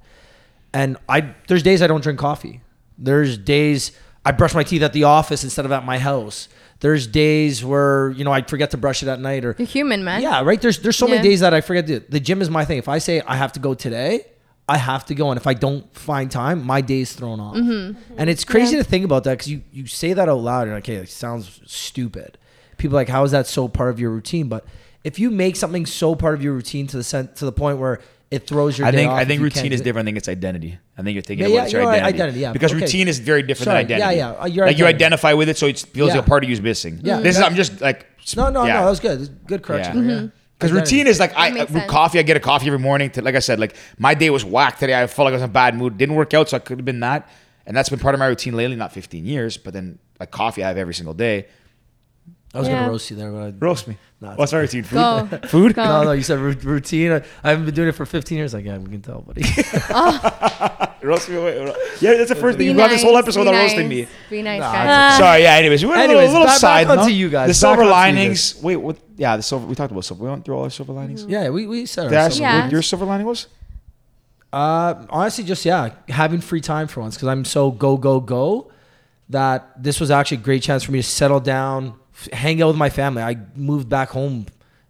Speaker 1: And I there's days I don't drink coffee. There's days I brush my teeth at the office instead of at my house. There's days where you know I forget to brush it at night or
Speaker 4: You're human, man.
Speaker 1: yeah, right. There's there's so
Speaker 4: Yeah.
Speaker 1: many days that I forget to. The gym is my thing. If I say I have to go today, I have to go, and if I don't find time, my day is thrown off.
Speaker 4: Mm-hmm.
Speaker 1: And it's crazy to think about that because you you say that out loud, and okay, it sounds stupid. People are like, how is that so part of your routine? But if you make something so part of your routine to the sen- to the point where it throws your
Speaker 2: I
Speaker 1: day
Speaker 2: think
Speaker 1: off
Speaker 2: I
Speaker 1: if
Speaker 2: think
Speaker 1: you can't
Speaker 2: routine is
Speaker 1: do it-
Speaker 2: different. I think it's identity. I think you're
Speaker 1: Yeah,
Speaker 2: thinking about
Speaker 1: yeah,
Speaker 2: it's your
Speaker 1: you're right,
Speaker 2: identity.
Speaker 1: identity, yeah.
Speaker 2: Because
Speaker 1: Okay.
Speaker 2: routine is very different
Speaker 1: Sorry,
Speaker 2: than
Speaker 1: yeah,
Speaker 2: identity.
Speaker 1: yeah, uh, your
Speaker 2: like you
Speaker 1: identity.
Speaker 2: identify with it, so it feels
Speaker 1: Yeah.
Speaker 2: like a part of you is missing.
Speaker 1: Yeah.
Speaker 2: This is
Speaker 1: That-
Speaker 2: I'm just like
Speaker 1: No, no,
Speaker 2: yeah.
Speaker 1: no. That was good. Good correction.
Speaker 2: Yeah.
Speaker 4: Mm-hmm.
Speaker 1: Yeah.
Speaker 2: Because
Speaker 1: Identity.
Speaker 2: routine is like I
Speaker 4: makes
Speaker 2: uh, with
Speaker 4: sense.
Speaker 2: coffee. I get a coffee every morning. To, like I said, like my day was whack today. I felt like I was in a bad mood. Didn't work out, so I could have been that. And that's been part of my routine lately. Not 15 years, but then like coffee I have every single day.
Speaker 1: I was
Speaker 5: Yeah.
Speaker 1: gonna roast you there, but I,
Speaker 2: Roast me.
Speaker 1: No, it's
Speaker 2: What's my routine? Food.
Speaker 4: Go.
Speaker 2: Food.
Speaker 4: Go.
Speaker 1: no, no. You said ru- routine. I, I haven't been doing it for 15 years. Like, yeah, we can tell,
Speaker 4: <laughs>
Speaker 1: buddy.
Speaker 2: <laughs> Roast me away. Yeah, that's the first thing.
Speaker 4: Be
Speaker 2: You got this whole
Speaker 4: nice,
Speaker 2: episode
Speaker 4: be
Speaker 2: on
Speaker 4: nice,
Speaker 2: roasting me.
Speaker 4: Be nice,
Speaker 1: Nah,
Speaker 4: guys.
Speaker 2: Sorry. Yeah. Anyways, we went on a
Speaker 1: Anyways,
Speaker 2: little
Speaker 1: back-
Speaker 2: side.
Speaker 1: back onto
Speaker 2: note.
Speaker 1: you guys.
Speaker 2: The
Speaker 1: Back
Speaker 2: silver
Speaker 1: onto you
Speaker 2: linings. Wait. What? Yeah. The silver. We talked about silver. We went through all our silver linings.
Speaker 1: yeah, we we said
Speaker 2: Did I ask
Speaker 1: ourselves.
Speaker 2: you
Speaker 4: Yeah.
Speaker 2: what your silver lining was?
Speaker 1: Uh, honestly, just yeah, having free time for once because I'm so go go go that this was actually a great chance for me to settle down, f- hang out with my family. I moved back home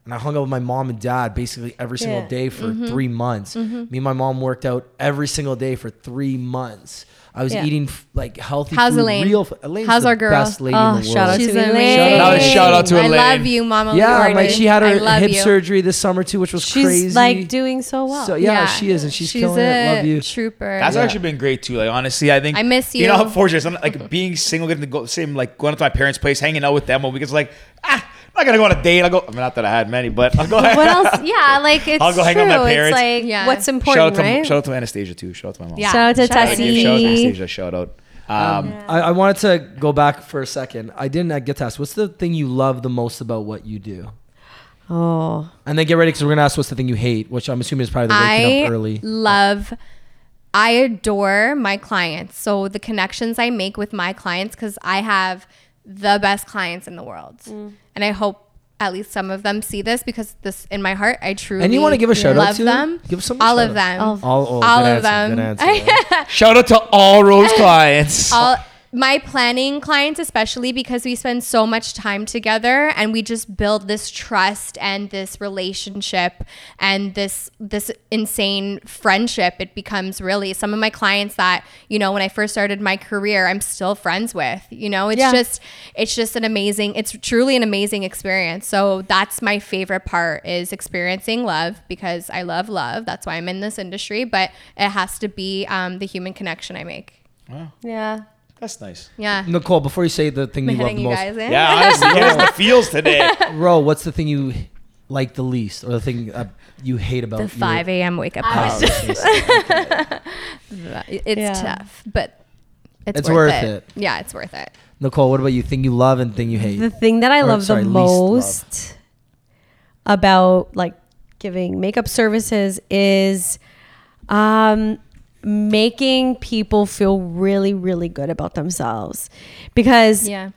Speaker 1: and I hung out with my mom and dad basically every single
Speaker 5: Yeah.
Speaker 1: day for three months. Me and my mom worked out every single day for three months. I was
Speaker 5: Yeah.
Speaker 1: eating f- like healthy
Speaker 4: How's
Speaker 1: food,
Speaker 4: Elaine?
Speaker 1: real. F- Elaine's
Speaker 4: How's
Speaker 1: the
Speaker 4: our girl?
Speaker 1: Best lady in
Speaker 5: Oh,
Speaker 1: the
Speaker 5: shout
Speaker 1: world.
Speaker 5: out
Speaker 4: She's
Speaker 5: to Elaine.
Speaker 4: amazing.
Speaker 1: Shout out- shout
Speaker 6: out to
Speaker 4: I
Speaker 6: Elaine.
Speaker 4: love you, Mama.
Speaker 1: Yeah,
Speaker 4: Lordy.
Speaker 1: like she had
Speaker 4: I
Speaker 1: her
Speaker 4: love
Speaker 1: hip
Speaker 4: you.
Speaker 1: surgery this summer too, which was
Speaker 5: She's
Speaker 1: crazy.
Speaker 5: like doing so well.
Speaker 1: So yeah, she is, and she's, killing it. Love you.
Speaker 4: Trooper.
Speaker 2: That's actually been great too. Like honestly, I think
Speaker 4: I miss
Speaker 2: You know
Speaker 4: you.
Speaker 2: how fortunate I'm like being single, getting to go same like going up to my parents' place, hanging out with them all because like ah, I'm not gonna go on a date. I'll go. I mean, not that I had many, but I'll go.
Speaker 5: <laughs> what
Speaker 2: <laughs>
Speaker 5: else? Yeah, like it's
Speaker 2: I'll go hang out
Speaker 5: true.
Speaker 2: with my parents.
Speaker 5: It's like
Speaker 4: Yeah.
Speaker 5: what's
Speaker 2: shout
Speaker 5: important,
Speaker 2: out to
Speaker 5: right?
Speaker 2: shout out to Anastasia too. Shout out to my mom.
Speaker 4: Yeah.
Speaker 5: Shout out to
Speaker 4: Shout
Speaker 2: I
Speaker 4: out
Speaker 2: give shout out to
Speaker 5: Tessie.
Speaker 2: Anastasia. Shout out. Um,
Speaker 1: I, I wanted to go back for a second. I didn't get to ask. What's the thing you love the most about what you do?
Speaker 5: Oh,
Speaker 1: And then get ready because we're gonna ask what's the thing you hate, which I'm assuming is probably the waking
Speaker 4: I
Speaker 1: up early.
Speaker 4: love. I adore my clients. So the connections I make with my clients, because I have the best clients in the world,
Speaker 1: Mm.
Speaker 4: and I hope at least some of them see this because this in my heart I truly
Speaker 1: And you wanna give a shout out
Speaker 4: love
Speaker 1: to-
Speaker 4: them.
Speaker 1: give someone a
Speaker 4: all
Speaker 1: shout
Speaker 4: of
Speaker 1: out.
Speaker 4: them.
Speaker 5: All of
Speaker 1: All, oh,
Speaker 4: all
Speaker 1: good
Speaker 4: of <laughs>
Speaker 1: answer,
Speaker 4: them.
Speaker 1: good answer.
Speaker 6: Shout out to all Rose clients.
Speaker 4: all my planning clients especially because we spend so much time together and we just build this trust and this relationship and this this insane friendship it becomes really some of my clients that you know when I first started my career I'm still friends with you know it's
Speaker 5: Yeah.
Speaker 4: just it's just an amazing it's truly an amazing experience so that's my favorite part is experiencing love because I love love that's why I'm in this industry but it has to be um, the human connection I make
Speaker 5: yeah.
Speaker 2: that's nice.
Speaker 4: yeah
Speaker 1: Nicole, before you say the thing you love
Speaker 4: hitting
Speaker 1: the
Speaker 4: you
Speaker 1: most,
Speaker 4: guys in.
Speaker 2: Yeah, honestly, here's the feels today.
Speaker 1: Ro, what's the thing you like the least, or the thing uh, you hate about
Speaker 4: The
Speaker 1: your-
Speaker 4: 5 a.m. wake up
Speaker 1: Oh,
Speaker 4: call.
Speaker 5: <laughs>
Speaker 1: okay.
Speaker 4: It's
Speaker 5: Yeah.
Speaker 4: tough, but it's,
Speaker 1: It's
Speaker 4: worth,
Speaker 1: worth
Speaker 4: it.
Speaker 1: it.
Speaker 4: Yeah, it's worth it.
Speaker 1: Nicole, what about you? Thing you love and thing you hate.
Speaker 5: The thing that I
Speaker 1: Or,
Speaker 5: love
Speaker 1: sorry,
Speaker 5: the
Speaker 1: least love.
Speaker 5: most about like giving makeup services is um making people feel really really good about themselves because
Speaker 4: Yeah.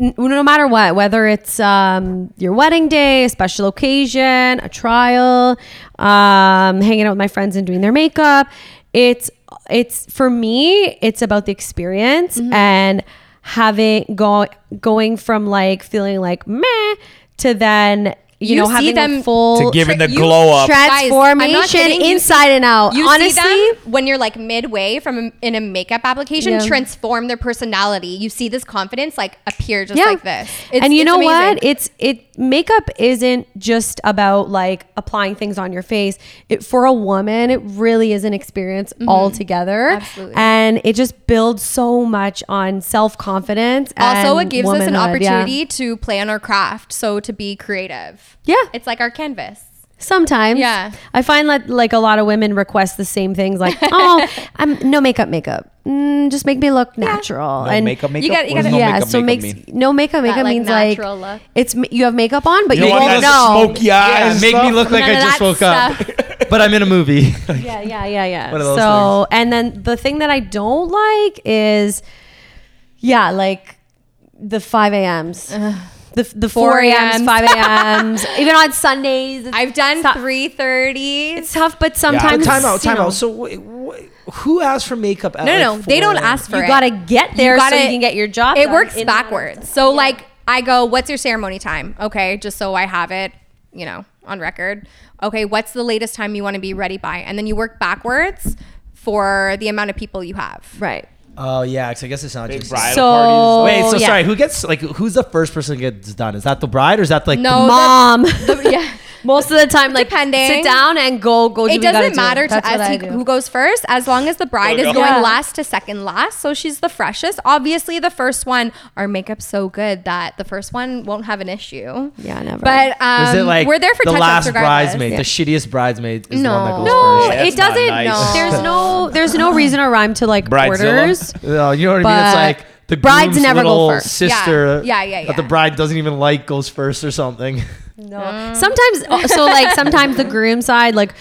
Speaker 5: n- no matter what, whether it's um, your wedding day, a special occasion, a trial, um, hanging out with my friends and doing their makeup, it's it's for me, it's about the experience
Speaker 4: Mm-hmm.
Speaker 5: and having go, going from like feeling like meh to then you,
Speaker 4: You
Speaker 5: know
Speaker 4: see
Speaker 5: having
Speaker 4: them-
Speaker 5: a
Speaker 2: To
Speaker 5: full
Speaker 2: giving the
Speaker 4: You-
Speaker 2: glow up.
Speaker 4: Guys, I'm not
Speaker 5: transformation
Speaker 4: kidding. You
Speaker 5: inside
Speaker 4: see-
Speaker 5: and out.
Speaker 4: You
Speaker 5: Honestly,
Speaker 4: see them when you're like midway from a, in a makeup application,
Speaker 5: Yeah.
Speaker 4: transform their personality. You see this confidence like appear just like this. It's-
Speaker 5: and you
Speaker 4: it's
Speaker 5: know
Speaker 4: amazing.
Speaker 5: what? It's it makeup isn't just about like applying things on your face. It for a woman, it really is an experience altogether.
Speaker 4: Mm-hmm. Absolutely.
Speaker 5: And it just builds so much on self confidence.
Speaker 4: also, it gives us an opportunity to play on our craft, so to be creative.
Speaker 5: Yeah.
Speaker 4: It's like our canvas.
Speaker 5: Sometimes,
Speaker 4: Yeah.
Speaker 5: I find that like a lot of women request the same things, like,
Speaker 4: <laughs>
Speaker 5: "Oh, I'm no makeup, makeup. Mm, just make me look natural."
Speaker 2: No
Speaker 5: and
Speaker 2: makeup, makeup.
Speaker 4: You gotta- you
Speaker 2: What does no
Speaker 4: gotta-
Speaker 5: yeah,
Speaker 2: makeup,
Speaker 5: so
Speaker 2: makeup
Speaker 5: makes
Speaker 2: mean?
Speaker 5: no makeup, makeup
Speaker 4: like,
Speaker 5: means like
Speaker 4: natural look.
Speaker 5: it's you have makeup on, but you,
Speaker 2: You want
Speaker 5: won't
Speaker 2: that
Speaker 5: know.
Speaker 2: smoky eyes and
Speaker 1: make me
Speaker 2: stuff?
Speaker 1: look like
Speaker 4: None
Speaker 1: I
Speaker 4: of
Speaker 1: just
Speaker 4: that
Speaker 1: woke up, <laughs> but I'm in a movie. <laughs>
Speaker 5: yeah, yeah, yeah, yeah.
Speaker 1: One of those
Speaker 5: so, and then the thing that I don't like is, yeah, like the 5 a.m.s. The, the 4
Speaker 4: 4
Speaker 5: a.m.s,
Speaker 4: a.m.s. <laughs>
Speaker 5: 5 a.m.s, even on Sundays. it's-
Speaker 4: I've done
Speaker 5: Stop.
Speaker 4: 3:30.
Speaker 5: It's tough, but sometimes.
Speaker 1: time out,
Speaker 5: you
Speaker 1: time
Speaker 5: know,
Speaker 1: out. So, wh- wh- who asked for makeup? At
Speaker 4: No, no,
Speaker 1: like
Speaker 4: no, they don't
Speaker 1: 4 a.m.?
Speaker 4: ask for
Speaker 5: You
Speaker 4: it.
Speaker 5: gotta get there so you can get your job
Speaker 4: It
Speaker 5: done
Speaker 4: works
Speaker 5: in order to-
Speaker 4: backwards. So like I go, what's your ceremony time? Okay, just so I have it, you know, on record. Okay, what's the latest time you want to be ready by? And then you work backwards for the amount of people you have.
Speaker 5: Right.
Speaker 1: Oh yeah, 'cause I guess it's not
Speaker 2: Big
Speaker 1: just.
Speaker 2: bridal
Speaker 5: So,
Speaker 2: parties.
Speaker 1: Wait, so
Speaker 5: Oh, yeah.
Speaker 1: sorry. Who gets like who's the first person who gets done? Is that the bride or is that like the
Speaker 4: No,
Speaker 5: Mom.
Speaker 4: the- yeah.
Speaker 5: <laughs> Most of the time, like,
Speaker 4: Depending.
Speaker 5: sit down and go, go do
Speaker 4: It
Speaker 5: what you gotta
Speaker 4: doesn't
Speaker 5: do.
Speaker 4: matter to
Speaker 5: That's what
Speaker 4: us
Speaker 5: I
Speaker 4: who,
Speaker 5: do.
Speaker 4: who goes first, as long as the bride is
Speaker 2: go.
Speaker 4: going
Speaker 5: Yeah.
Speaker 4: last to second last. So she's the freshest. Obviously, the first one, our makeup's so good that the first one won't have an issue.
Speaker 5: Yeah, never.
Speaker 4: But um,
Speaker 1: Is it like
Speaker 4: we're there for
Speaker 1: the
Speaker 4: touch-ups
Speaker 1: last
Speaker 4: regardless.
Speaker 1: bridesmaid, the shittiest bridesmaid is the one that
Speaker 4: No.
Speaker 1: goes
Speaker 5: No,
Speaker 1: first?
Speaker 2: Yeah,
Speaker 5: it
Speaker 2: that's not
Speaker 5: doesn't.
Speaker 2: nice.
Speaker 5: There's
Speaker 1: <laughs>
Speaker 5: no, there's no reason or rhyme to like
Speaker 2: Bridezilla?
Speaker 5: orders.
Speaker 1: No, you know what I mean. It's
Speaker 5: But
Speaker 1: like the
Speaker 5: brides
Speaker 1: groom's
Speaker 5: never go
Speaker 1: little
Speaker 5: first.
Speaker 1: sister.
Speaker 4: Yeah. Yeah, yeah,
Speaker 1: That the
Speaker 4: yeah.
Speaker 1: bride doesn't even like goes first or something.
Speaker 5: No. Mm. Sometimes, uh, so like sometimes the groom side, like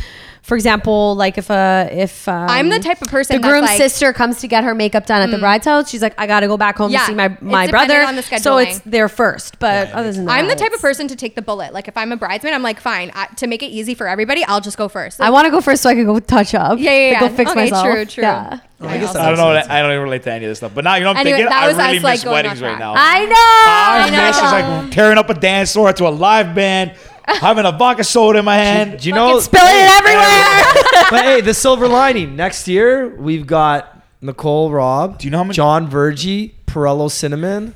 Speaker 5: for example, like if uh if um,
Speaker 4: I'm the type of person
Speaker 5: the
Speaker 4: that's
Speaker 5: groom's
Speaker 4: like- Mm.
Speaker 5: sister comes to get her makeup done at the bride's house, she's like, I gotta go back home
Speaker 4: Yeah,
Speaker 5: to see my
Speaker 4: it's
Speaker 5: my
Speaker 4: dependent
Speaker 5: brother.
Speaker 4: on the
Speaker 5: so it's
Speaker 4: scheduling.
Speaker 5: there first, but other than that,
Speaker 4: I'm the type of
Speaker 5: it's-
Speaker 4: person to take the bullet. Like if I'm a bridesmaid, I'm like, fine. I, to make it easy for everybody, I'll just go first.
Speaker 5: I
Speaker 4: Like,
Speaker 5: want to go first so I can go touch up.
Speaker 4: yeah, yeah, yeah.
Speaker 5: Like, go fix
Speaker 4: okay,
Speaker 5: myself.
Speaker 4: True, true.
Speaker 5: Yeah.
Speaker 1: I guess
Speaker 2: <laughs> I
Speaker 1: that
Speaker 2: don't know.
Speaker 1: Makes sense.
Speaker 2: I don't even relate to any of this stuff. But now you know, what I'm
Speaker 4: Anyway,
Speaker 2: thinking.
Speaker 4: that was
Speaker 2: I really
Speaker 4: us, like,
Speaker 2: miss
Speaker 4: going
Speaker 2: weddings
Speaker 4: off
Speaker 2: right
Speaker 4: track.
Speaker 2: now.
Speaker 5: I know.
Speaker 2: I
Speaker 4: know.
Speaker 2: miss is like tearing up a dance floor to a live band. having a vodka soda in my hand.
Speaker 1: Do you know?
Speaker 5: Spilling it everywhere.
Speaker 1: <laughs> but Oh, hey, the silver lining. Next year, we've got Nicole Robb. Do
Speaker 2: you know how many-
Speaker 1: John Vergie, Pirello Cinnamon.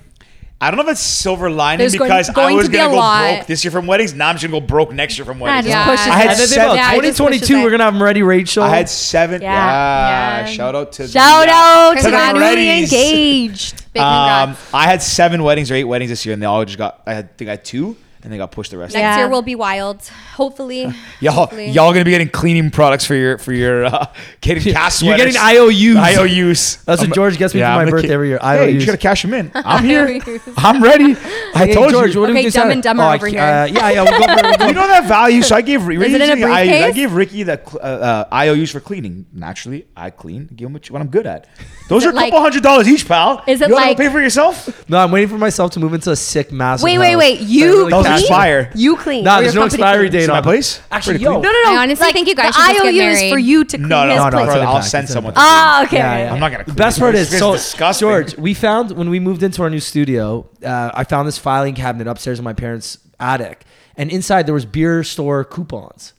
Speaker 2: I don't know if it's silver lining
Speaker 4: There's going-
Speaker 2: because
Speaker 4: going
Speaker 2: I was
Speaker 4: to be
Speaker 2: gonna
Speaker 4: a
Speaker 2: go
Speaker 4: lot.
Speaker 2: broke this year from weddings. Now I'm just gonna go broke next year from weddings.
Speaker 5: just pushes
Speaker 2: I had
Speaker 5: it.
Speaker 1: And then they have
Speaker 2: seven- Yeah,
Speaker 4: it just pushes
Speaker 1: 2022,
Speaker 4: it.
Speaker 1: we're going to have them ready, Rachel.
Speaker 2: I had seven.
Speaker 5: Yeah.
Speaker 2: Yeah.
Speaker 5: Yeah.
Speaker 2: Shout out to the-
Speaker 5: Shout out
Speaker 4: Cause
Speaker 5: to
Speaker 4: I'm
Speaker 5: the newly
Speaker 2: already-
Speaker 5: engaged.
Speaker 4: Big congrats.
Speaker 2: Um, I had seven weddings or eight weddings this year, and they all just got. I had, think I had two, and they got pushed the rest.
Speaker 4: Next
Speaker 2: Yeah.
Speaker 5: Yeah.
Speaker 4: year will be wild. Hopefully.
Speaker 2: Y'all,
Speaker 4: Hopefully.
Speaker 2: y'all gonna be getting cleaning products for your for your uh, <laughs> getting cast.
Speaker 1: You're
Speaker 2: sweaters.
Speaker 1: getting IOUs.
Speaker 2: IOUs.
Speaker 1: That's what George gets me for my
Speaker 2: I'm gonna
Speaker 1: birthday
Speaker 2: ca-
Speaker 1: every year,
Speaker 2: Hey, you
Speaker 1: IOUs.
Speaker 2: just gotta cash
Speaker 4: <laughs>
Speaker 2: them in. I'm here.
Speaker 4: IOUs.
Speaker 2: I'm
Speaker 4: <laughs>
Speaker 2: ready. I
Speaker 1: Hey,
Speaker 2: told
Speaker 1: George,
Speaker 2: you.
Speaker 1: what do we
Speaker 4: Okay,
Speaker 1: do
Speaker 4: Dumb
Speaker 1: Saturday?
Speaker 4: and Dumber
Speaker 1: I
Speaker 4: over
Speaker 1: ca-
Speaker 4: here.
Speaker 1: Uh, yeah, yeah. We'll go over, <laughs>
Speaker 2: you know that value, so I gave. Is
Speaker 4: it in a
Speaker 2: I, I
Speaker 4: briefcase?
Speaker 2: gave Ricky the cl- uh, uh, IOUs for cleaning. Naturally, I clean. Give him what you- what I'm good at. Those are a
Speaker 4: it like-
Speaker 2: couple hundred dollars each, pal.
Speaker 4: Is it
Speaker 2: you wanna
Speaker 4: like-
Speaker 2: pay for yourself?
Speaker 1: no, I'm waiting for myself to move into a sick, massive.
Speaker 5: Wait, wait,
Speaker 1: house.
Speaker 5: wait.
Speaker 1: So I
Speaker 5: You
Speaker 1: really
Speaker 2: Those
Speaker 1: can't-
Speaker 2: expire.
Speaker 5: You clean.
Speaker 1: Nah,
Speaker 5: or
Speaker 1: there's
Speaker 5: your
Speaker 1: no
Speaker 5: company
Speaker 1: expiry
Speaker 5: cleans.
Speaker 1: date
Speaker 2: See
Speaker 1: on
Speaker 2: my
Speaker 1: it.
Speaker 2: place?
Speaker 1: Actually,
Speaker 2: Pretty
Speaker 1: yo,
Speaker 2: clean.
Speaker 5: No, no, no.
Speaker 4: I honestly think you guys
Speaker 5: the
Speaker 4: should just get
Speaker 5: IOU is
Speaker 4: married.
Speaker 5: for you to clean
Speaker 2: Oh. No, no,
Speaker 5: his
Speaker 2: no,
Speaker 1: no,
Speaker 5: place.
Speaker 1: it's in the
Speaker 2: I'll
Speaker 1: back,
Speaker 2: send
Speaker 1: it's in the
Speaker 2: someone.
Speaker 1: back.
Speaker 4: Ah.
Speaker 5: Oh, okay.
Speaker 1: Yeah, yeah.
Speaker 2: I'm not gonna.
Speaker 1: The
Speaker 2: Clean
Speaker 1: best part is
Speaker 2: It's
Speaker 1: so
Speaker 2: disgusting.
Speaker 1: George. We found when we moved into our new studio, uh, I found this filing cabinet upstairs in my parents' attic, and inside there was beer store coupons.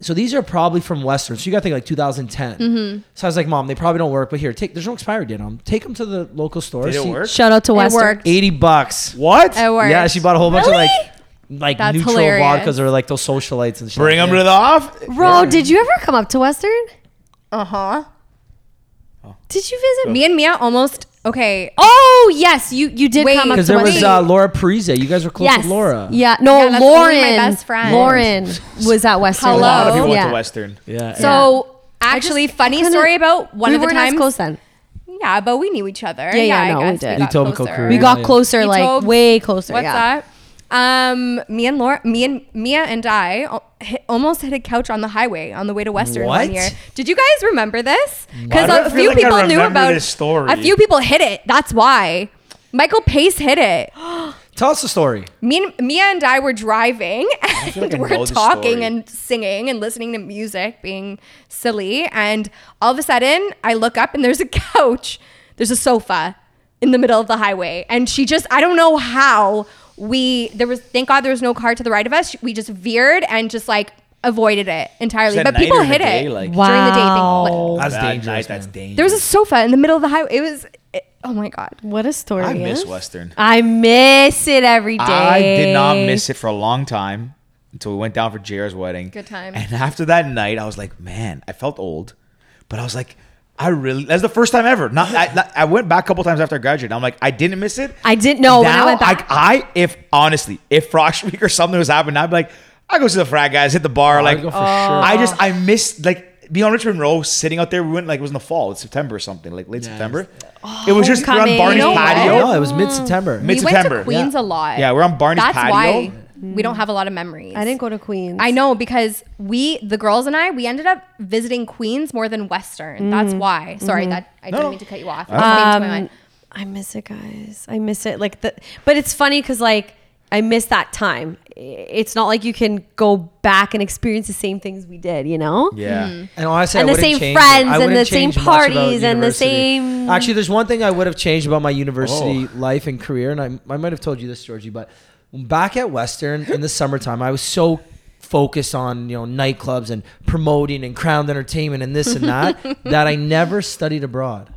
Speaker 1: So these are probably from Western. So you got to think like 2010. So I was like, Mom, they probably don't work, but here, take. There's no expiry date on them. Take them to the local store.
Speaker 2: Did it
Speaker 1: see-
Speaker 2: work?
Speaker 5: Shout out to
Speaker 4: It
Speaker 5: Western.
Speaker 4: worked.
Speaker 1: Eighty bucks.
Speaker 2: What?
Speaker 4: It worked.
Speaker 1: Yeah, she bought a whole bunch
Speaker 5: Really?
Speaker 1: of like like
Speaker 4: That's
Speaker 1: neutral
Speaker 4: hilarious.
Speaker 1: vodkas or like those socialites and shit.
Speaker 2: Bring them to the off.
Speaker 5: Bro, did you ever come up to Western?
Speaker 4: Uh huh.
Speaker 2: Oh.
Speaker 5: Did you visit
Speaker 4: Me and Mia almost. Okay.
Speaker 5: Oh yes, you you did
Speaker 4: Wait.
Speaker 5: come up to
Speaker 1: because there was
Speaker 5: Western.
Speaker 1: uh, Laura Parise. You guys were close
Speaker 5: yes,
Speaker 1: with Laura.
Speaker 5: Yeah, no,
Speaker 4: Yeah, that's
Speaker 5: Lauren.
Speaker 4: only my best friend.
Speaker 5: Lauren was at Western.
Speaker 4: A
Speaker 2: A lot of
Speaker 4: Hello?
Speaker 2: people went
Speaker 5: Yeah.
Speaker 2: to Western.
Speaker 1: yeah.
Speaker 5: So-
Speaker 4: So actually, funny
Speaker 5: kinda-
Speaker 4: story about one
Speaker 5: we
Speaker 4: of the
Speaker 5: weren't
Speaker 4: times.
Speaker 5: as close then.
Speaker 4: Yeah, but we knew each other. Yeah,
Speaker 5: yeah,
Speaker 4: I
Speaker 5: no, we
Speaker 4: guess
Speaker 5: did.
Speaker 4: We
Speaker 5: You
Speaker 4: got
Speaker 1: told me
Speaker 4: closer.
Speaker 1: Korea.
Speaker 5: We
Speaker 1: Yeah,
Speaker 5: got
Speaker 1: yeah.
Speaker 5: closer,
Speaker 4: He
Speaker 5: like
Speaker 4: told-
Speaker 5: way closer.
Speaker 4: What's
Speaker 5: yeah.
Speaker 4: up? Um, me and Laura, me and Mia and I al- hit, almost hit a couch on the highway on the way to Western
Speaker 1: What?
Speaker 4: one year. Did you guys remember this? Because
Speaker 2: do I feel
Speaker 4: a few
Speaker 2: like I
Speaker 4: people knew
Speaker 2: remember
Speaker 4: about
Speaker 2: this story?
Speaker 4: A few people hit it. That's why. Michael Pace hit it.
Speaker 1: Tell us the story.
Speaker 4: Me and, Mia and I were driving
Speaker 2: feel
Speaker 4: and
Speaker 2: like I know
Speaker 4: we're
Speaker 2: this
Speaker 4: talking
Speaker 2: story.
Speaker 4: and singing and listening to music, being silly. And all of a sudden, I look up and there's a couch, there's a sofa in the middle of the highway. And she just, I don't know how we, there was, thank God there was no car to the right of us. We just veered and just like avoided it entirely.
Speaker 2: that
Speaker 4: But
Speaker 2: night
Speaker 4: people
Speaker 2: or the
Speaker 4: hit
Speaker 2: day,
Speaker 4: it
Speaker 2: like-
Speaker 4: during the day. Thing.
Speaker 5: Wow.
Speaker 1: That's
Speaker 2: That
Speaker 1: dangerous.
Speaker 2: night, that's
Speaker 1: man.
Speaker 2: dangerous.
Speaker 4: There was a sofa in the middle of the highway. It was, it, oh my God.
Speaker 5: What a story.
Speaker 2: I miss
Speaker 5: eh?
Speaker 2: Western.
Speaker 5: I miss it every day.
Speaker 2: I did not miss it for a long time until we went down for JR's wedding.
Speaker 4: Good time.
Speaker 2: And after that night, I was like, man, I felt old, but I was like, I really. That's the first time ever. Not I, not- I went back a couple times after I graduated. I'm like, I didn't miss it.
Speaker 5: I didn't know when I
Speaker 2: Now,
Speaker 5: went back.
Speaker 2: I, I if honestly, if Frosh Week or something was happening, I'd be like, I go see the frat guys, hit the bar, like.
Speaker 1: I'd Oh, go for sure.
Speaker 2: I just I missed like being on Richmond Row, sitting out there. We went like it was in the fall, it's September or something, like late September. It was just we're on
Speaker 5: Oh, homecoming.
Speaker 2: Barney's
Speaker 4: You know
Speaker 2: patio.
Speaker 4: what?
Speaker 1: No, it was Oh. mid September.
Speaker 2: Mid-
Speaker 4: We went to
Speaker 2: Mid-September.
Speaker 4: Queens
Speaker 1: Yeah.
Speaker 4: a lot.
Speaker 2: Yeah, we're on Barney's
Speaker 4: That's
Speaker 2: patio. Mm.
Speaker 4: why we don't have a lot of memories.
Speaker 5: I didn't go to Queens.
Speaker 4: I know because we, the girls and I, we ended up visiting Queens more than Western. That's
Speaker 2: Mm.
Speaker 4: why. Sorry,
Speaker 2: Mm-hmm.
Speaker 4: that I didn't mean to cut you off. It just came to my mind.
Speaker 5: Um, I miss it, guys. I miss it. Like the, but it's funny because like I miss that time. I- It's not like you can go back and experience the same things we did, you know?
Speaker 2: Yeah.
Speaker 1: And honestly,
Speaker 5: And
Speaker 1: I
Speaker 5: the
Speaker 1: wouldn't
Speaker 5: same
Speaker 1: change it.
Speaker 5: friends
Speaker 1: I
Speaker 5: and
Speaker 1: wouldn't
Speaker 5: the same
Speaker 1: change much about
Speaker 5: parties and the
Speaker 1: university.
Speaker 5: same-
Speaker 1: Actually, there's one thing I would have changed about my university life and career, and I, I might have told you this, Georgie, but back at Western in the summertime, I was so focused on you know nightclubs and promoting and crowned entertainment and this and
Speaker 5: <laughs>
Speaker 1: that that I never studied abroad.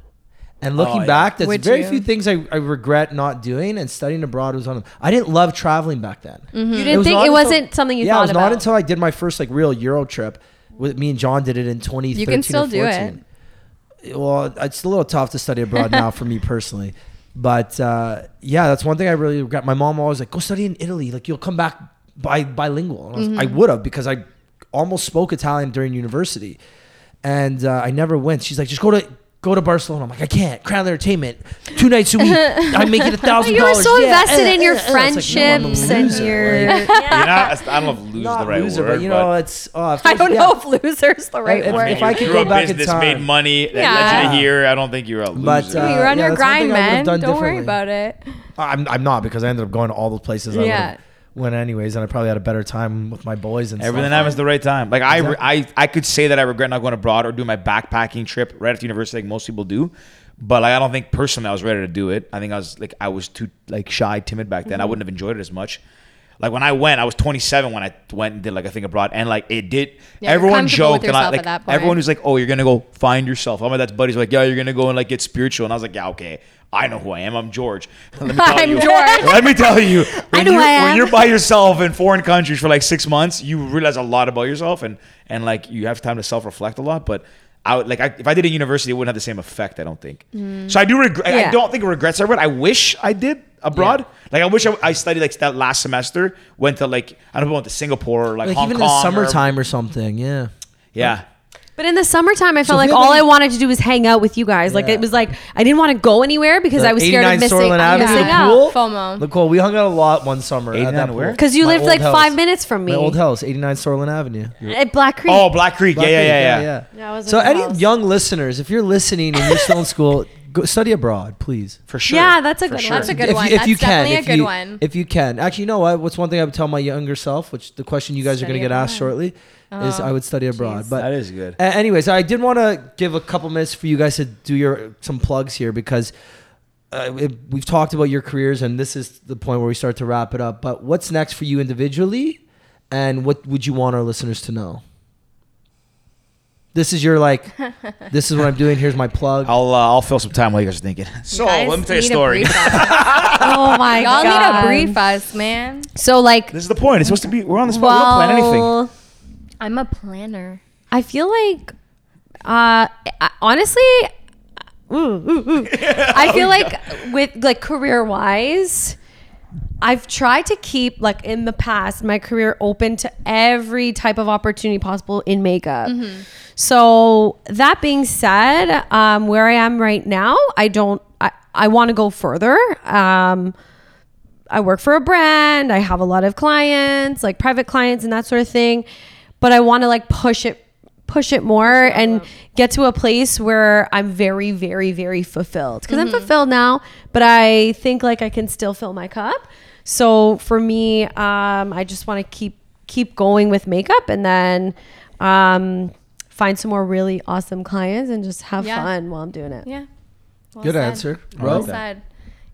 Speaker 1: And looking
Speaker 2: yeah.
Speaker 1: back, there's
Speaker 4: Would
Speaker 1: very
Speaker 4: you?
Speaker 1: few things I, I regret not doing, and studying abroad was one of them. I didn't love traveling back then.
Speaker 5: Mm-hmm. You didn't
Speaker 1: was
Speaker 5: think
Speaker 1: not
Speaker 5: it
Speaker 1: until-
Speaker 5: wasn't something you
Speaker 1: yeah, it
Speaker 5: thought
Speaker 1: was
Speaker 5: about.
Speaker 1: not until I did my first like real Euro trip. With me and John did it in 2013
Speaker 4: You can still
Speaker 1: or
Speaker 4: do it.
Speaker 1: 14. Well, it's a little tough to study abroad now for me personally. <laughs> But uh, yeah, that's one thing I really regret. My mom always like, go study in Italy. Like you'll come back bi- bilingual. And I, was- I
Speaker 5: Mm-hmm.
Speaker 1: would have because I almost spoke Italian during university, and uh, I never went. She's like, just go to go to Barcelona. I'm like, I can't. Crown Entertainment, two nights a week. I'm making a thousand
Speaker 5: <laughs> you were
Speaker 1: dollars.
Speaker 5: so
Speaker 1: Yeah,
Speaker 5: invested
Speaker 1: eh, <laughs>
Speaker 5: in your
Speaker 1: eh, eh. I was like, "No, I'm a
Speaker 5: friendships and
Speaker 1: loser."
Speaker 5: your
Speaker 1: Like,
Speaker 5: <laughs>
Speaker 2: You're not, I don't know if lose
Speaker 1: not
Speaker 2: the right
Speaker 1: loser,
Speaker 2: word,
Speaker 1: but you know, it's. Uh, if
Speaker 4: I don't
Speaker 1: yeah.
Speaker 4: know if loser's the right
Speaker 1: if-
Speaker 4: word.
Speaker 1: if I could
Speaker 2: you're
Speaker 1: go
Speaker 2: a
Speaker 1: back in
Speaker 2: business,
Speaker 1: time.
Speaker 2: made money that led you
Speaker 4: Yeah.
Speaker 2: to here. I don't think you're a loser.
Speaker 1: But, uh,
Speaker 4: you were on
Speaker 1: yeah, that's
Speaker 4: your
Speaker 1: one thing
Speaker 4: grind,
Speaker 1: I would've
Speaker 4: man.
Speaker 1: done
Speaker 4: Don't worry
Speaker 1: differently.
Speaker 4: about it.
Speaker 1: I'm, I'm not because I ended up going to all the places I
Speaker 4: Yeah.
Speaker 1: yeah. went anyways, and I probably had a better time with my boys and
Speaker 2: Everything
Speaker 1: stuff.
Speaker 2: happens at the right time. Like I, I, I could say that I regret not going abroad or do my backpacking trip right after university, like most people do. But like, I don't think
Speaker 4: Mm-hmm.
Speaker 2: personally I was ready to do it. I think I was like I was too like shy, timid back then. I wouldn't have enjoyed it as much. Like when I went, I was 27 when I went and did like a thing abroad, and like it did.
Speaker 4: Yeah, you're
Speaker 2: everyone
Speaker 4: comfortable with
Speaker 2: joked, and I,
Speaker 4: yourself
Speaker 2: like
Speaker 4: at that point.
Speaker 2: everyone was like, "Oh, you're gonna go find yourself." All my dad's buddies were like, "Yeah, you're gonna go and like get spiritual," and I was like, "Yeah, okay, I know who I am. I'm George." <laughs> Let me tell
Speaker 4: <laughs> I'm
Speaker 2: you.
Speaker 4: George.
Speaker 2: Let me tell
Speaker 4: <laughs>
Speaker 2: you. When
Speaker 5: know
Speaker 2: you
Speaker 5: who I
Speaker 2: When
Speaker 5: am.
Speaker 2: you're by yourself in foreign countries for like six months, you realize a lot about yourself, and and like you have time to self reflect a lot, but. I would, like I, if I did it in university, it wouldn't have the same effect. I don't think. So I do regret. I
Speaker 5: Yeah.
Speaker 2: don't think regrets are what I wish I did abroad. Like I wish I, I studied like that last semester. Went to like I don't know, went to Singapore or like,
Speaker 1: Like
Speaker 2: Hong
Speaker 1: even in
Speaker 2: Kong
Speaker 1: the
Speaker 2: or-
Speaker 1: summertime or something. Yeah.
Speaker 2: yeah,
Speaker 5: But in the summertime, I felt
Speaker 1: if
Speaker 5: like
Speaker 1: you're
Speaker 5: all I
Speaker 1: gonna-
Speaker 5: wanted to do was hang out with you guys. Like
Speaker 1: Yeah.
Speaker 5: it was like I didn't want to go anywhere because
Speaker 1: The
Speaker 5: I was scared
Speaker 1: 89
Speaker 5: of missing,
Speaker 1: Sorlin
Speaker 5: yeah.
Speaker 1: Avenue
Speaker 5: missing
Speaker 4: Yeah.
Speaker 5: out.
Speaker 1: pool.
Speaker 4: FOMO.
Speaker 1: Nicole, we hung out a lot one summer at
Speaker 2: 89
Speaker 1: that pool.
Speaker 2: where?
Speaker 5: Because you
Speaker 1: My
Speaker 5: lived
Speaker 1: old
Speaker 5: like
Speaker 1: house.
Speaker 5: five minutes from me
Speaker 1: My old house, 89 Sorlin Avenue.
Speaker 5: at Black Creek.
Speaker 2: Oh, Black Creek.
Speaker 1: Black
Speaker 2: yeah, yeah,
Speaker 1: Creek,
Speaker 2: yeah, yeah,
Speaker 5: Yeah, I was
Speaker 1: so
Speaker 5: in the
Speaker 1: any
Speaker 5: house.
Speaker 1: young listeners, if you're listening and you're still in school, go study abroad, please.
Speaker 2: For sure.
Speaker 5: Yeah, that's a
Speaker 2: For
Speaker 5: good
Speaker 2: sure.
Speaker 5: one.
Speaker 4: That's a good one. That's definitely a
Speaker 1: if
Speaker 4: good
Speaker 1: you,
Speaker 4: one.
Speaker 1: If you can, actually, you know what? What's one thing I would tell my younger self, which the question you guys are
Speaker 4: Study
Speaker 1: going to get asked
Speaker 4: abroad. Oh,
Speaker 1: shortly, is I would study abroad.
Speaker 4: jeez.
Speaker 1: But
Speaker 2: That is good.
Speaker 1: A- anyways, I did want to give a couple minutes for you guys to do your some plugs here because uh, it- we've talked about your careers, and this is the point where we start to wrap it up. But what's next for you individually, and what would you want our listeners to know? This is your
Speaker 4: <laughs>
Speaker 1: like. this is what I'm doing. Here's my plug.
Speaker 2: I'll uh, I'll fill some time while you guys are thinking. So
Speaker 4: Guys
Speaker 2: Oh, let me tell you a
Speaker 4: need to
Speaker 2: story. <laughs>
Speaker 4: brief us.
Speaker 5: oh my <laughs>
Speaker 4: Y'all need
Speaker 5: god!
Speaker 4: to brief us, man.
Speaker 5: So like,
Speaker 2: This is the point. It's supposed to be. We're on the spot.
Speaker 5: well,
Speaker 2: we don't plan anything.
Speaker 4: I'm a planner.
Speaker 5: I feel like, uh, I- honestly, ooh, ooh,
Speaker 2: <laughs>
Speaker 5: ooh. I
Speaker 2: Oh,
Speaker 5: feel like with like career wise, I've tried to keep like in the past my career open to every type of opportunity possible in makeup. So that being said, um, where I am right now, I don't. I I want to go further. Um, I work for a brand. I have a lot of clients, like private clients and that sort of thing. But I want to like push it, push it more, and get to a place where I'm very, very, very fulfilled. Because I'm fulfilled now, but I think like I can still fill my cup. So for me, um, I just want to keep keep going with makeup, and then. Um, Find some more really awesome clients and just have
Speaker 4: Yeah.
Speaker 5: fun while I'm doing it.
Speaker 4: Yeah. Well
Speaker 1: Good
Speaker 4: said.
Speaker 1: answer.
Speaker 4: Well
Speaker 1: Ro?
Speaker 4: said.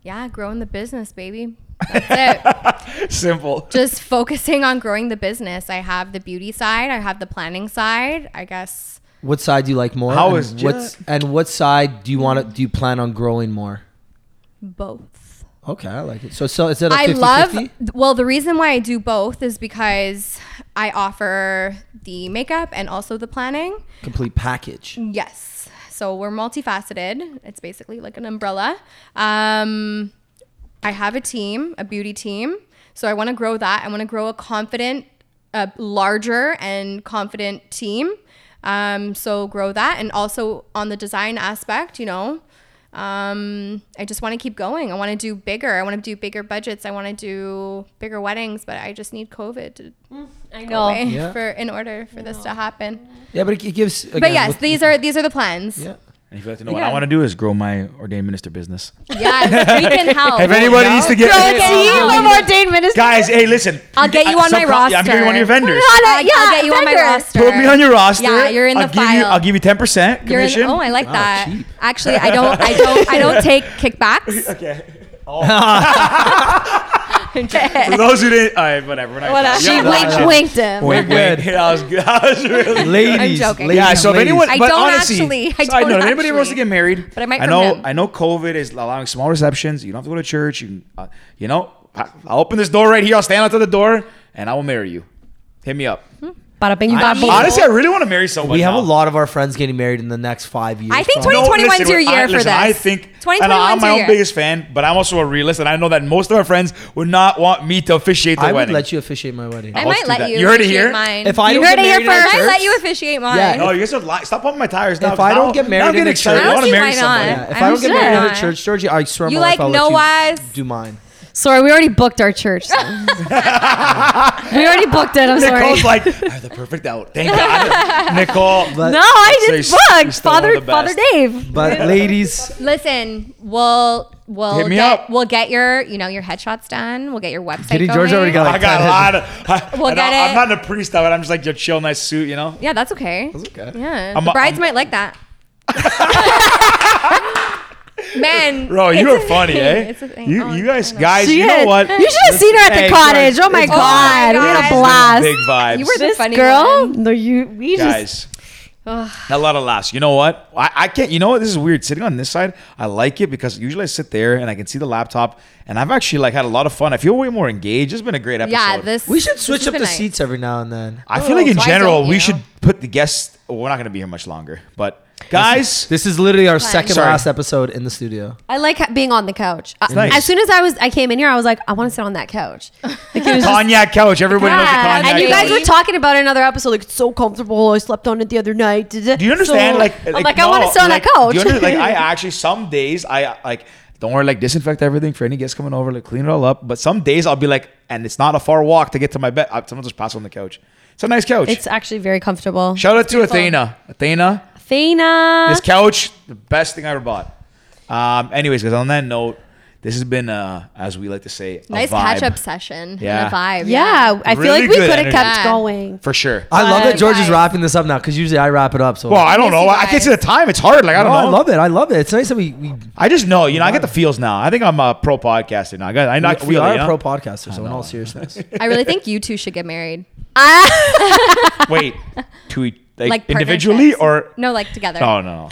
Speaker 4: Yeah, growing the business, baby. That's
Speaker 2: <laughs>
Speaker 4: it.
Speaker 2: Simple.
Speaker 4: Just focusing on growing the business. I have the beauty side. I have the planning side. I guess.
Speaker 1: What side do you like more?
Speaker 2: How
Speaker 1: and
Speaker 2: is
Speaker 1: what's and what side do you want to do you plan on growing more?
Speaker 4: both.
Speaker 1: Okay, I like it. So so is that a
Speaker 4: I
Speaker 1: 50
Speaker 4: love
Speaker 1: 50?
Speaker 4: well the reason why I do both is because I offer the makeup and also the planning.
Speaker 1: complete package.
Speaker 4: Yes. So we're multifaceted. It's basically like an umbrella. Um I have a team, a beauty team. So I want to grow that. I want to grow a confident a larger and confident team. Um so grow that and also on the design aspect, you know, um, I just want to keep going. I want to do bigger. I want to do bigger budgets. I want to do bigger weddings, but I just need COVID to
Speaker 5: I
Speaker 4: go away
Speaker 1: Yeah.
Speaker 4: for in order for this to happen.
Speaker 1: Yeah, but it, it gives. Again,
Speaker 4: But yes,
Speaker 1: with-
Speaker 4: these are these are the plans.
Speaker 1: Yeah.
Speaker 2: And if you like to know what
Speaker 4: Yeah.
Speaker 2: I want to do is grow my ordained minister business.
Speaker 4: Yes, we
Speaker 2: <laughs>
Speaker 4: can help.
Speaker 2: If anybody needs to get
Speaker 5: you live ordained minister.
Speaker 2: guys, hey, listen.
Speaker 4: I'll get you on
Speaker 2: some
Speaker 4: my
Speaker 2: pro- yeah, I'm gonna be
Speaker 4: roster.
Speaker 2: one of your vendors.
Speaker 4: I'll, I'll get you on my
Speaker 5: vendor.
Speaker 4: roster.
Speaker 2: Put me on your roster.
Speaker 4: Yeah, you're in the
Speaker 2: I'll Give you,
Speaker 4: file.
Speaker 2: I'll give you ten percent
Speaker 4: You're in-
Speaker 2: commission.
Speaker 4: oh, I like
Speaker 1: Wow,
Speaker 4: that.
Speaker 1: cheap.
Speaker 4: Actually, I don't, I don't, I don't take kickbacks. okay.
Speaker 2: <laughs>
Speaker 4: <laughs>
Speaker 2: For those who didn't, all right, whatever. We're not
Speaker 5: Whatever.
Speaker 2: Yeah,
Speaker 5: She
Speaker 2: we're not-
Speaker 5: winked, winked him.
Speaker 2: Wait, wait. <laughs> That was good. That was really
Speaker 1: Ladies,
Speaker 4: joking.
Speaker 1: ladies,
Speaker 2: Yeah, so if
Speaker 1: ladies.
Speaker 2: anyone,
Speaker 4: I
Speaker 2: but
Speaker 4: don't
Speaker 2: honestly,
Speaker 4: actually- I
Speaker 2: side
Speaker 4: don't
Speaker 2: note, if anybody wants to
Speaker 4: actually.
Speaker 2: get married,
Speaker 4: But I might from
Speaker 2: know,
Speaker 4: him.
Speaker 2: I know, COVID is allowing small receptions. You don't have to go to church. You, can, uh, you know, I, I'll open this door right here. I'll stand out to the door, and I will marry you. Hit me up.
Speaker 5: Bada bing, bada boom.
Speaker 2: Honestly, I really want to marry someone.
Speaker 1: we have
Speaker 2: now.
Speaker 1: a lot of our friends getting married in the next five years.
Speaker 4: I think
Speaker 1: probably.
Speaker 4: 2021's
Speaker 2: I,
Speaker 4: your year for
Speaker 2: listen,
Speaker 4: this.
Speaker 2: I think, and
Speaker 4: 2021's
Speaker 2: I'm my
Speaker 4: your
Speaker 2: own
Speaker 4: year.
Speaker 2: biggest fan, but I'm also a realist, and I know that most of our friends would not want me to officiate their
Speaker 1: I would
Speaker 2: wedding.
Speaker 1: let you officiate my wedding.
Speaker 4: I
Speaker 2: Let's
Speaker 4: might
Speaker 2: do
Speaker 4: let
Speaker 2: that.
Speaker 4: you.
Speaker 2: You heard it
Speaker 4: officiate
Speaker 2: here?
Speaker 4: Mine.
Speaker 1: If I
Speaker 4: you
Speaker 1: don't
Speaker 4: heard
Speaker 1: get
Speaker 4: it here
Speaker 1: married in a
Speaker 4: first, I
Speaker 1: church-
Speaker 4: let you officiate mine.
Speaker 1: Yeah,
Speaker 2: No, you guys are lying. Stop pumping my tires now.
Speaker 1: If I don't get married
Speaker 2: now I'm
Speaker 1: in
Speaker 2: getting
Speaker 1: a
Speaker 2: excited.
Speaker 1: church-
Speaker 2: I want
Speaker 4: I
Speaker 2: to
Speaker 4: don't
Speaker 2: marry
Speaker 4: see why not.
Speaker 2: someone.
Speaker 1: yeah, if
Speaker 4: I'm
Speaker 1: I don't get
Speaker 4: sure
Speaker 1: married in a
Speaker 4: not.
Speaker 1: church, Georgie, I swear on
Speaker 4: You
Speaker 1: my
Speaker 4: like
Speaker 1: life, I'll
Speaker 4: no
Speaker 1: let
Speaker 4: wise?
Speaker 1: you do mine.
Speaker 5: Sorry, we already booked our church. <laughs> so. we already booked it. I'm sorry.
Speaker 2: Nicole's like, I have the perfect out. Thank
Speaker 4: <laughs>
Speaker 2: God. Nicole.
Speaker 1: But,
Speaker 5: no, I
Speaker 2: So
Speaker 5: didn't
Speaker 2: you're
Speaker 5: book.
Speaker 2: still one of
Speaker 5: Father,
Speaker 2: the
Speaker 5: Father
Speaker 2: best.
Speaker 5: Dave.
Speaker 1: but ladies,
Speaker 4: Listen, we'll we'll
Speaker 2: Hit me
Speaker 4: get
Speaker 2: up.
Speaker 4: we'll get your you know your headshots done. We'll get your website.
Speaker 1: Kitty George
Speaker 4: going.
Speaker 1: already got
Speaker 2: I
Speaker 1: like
Speaker 2: got a
Speaker 1: 10
Speaker 2: lot of. I,
Speaker 4: We'll
Speaker 2: and
Speaker 4: get
Speaker 2: I,
Speaker 4: it.
Speaker 2: am not a priest, though, but I'm just like, your chill, nice suit, you know?
Speaker 4: Yeah, that's okay.
Speaker 1: okay.
Speaker 4: Yeah,
Speaker 1: <laughs>
Speaker 2: I'm
Speaker 4: the
Speaker 2: a-
Speaker 4: brides
Speaker 2: I'm-
Speaker 4: might like that. Men.
Speaker 2: Bro, you
Speaker 4: it's
Speaker 2: are
Speaker 4: a
Speaker 2: funny,
Speaker 4: thing.
Speaker 2: eh?
Speaker 4: It's a thing.
Speaker 2: You,
Speaker 4: Oh,
Speaker 2: you
Speaker 4: I
Speaker 2: guys,
Speaker 4: know.
Speaker 2: guys,
Speaker 5: She
Speaker 2: you know
Speaker 5: is.
Speaker 2: what?
Speaker 5: You should have seen her at the
Speaker 2: Hey,
Speaker 5: cottage.
Speaker 2: guys,
Speaker 5: oh my
Speaker 2: it's
Speaker 5: god, we
Speaker 4: guys.
Speaker 5: had a
Speaker 2: Big
Speaker 5: blast.
Speaker 2: vibes.
Speaker 4: You were the
Speaker 5: This
Speaker 4: funny
Speaker 5: girl,
Speaker 4: one.
Speaker 5: no, you, we just
Speaker 2: guys. A lot of laughs. You know what? I, I can't. You know what? This is weird. Sitting on this side, I like it because usually I sit there and I can see the laptop, and I've actually like had a lot of fun. I feel way more engaged. It's been a great episode.
Speaker 4: Yeah, this.
Speaker 1: We should
Speaker 4: this
Speaker 1: switch
Speaker 4: has
Speaker 1: up the
Speaker 4: been nice.
Speaker 1: seats every now and then.
Speaker 2: I feel like in
Speaker 4: Why
Speaker 2: general
Speaker 4: don't
Speaker 2: we
Speaker 4: you?
Speaker 2: should put the guests. Well, we're not going to be here much longer, but guys,
Speaker 1: This is literally our second
Speaker 2: Sorry.
Speaker 1: last episode in the studio.
Speaker 5: I like ha- being on the couch. Uh,
Speaker 2: nice.
Speaker 5: As soon as I was, I came in here. I was like, I want to sit on
Speaker 2: <laughs>
Speaker 5: that couch. Like it was just-
Speaker 2: cognac couch. Everybody knows the
Speaker 5: Yeah.
Speaker 2: cognac.
Speaker 5: and you guys
Speaker 2: couch.
Speaker 5: were talking about it in another episode, like it's so comfortable. I slept on it the other night. Do
Speaker 2: Do you understand? like,
Speaker 5: I'm like, I want
Speaker 2: no,
Speaker 5: to sit on
Speaker 2: like,
Speaker 5: that couch.
Speaker 2: do you under- like,
Speaker 5: <laughs>
Speaker 2: I actually some days I like don't worry, like disinfect everything for any guests coming over, like clean it all up. But some days I'll be like, and it's not a far walk to get to my bed. I, someone just pass on the couch. It's a nice couch.
Speaker 5: it's actually very comfortable.
Speaker 2: Shout out to Athena. Athena,
Speaker 5: Fina.
Speaker 2: this couch, the best thing I ever bought. Um, anyways, guys, on that note, this has been, uh, as we like to say, a
Speaker 4: Nice
Speaker 2: vibe.
Speaker 4: catch up session.
Speaker 2: Yeah.
Speaker 4: And a vibe.
Speaker 5: yeah, I feel
Speaker 2: Really
Speaker 5: like we
Speaker 2: good
Speaker 5: could have
Speaker 2: energy.
Speaker 5: kept
Speaker 4: Yeah.
Speaker 5: going.
Speaker 2: for sure.
Speaker 1: I love that
Speaker 4: Fun
Speaker 1: George is
Speaker 4: vibes.
Speaker 1: wrapping this up now because usually I wrap it up. So
Speaker 2: well, I don't
Speaker 4: Miss you
Speaker 2: know. I can't
Speaker 4: guys.
Speaker 2: see the time. It's hard. Like
Speaker 1: No,
Speaker 2: I don't
Speaker 1: Oh, I
Speaker 2: know.
Speaker 1: love it. I love it. It's nice that we, we,
Speaker 2: I just know. You know, I get the feels now. I think I'm a pro podcaster now. I got. I, I
Speaker 1: we
Speaker 2: feel it,
Speaker 1: are
Speaker 2: you
Speaker 1: a pro <laughs>
Speaker 2: know?
Speaker 1: podcaster. So in all seriousness,
Speaker 4: I really think you two should get <laughs> married.
Speaker 2: <laughs> Wait, to each, like,
Speaker 4: Like
Speaker 2: individually
Speaker 4: partnerships. <laughs>
Speaker 2: or
Speaker 4: No, like together.
Speaker 2: no, no.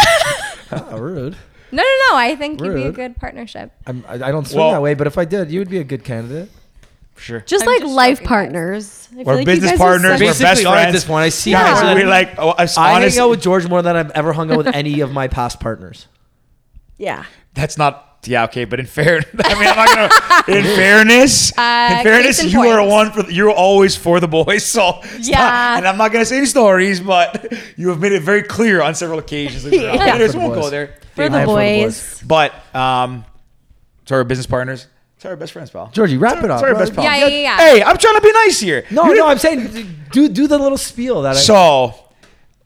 Speaker 2: no.
Speaker 1: oh, rude.
Speaker 4: No, no, no. I think you'd be a
Speaker 1: Rude.
Speaker 4: good partnership.
Speaker 1: I'm, I, I don't swim
Speaker 2: Well-
Speaker 1: that way, but if I did, you would be a good candidate.
Speaker 2: Sure.
Speaker 5: Just
Speaker 4: I'm
Speaker 5: like
Speaker 4: just
Speaker 5: life
Speaker 4: joking, guys.
Speaker 5: partners. I feel
Speaker 2: We're
Speaker 5: like you
Speaker 2: business
Speaker 5: guys are
Speaker 2: partners.
Speaker 5: such-
Speaker 2: We're best
Speaker 1: Basically, are at
Speaker 2: friends.
Speaker 1: this point. I see
Speaker 2: Guys,
Speaker 1: that.
Speaker 2: we're like, oh, it's
Speaker 1: I
Speaker 2: honest-
Speaker 1: hang out with George more than I've ever hung
Speaker 2: <laughs>
Speaker 1: out with any of my past partners.
Speaker 5: yeah.
Speaker 2: That's not. Yeah, okay, but in fairness, <laughs> I mean, I'm not gonna. In fairness, in
Speaker 4: Uh,
Speaker 2: fairness,
Speaker 4: case in
Speaker 2: you are
Speaker 4: point.
Speaker 2: one for. the- You're always for the boys, <laughs> so it's not-
Speaker 5: Yeah.
Speaker 2: and I'm not gonna say any stories, but <laughs> you have made it very clear on several occasions. Like,
Speaker 5: Yeah.
Speaker 1: For
Speaker 2: Anyways,
Speaker 1: the
Speaker 2: we won't go
Speaker 1: boys.
Speaker 2: there.
Speaker 5: For
Speaker 1: I
Speaker 5: the
Speaker 1: am for the
Speaker 5: boys.
Speaker 2: But um, to our business partners, to our best friends, pal.
Speaker 1: Georgie, wrap it up.
Speaker 2: Sorry,
Speaker 1: bro.
Speaker 2: best pal.
Speaker 4: Yeah, yeah, yeah.
Speaker 2: Hey, I'm trying to be nice here.
Speaker 1: No,
Speaker 2: You
Speaker 1: no,
Speaker 2: didn't-
Speaker 1: I'm saying do do the little spiel that I.
Speaker 2: So,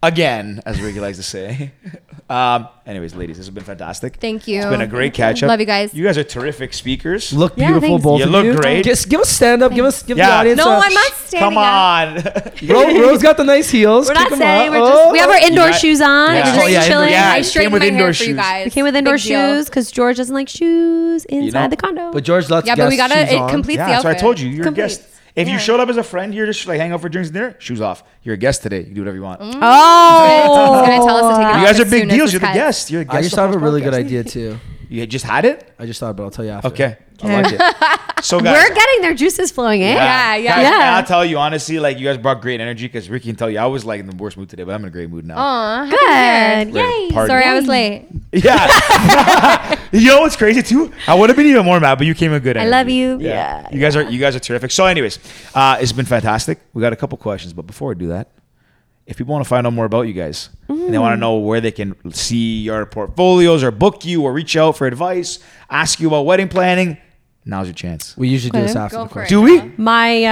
Speaker 2: again, as Ricky likes to say. <laughs> Um, anyways, ladies, this has been fantastic.
Speaker 4: Thank you.
Speaker 2: It's been a great catch up.
Speaker 4: Love you guys.
Speaker 2: You guys are terrific speakers.
Speaker 1: look
Speaker 5: Yeah,
Speaker 1: beautiful,
Speaker 5: thanks.
Speaker 1: both
Speaker 2: You
Speaker 1: of
Speaker 2: look
Speaker 1: you.
Speaker 2: great.
Speaker 1: Just give us stand up. Give us give the
Speaker 2: Yeah.
Speaker 1: audience.
Speaker 4: No,
Speaker 1: a-
Speaker 4: I'm not standing
Speaker 2: Come on.
Speaker 4: <laughs>
Speaker 2: <laughs>
Speaker 1: Ro, Ro's got the nice heels.
Speaker 5: We're not
Speaker 1: Kick 'em
Speaker 5: saying
Speaker 1: out.
Speaker 5: we're just.
Speaker 1: Oh.
Speaker 5: We have our indoor
Speaker 2: got-
Speaker 5: shoes
Speaker 2: Yeah.
Speaker 5: on. We're just
Speaker 1: Oh, yeah,
Speaker 5: chilling.
Speaker 2: indoor-
Speaker 4: I
Speaker 2: Yeah.
Speaker 4: straightened
Speaker 2: with
Speaker 4: my
Speaker 2: indoor
Speaker 4: hair for
Speaker 2: shoes.
Speaker 4: you guys.
Speaker 5: We came with indoor
Speaker 4: Big deal.
Speaker 5: shoes because George doesn't like shoes inside the condo.
Speaker 1: But George, let's
Speaker 4: Yeah, but we
Speaker 1: guess
Speaker 4: gotta.
Speaker 1: she's
Speaker 4: It
Speaker 1: on.
Speaker 4: completes
Speaker 2: Yeah,
Speaker 4: the
Speaker 2: that's
Speaker 4: outfit.
Speaker 2: what I told you. You're a
Speaker 5: Complete.
Speaker 2: guest. If
Speaker 5: Yeah.
Speaker 2: you showed up as a friend here, just like hang out for drinks and dinner, shoes off. You're a guest today. You do whatever you want.
Speaker 5: oh,
Speaker 4: He's gonna tell us to take it off
Speaker 2: You guys are
Speaker 4: Mm. Ah,
Speaker 2: big
Speaker 4: as soon as
Speaker 2: deals.
Speaker 4: it's
Speaker 2: You're the
Speaker 4: cut.
Speaker 2: guest. You're a guest.
Speaker 1: I just
Speaker 2: on
Speaker 1: thought of a
Speaker 2: this
Speaker 1: really
Speaker 2: podcast.
Speaker 1: good idea too.
Speaker 2: You just had it?
Speaker 1: I just thought, but I'll tell you after.
Speaker 2: Okay. I
Speaker 4: <laughs>
Speaker 2: like it. So, guys.
Speaker 5: We're getting their juices flowing in.
Speaker 4: Yeah, yeah.
Speaker 2: Guys,
Speaker 5: Yeah.
Speaker 2: I'll tell you honestly, like you guys brought great energy because Ricky can tell you I was like in the worst mood today, but I'm in a great mood now.
Speaker 4: Aw, happy
Speaker 5: Good.
Speaker 4: birthday.
Speaker 2: Yay. Party.
Speaker 4: Sorry, I was late.
Speaker 2: <laughs> Yeah. <laughs> you know what's crazy too? I would have been even more mad, but you came with good energy.
Speaker 4: love you.
Speaker 2: Yeah. You guys are you guys are terrific. So, anyways, uh, it's been fantastic. We got a couple questions, but before I do that, if people want to find out more about you guys and they want
Speaker 4: Mm.
Speaker 2: to know where they can see your portfolios or book you or reach out for advice, ask you about wedding planning, now's your chance.
Speaker 1: We usually do this
Speaker 5: Okay.
Speaker 1: after
Speaker 4: Go
Speaker 1: the
Speaker 4: for
Speaker 1: question.
Speaker 4: it.
Speaker 2: Do we?
Speaker 5: My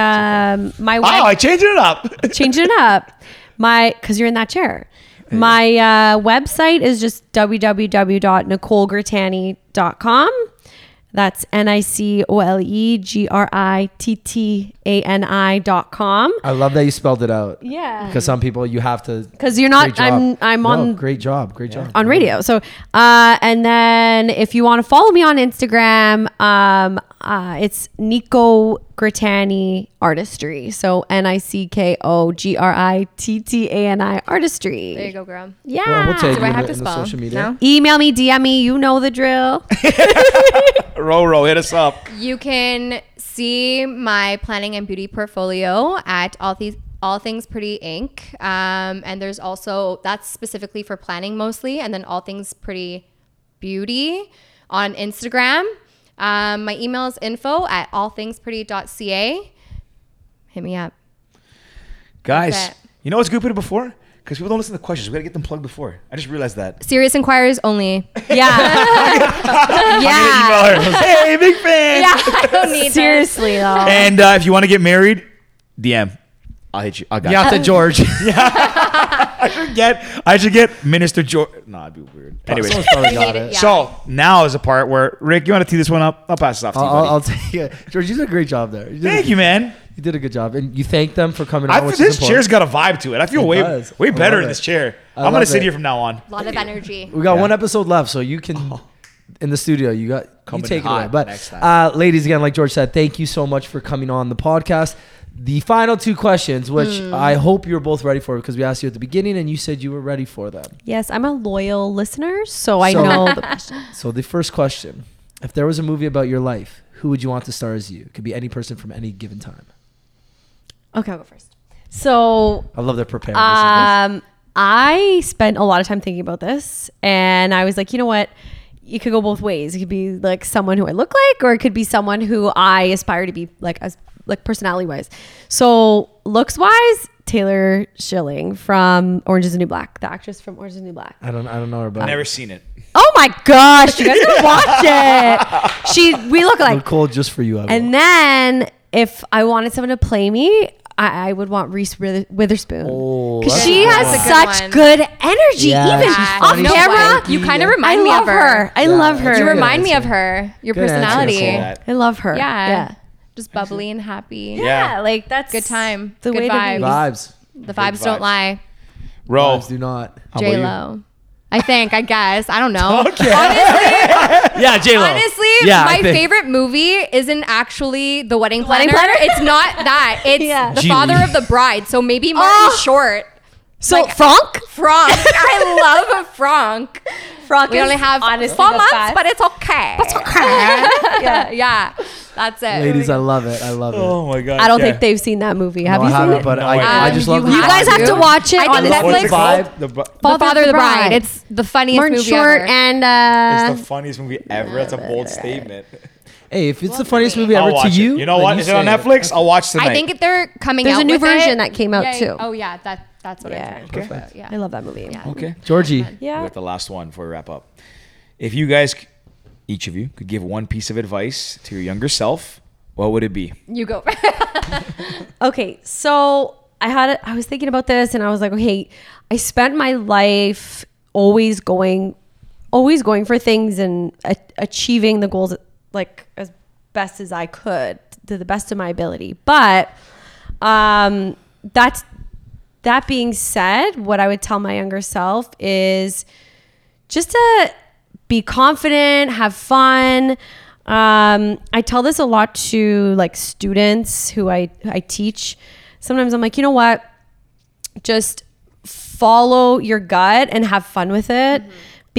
Speaker 5: um, my
Speaker 2: Oh, I
Speaker 5: web-
Speaker 2: changed it up. <laughs>
Speaker 5: changing it up. My because you're in that chair. My uh, website is just www.nicolegrittani.com. That's n i c o l e g r i t t a n i dot com.
Speaker 1: I love that you spelled it out.
Speaker 5: Yeah.
Speaker 1: Because some people you have to.
Speaker 5: 'Cause you're not-
Speaker 1: Great job.
Speaker 5: I'm- I'm
Speaker 1: No,
Speaker 5: on-
Speaker 1: Great job. Great job.
Speaker 5: on radio. So, uh, and then if you want to follow me on Instagram, um, uh, it's Nico Grittani Artistry. So N I C K O G R I T T A N I Artistry.
Speaker 4: There you go, girl.
Speaker 5: Yeah.
Speaker 1: Well, we'll take
Speaker 4: Do
Speaker 1: you
Speaker 4: I
Speaker 1: in
Speaker 4: have
Speaker 1: the-
Speaker 4: to
Speaker 1: in the
Speaker 4: spell?
Speaker 1: social media.
Speaker 4: No?
Speaker 5: Email me, DM me. You know
Speaker 4: <laughs>
Speaker 5: the drill.
Speaker 2: Roro, hit us up.
Speaker 4: You can see my planning and beauty portfolio at all these all things pretty inc um, and there's also that's specifically for planning mostly and then all things pretty beauty on instagram um, my email is info at allthingspretty.ca hit me up
Speaker 2: Guys,
Speaker 4: That's it.
Speaker 2: you know what's good put it before? Because people don't listen to questions. We gotta get them plugged before. I just realized
Speaker 1: <laughs>
Speaker 2: that.
Speaker 4: serious inquiries only
Speaker 5: Yeah.
Speaker 2: <laughs>
Speaker 5: yeah.
Speaker 2: Email her. hey, big fan.
Speaker 4: yeah <laughs> i don't
Speaker 5: <laughs>
Speaker 4: need her. <laughs>
Speaker 5: Seriously though.
Speaker 2: And uh, if you want to get married, DM. I'll hit you. I got
Speaker 1: Yeah, to
Speaker 2: <laughs>
Speaker 1: George.
Speaker 2: you. Get, I should get Minister George. Nah, it'd be weird. Anyways,
Speaker 1: Someone's probably got
Speaker 4: it,
Speaker 1: it.
Speaker 4: yeah.
Speaker 2: so now is the part where Rick, you want to tee this one up? I'll pass it off to you.
Speaker 1: I'll, I'll,
Speaker 2: buddy.
Speaker 1: I'll take it. George, you did a great job there. did a-
Speaker 2: Thank you, man.
Speaker 1: You did a good job, and you thank them for coming
Speaker 2: I
Speaker 1: on.
Speaker 2: feel
Speaker 1: which is
Speaker 2: this chair's
Speaker 1: important.
Speaker 2: got a vibe to it. I feel
Speaker 1: It
Speaker 2: way
Speaker 1: does.
Speaker 2: way
Speaker 1: I
Speaker 2: better
Speaker 1: love
Speaker 2: in
Speaker 1: it.
Speaker 2: this chair.
Speaker 1: I
Speaker 2: I'm gonna
Speaker 1: love
Speaker 2: sit
Speaker 1: it.
Speaker 2: here from now on.
Speaker 4: a lot of energy
Speaker 1: We got
Speaker 2: Yeah.
Speaker 1: one episode left, so you can in the studio. You got
Speaker 6: Coming
Speaker 1: you take it
Speaker 6: hot
Speaker 1: away. But
Speaker 6: next time.
Speaker 1: uh, ladies, again, like George said, thank you so much for coming on the podcast. The final two questions, which
Speaker 5: Hmm.
Speaker 1: I hope you're both ready for, because we asked you at the beginning and you said you were ready for them.
Speaker 5: Yes, I'm a loyal listener, so I
Speaker 1: So-
Speaker 4: <laughs>
Speaker 5: know the question.
Speaker 1: So the first question: If there was a movie about your life, who would you want to star as you? It could be any person from any given time.
Speaker 5: Okay, I'll go first. So
Speaker 1: I love their preparedness.
Speaker 5: Um, I spent a lot of time thinking about this, and I was like, you know what? It could go both ways. It could be like someone who I look like, or it could be someone who I aspire to be, like as like personality wise. So looks wise, Taylor Schilling from Orange Is the New Black, the actress from Orange Is the New Black.
Speaker 1: I don't. I don't know her, about.
Speaker 2: Never seen it.
Speaker 5: Oh my gosh, you guys
Speaker 1: <laughs>
Speaker 5: gotta watch it. She, we look like.
Speaker 1: Nicole, just for you. I will.
Speaker 5: And then if I wanted someone to play me, I, I would want Reese Wither- Witherspoon.
Speaker 1: Oh,
Speaker 5: Because
Speaker 1: that's
Speaker 5: she
Speaker 1: a good
Speaker 5: has
Speaker 1: one.
Speaker 5: such
Speaker 4: That's a
Speaker 5: good energy,
Speaker 1: Yeah,
Speaker 5: even
Speaker 1: she's
Speaker 4: Yeah,
Speaker 5: off
Speaker 1: funny, she's
Speaker 5: camera.
Speaker 1: funny.
Speaker 4: You kind of
Speaker 1: I
Speaker 5: I
Speaker 4: remind me
Speaker 5: love
Speaker 4: of her.
Speaker 5: her. I
Speaker 1: Yeah,
Speaker 5: love
Speaker 1: that's
Speaker 5: her.
Speaker 4: You
Speaker 1: Good
Speaker 4: remind me of
Speaker 1: answer.
Speaker 4: her. Your
Speaker 1: Good answer.
Speaker 4: personality.
Speaker 1: Cool.
Speaker 4: Yeah.
Speaker 2: Yeah.
Speaker 5: I love her.
Speaker 4: Just bubbly and happy.
Speaker 5: Yeah.
Speaker 2: Yeah.
Speaker 5: like that's
Speaker 4: Good time.
Speaker 5: The
Speaker 4: Good
Speaker 5: way
Speaker 4: vibes.
Speaker 5: to
Speaker 1: vibes.
Speaker 4: The vibes,
Speaker 2: vibes.
Speaker 4: don't lie.
Speaker 2: Bro,
Speaker 1: Vibes do not.
Speaker 4: J Lo. I think. I guess. I
Speaker 1: <laughs>
Speaker 4: don't know.
Speaker 1: Yeah, J Lo.
Speaker 4: Honestly, my favorite movie isn't actually The Wedding Planner.
Speaker 5: Wedding Planner?
Speaker 4: It's not that. It's
Speaker 5: Yeah.
Speaker 4: The
Speaker 6: Gee
Speaker 4: Father
Speaker 6: whiz.
Speaker 4: of the Bride. So maybe Martin
Speaker 5: Oh.
Speaker 4: Short.
Speaker 5: be. So
Speaker 4: like-
Speaker 5: Frank,
Speaker 4: Frank. <laughs> I love a Frank.
Speaker 5: Frank.
Speaker 4: We
Speaker 5: is
Speaker 4: only have
Speaker 5: honestly
Speaker 4: four
Speaker 5: the
Speaker 4: months, <laughs>
Speaker 5: best.
Speaker 4: but it's okay. yeah, <laughs> yeah. That's it.
Speaker 1: Ladies, I love it. I love it.
Speaker 2: Oh my god.
Speaker 5: <laughs> I don't
Speaker 2: yeah.
Speaker 5: think they've seen that movie. Have
Speaker 1: no, I
Speaker 5: you seen
Speaker 1: haven't,
Speaker 5: it?
Speaker 1: but I,
Speaker 2: No, I
Speaker 1: I
Speaker 2: haven't.
Speaker 1: just love.
Speaker 5: You
Speaker 1: the
Speaker 5: guys
Speaker 1: vibe.
Speaker 5: have to watch it
Speaker 4: I
Speaker 5: on
Speaker 4: think
Speaker 5: Netflix.
Speaker 4: Netflix.
Speaker 2: What's it called?
Speaker 1: Vibe.
Speaker 2: The bu-
Speaker 4: The Father of the Bride. It's the funniest
Speaker 5: Martin
Speaker 4: movie
Speaker 5: Short
Speaker 4: ever.
Speaker 5: and uh,
Speaker 2: it's the funniest movie ever. That's a bold statement.
Speaker 1: Hey, if it's the funniest
Speaker 4: movie?
Speaker 1: movie ever
Speaker 2: I'll watch
Speaker 1: to you,
Speaker 2: it. You know
Speaker 1: then
Speaker 2: what? Is it
Speaker 1: say
Speaker 2: on Netflix? I'll watch tonight.
Speaker 4: I think they're coming
Speaker 5: There's
Speaker 4: out
Speaker 5: a new
Speaker 4: with
Speaker 5: version
Speaker 4: it.
Speaker 5: that came out,
Speaker 4: Yeah,
Speaker 5: too.
Speaker 4: Oh yeah, that that's what
Speaker 5: Yeah.
Speaker 4: I'm trying to
Speaker 1: Perfect.
Speaker 4: do. Yeah.
Speaker 5: I love that movie. uh, Yeah.
Speaker 6: Okay.
Speaker 1: Georgie,
Speaker 2: we got the last one before we wrap up. If you guys, c- each of you, could give one piece of advice to your younger self, what would it be?
Speaker 4: You
Speaker 5: <laughs>
Speaker 4: go. <laughs>
Speaker 5: Okay, so I had a, I was thinking about this and I was like, okay, I spent my life always going always going for things and a- achieving the goals like as best as I could to the best of my ability. But um that's that being said, what I would tell my younger self is just to be confident, have fun. Um, I tell this a lot to like students who I who I teach. Sometimes I'm like, you know what? Just follow your gut and have fun with it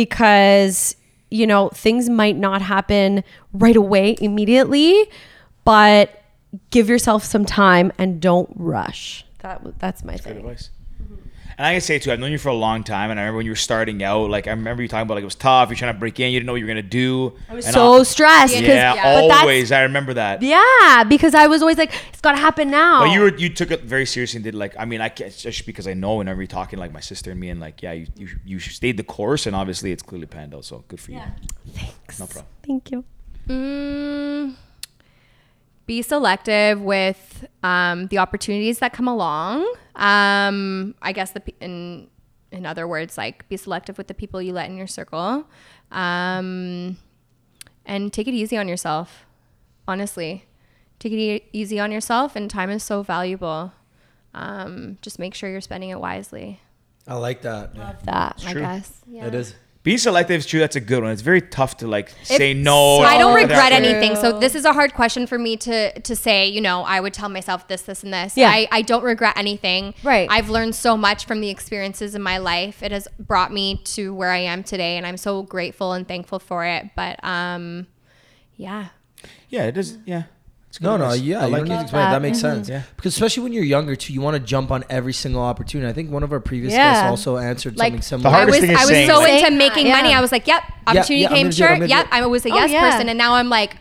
Speaker 5: because you know things might not happen right away immediately, but give yourself some time and don't rush. That w- that's my thing.
Speaker 2: advice. Mm-hmm. And I can say too, I've known you for a long time, and I remember when you were starting out. Like I remember you talking about like it was tough. You're trying to break in. You didn't know what you were gonna do. I was
Speaker 5: So stressed 'cause-
Speaker 2: yeah,
Speaker 5: but that's-
Speaker 2: always. I remember that.
Speaker 5: Yeah, because I was always like, it's gotta happen now.
Speaker 4: Oh.
Speaker 2: But you were you took it very seriously and did like I mean I can't it's just because I know whenever you're talking like my sister and me and like yeah you you, you stayed the course and obviously it's clearly panned out so good for you.
Speaker 5: Thanks.
Speaker 2: No problem.
Speaker 5: Thank you.
Speaker 4: Mm, be selective with um, the opportunities that come along. Um, I guess the pe- in in other words, like be selective with the people you let in your circle, um, and take it easy on yourself. Honestly, take it e- easy on yourself, and time is so valuable. Um, just make sure you're spending it wisely.
Speaker 1: I like that.
Speaker 5: That.
Speaker 4: I guess. Yeah.
Speaker 1: It is.
Speaker 2: Be selective is true. That's a good one. It's very tough to like
Speaker 4: If-
Speaker 2: say no.
Speaker 4: so
Speaker 2: and
Speaker 4: I
Speaker 2: all
Speaker 4: don't
Speaker 2: that.
Speaker 4: regret
Speaker 2: Yeah.
Speaker 4: anything. So this is a hard question for me to to say. You know, I would tell myself this, this, and this.
Speaker 5: Yeah.
Speaker 4: I, I don't regret anything.
Speaker 5: Right.
Speaker 4: I've learned so much from the experiences in my life. It has brought me to where I am today, and I'm so grateful and thankful for it. But um, yeah.
Speaker 2: Yeah, it does. Yeah. It's good
Speaker 1: No, no,
Speaker 2: advice.
Speaker 1: yeah,
Speaker 2: I
Speaker 1: you
Speaker 2: like
Speaker 1: don't need to
Speaker 2: it.
Speaker 1: explain. That,
Speaker 5: that.
Speaker 1: makes sense.
Speaker 2: Yeah.
Speaker 1: Because especially when you're younger too, you want to jump on every single opportunity. I think one of our previous guests
Speaker 5: Yeah.
Speaker 1: also answered
Speaker 4: Like,
Speaker 1: something similar.
Speaker 2: The
Speaker 4: I
Speaker 2: hardest
Speaker 4: was
Speaker 2: thing is
Speaker 4: I was
Speaker 2: saying,
Speaker 4: so
Speaker 2: like-
Speaker 4: into making
Speaker 5: Yeah.
Speaker 4: money. I was like, yep, opportunity
Speaker 1: yeah, I'm
Speaker 4: came
Speaker 1: gonna do it, I'm
Speaker 4: sure.
Speaker 1: gonna do
Speaker 4: Yep,
Speaker 1: it.
Speaker 4: I was a
Speaker 5: Oh,
Speaker 4: yes
Speaker 5: yeah.
Speaker 4: person, and now I'm like,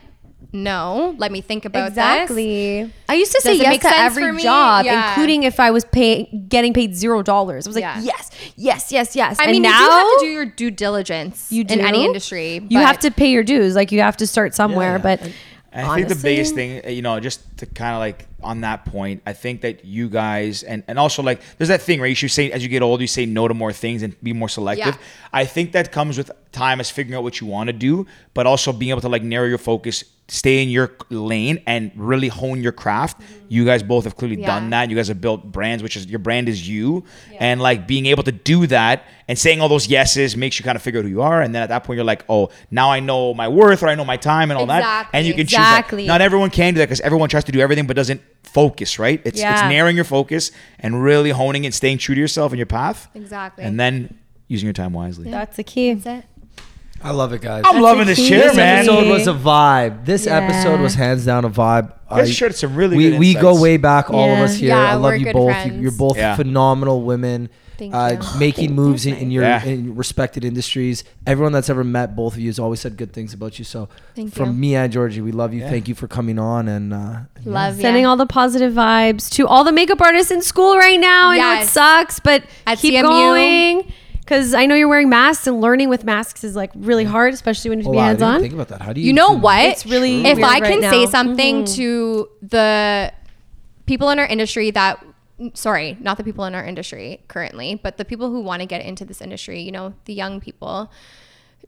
Speaker 4: no. Let me think about this.
Speaker 5: I used to say
Speaker 4: Does it
Speaker 5: yes
Speaker 4: make
Speaker 5: to
Speaker 4: sense for
Speaker 5: every
Speaker 4: me?
Speaker 5: job,
Speaker 4: Yeah.
Speaker 5: including if I was paying getting paid zero dollars. I was like,
Speaker 4: Yeah.
Speaker 5: yes, yes, yes, yes.
Speaker 4: I
Speaker 5: and
Speaker 4: mean,
Speaker 5: now
Speaker 4: you do have to do your due diligence
Speaker 5: you
Speaker 4: in
Speaker 5: do.
Speaker 4: any industry.
Speaker 5: You
Speaker 4: but-
Speaker 5: have to pay your dues. Like you have to start somewhere.
Speaker 1: yeah.
Speaker 5: But
Speaker 2: I think the
Speaker 5: honestly,
Speaker 2: biggest thing, uh, you know, just to kind of like on that point, I think that you guys and and also like there's that thing, right? You should say as you get older, you say no to more things and be more selective.
Speaker 4: Yeah.
Speaker 2: I think that comes with time as figuring out what you want to do, but also being able to like narrow your focus stay in your lane and really hone your craft. You guys both have clearly
Speaker 4: Mm-hmm. Yeah.
Speaker 2: done that. You guys have built brands, which is your brand is you, and like being able to do that and saying all those yeses makes you kind of figure out who you are. And then at that point, you're like, oh, now I know my worth, or I know my time, and all that. And
Speaker 4: Exactly.
Speaker 2: you can choose.
Speaker 5: Exactly.
Speaker 2: That. Not everyone can do that because everyone tries to do everything but doesn't focus. Right? It's
Speaker 5: Yeah.
Speaker 2: it's narrowing your focus and really honing and staying true to yourself and your path.
Speaker 4: Exactly.
Speaker 2: And then using your time wisely.
Speaker 5: That's the key.
Speaker 4: That's it.
Speaker 1: I love it, guys.
Speaker 2: I'm loving this
Speaker 5: key.
Speaker 2: chair,
Speaker 5: This
Speaker 1: This
Speaker 2: man.
Speaker 5: is-
Speaker 1: episode was a vibe. This
Speaker 5: Yeah.
Speaker 1: episode was hands down a vibe.
Speaker 2: guys
Speaker 1: I-
Speaker 2: shared some really
Speaker 1: we
Speaker 2: good
Speaker 1: we go
Speaker 2: insights.
Speaker 1: way back, all of
Speaker 5: Yeah.
Speaker 1: us here.
Speaker 4: Yeah,
Speaker 1: I
Speaker 4: we're
Speaker 1: love you
Speaker 4: good
Speaker 1: both. You,
Speaker 4: friends.
Speaker 1: you're both
Speaker 2: Yeah.
Speaker 1: phenomenal women.
Speaker 4: Thank
Speaker 1: uh,
Speaker 4: you.
Speaker 1: Making moves in, in your
Speaker 2: Yeah.
Speaker 1: in respected industries. Everyone that's ever met both of you has always said good things about you. So
Speaker 4: Thank
Speaker 1: from
Speaker 4: you.
Speaker 1: me and Georgie, we love you. Thank you for coming on and uh,
Speaker 4: Love you.
Speaker 5: Sending all the positive vibes to all the makeup artists in school right now. I know it
Speaker 4: Yes.
Speaker 5: sucks, but
Speaker 4: At
Speaker 5: keep
Speaker 4: CMU.
Speaker 5: going. Because I know you're wearing masks and learning with masks is like really hard, especially when you
Speaker 1: oh,
Speaker 5: have
Speaker 1: wow, I
Speaker 5: hands
Speaker 1: didn't
Speaker 5: on.
Speaker 1: think about that. How do you?
Speaker 4: You know
Speaker 1: even-
Speaker 4: what?
Speaker 5: It's really
Speaker 4: If
Speaker 5: weird
Speaker 4: I
Speaker 5: right
Speaker 4: can
Speaker 5: now. Mm-hmm.
Speaker 4: say something to the people in our industry that sorry, not the people in our industry currently, but the people who want to get into this industry, you know, the young people.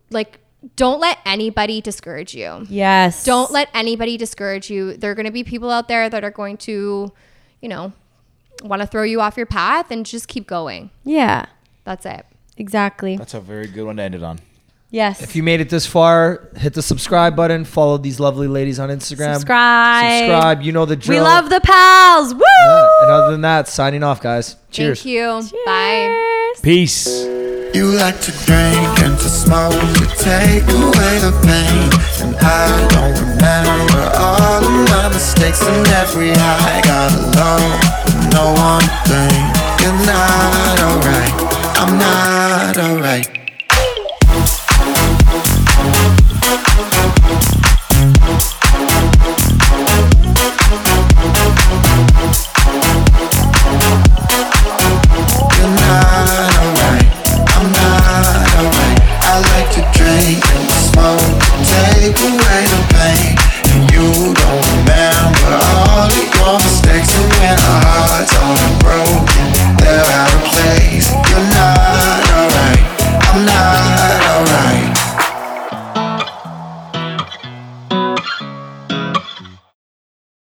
Speaker 4: Like don't let anybody discourage you.
Speaker 5: Yes.
Speaker 4: Don't let anybody discourage you. There are going to be people out there that are going to, you know, want to throw you off your path and just keep going.
Speaker 5: Yeah.
Speaker 4: That's it.
Speaker 5: Exactly.
Speaker 2: That's a very good one to end it on.
Speaker 5: yes.
Speaker 1: If you made it this far, hit the subscribe button. Follow these lovely ladies on Instagram.
Speaker 5: Subscribe.
Speaker 1: Subscribe. You know the drill.
Speaker 5: we love the pals. Woo!
Speaker 1: Yeah, And other than that, signing off, guys. Cheers.
Speaker 4: Thank you. Bye.
Speaker 2: Peace.
Speaker 3: You like to drink and to smoke to take away the pain. And I don't remember all of my mistakes and every high got a low. No one thing. You're not alright. I'm not alright.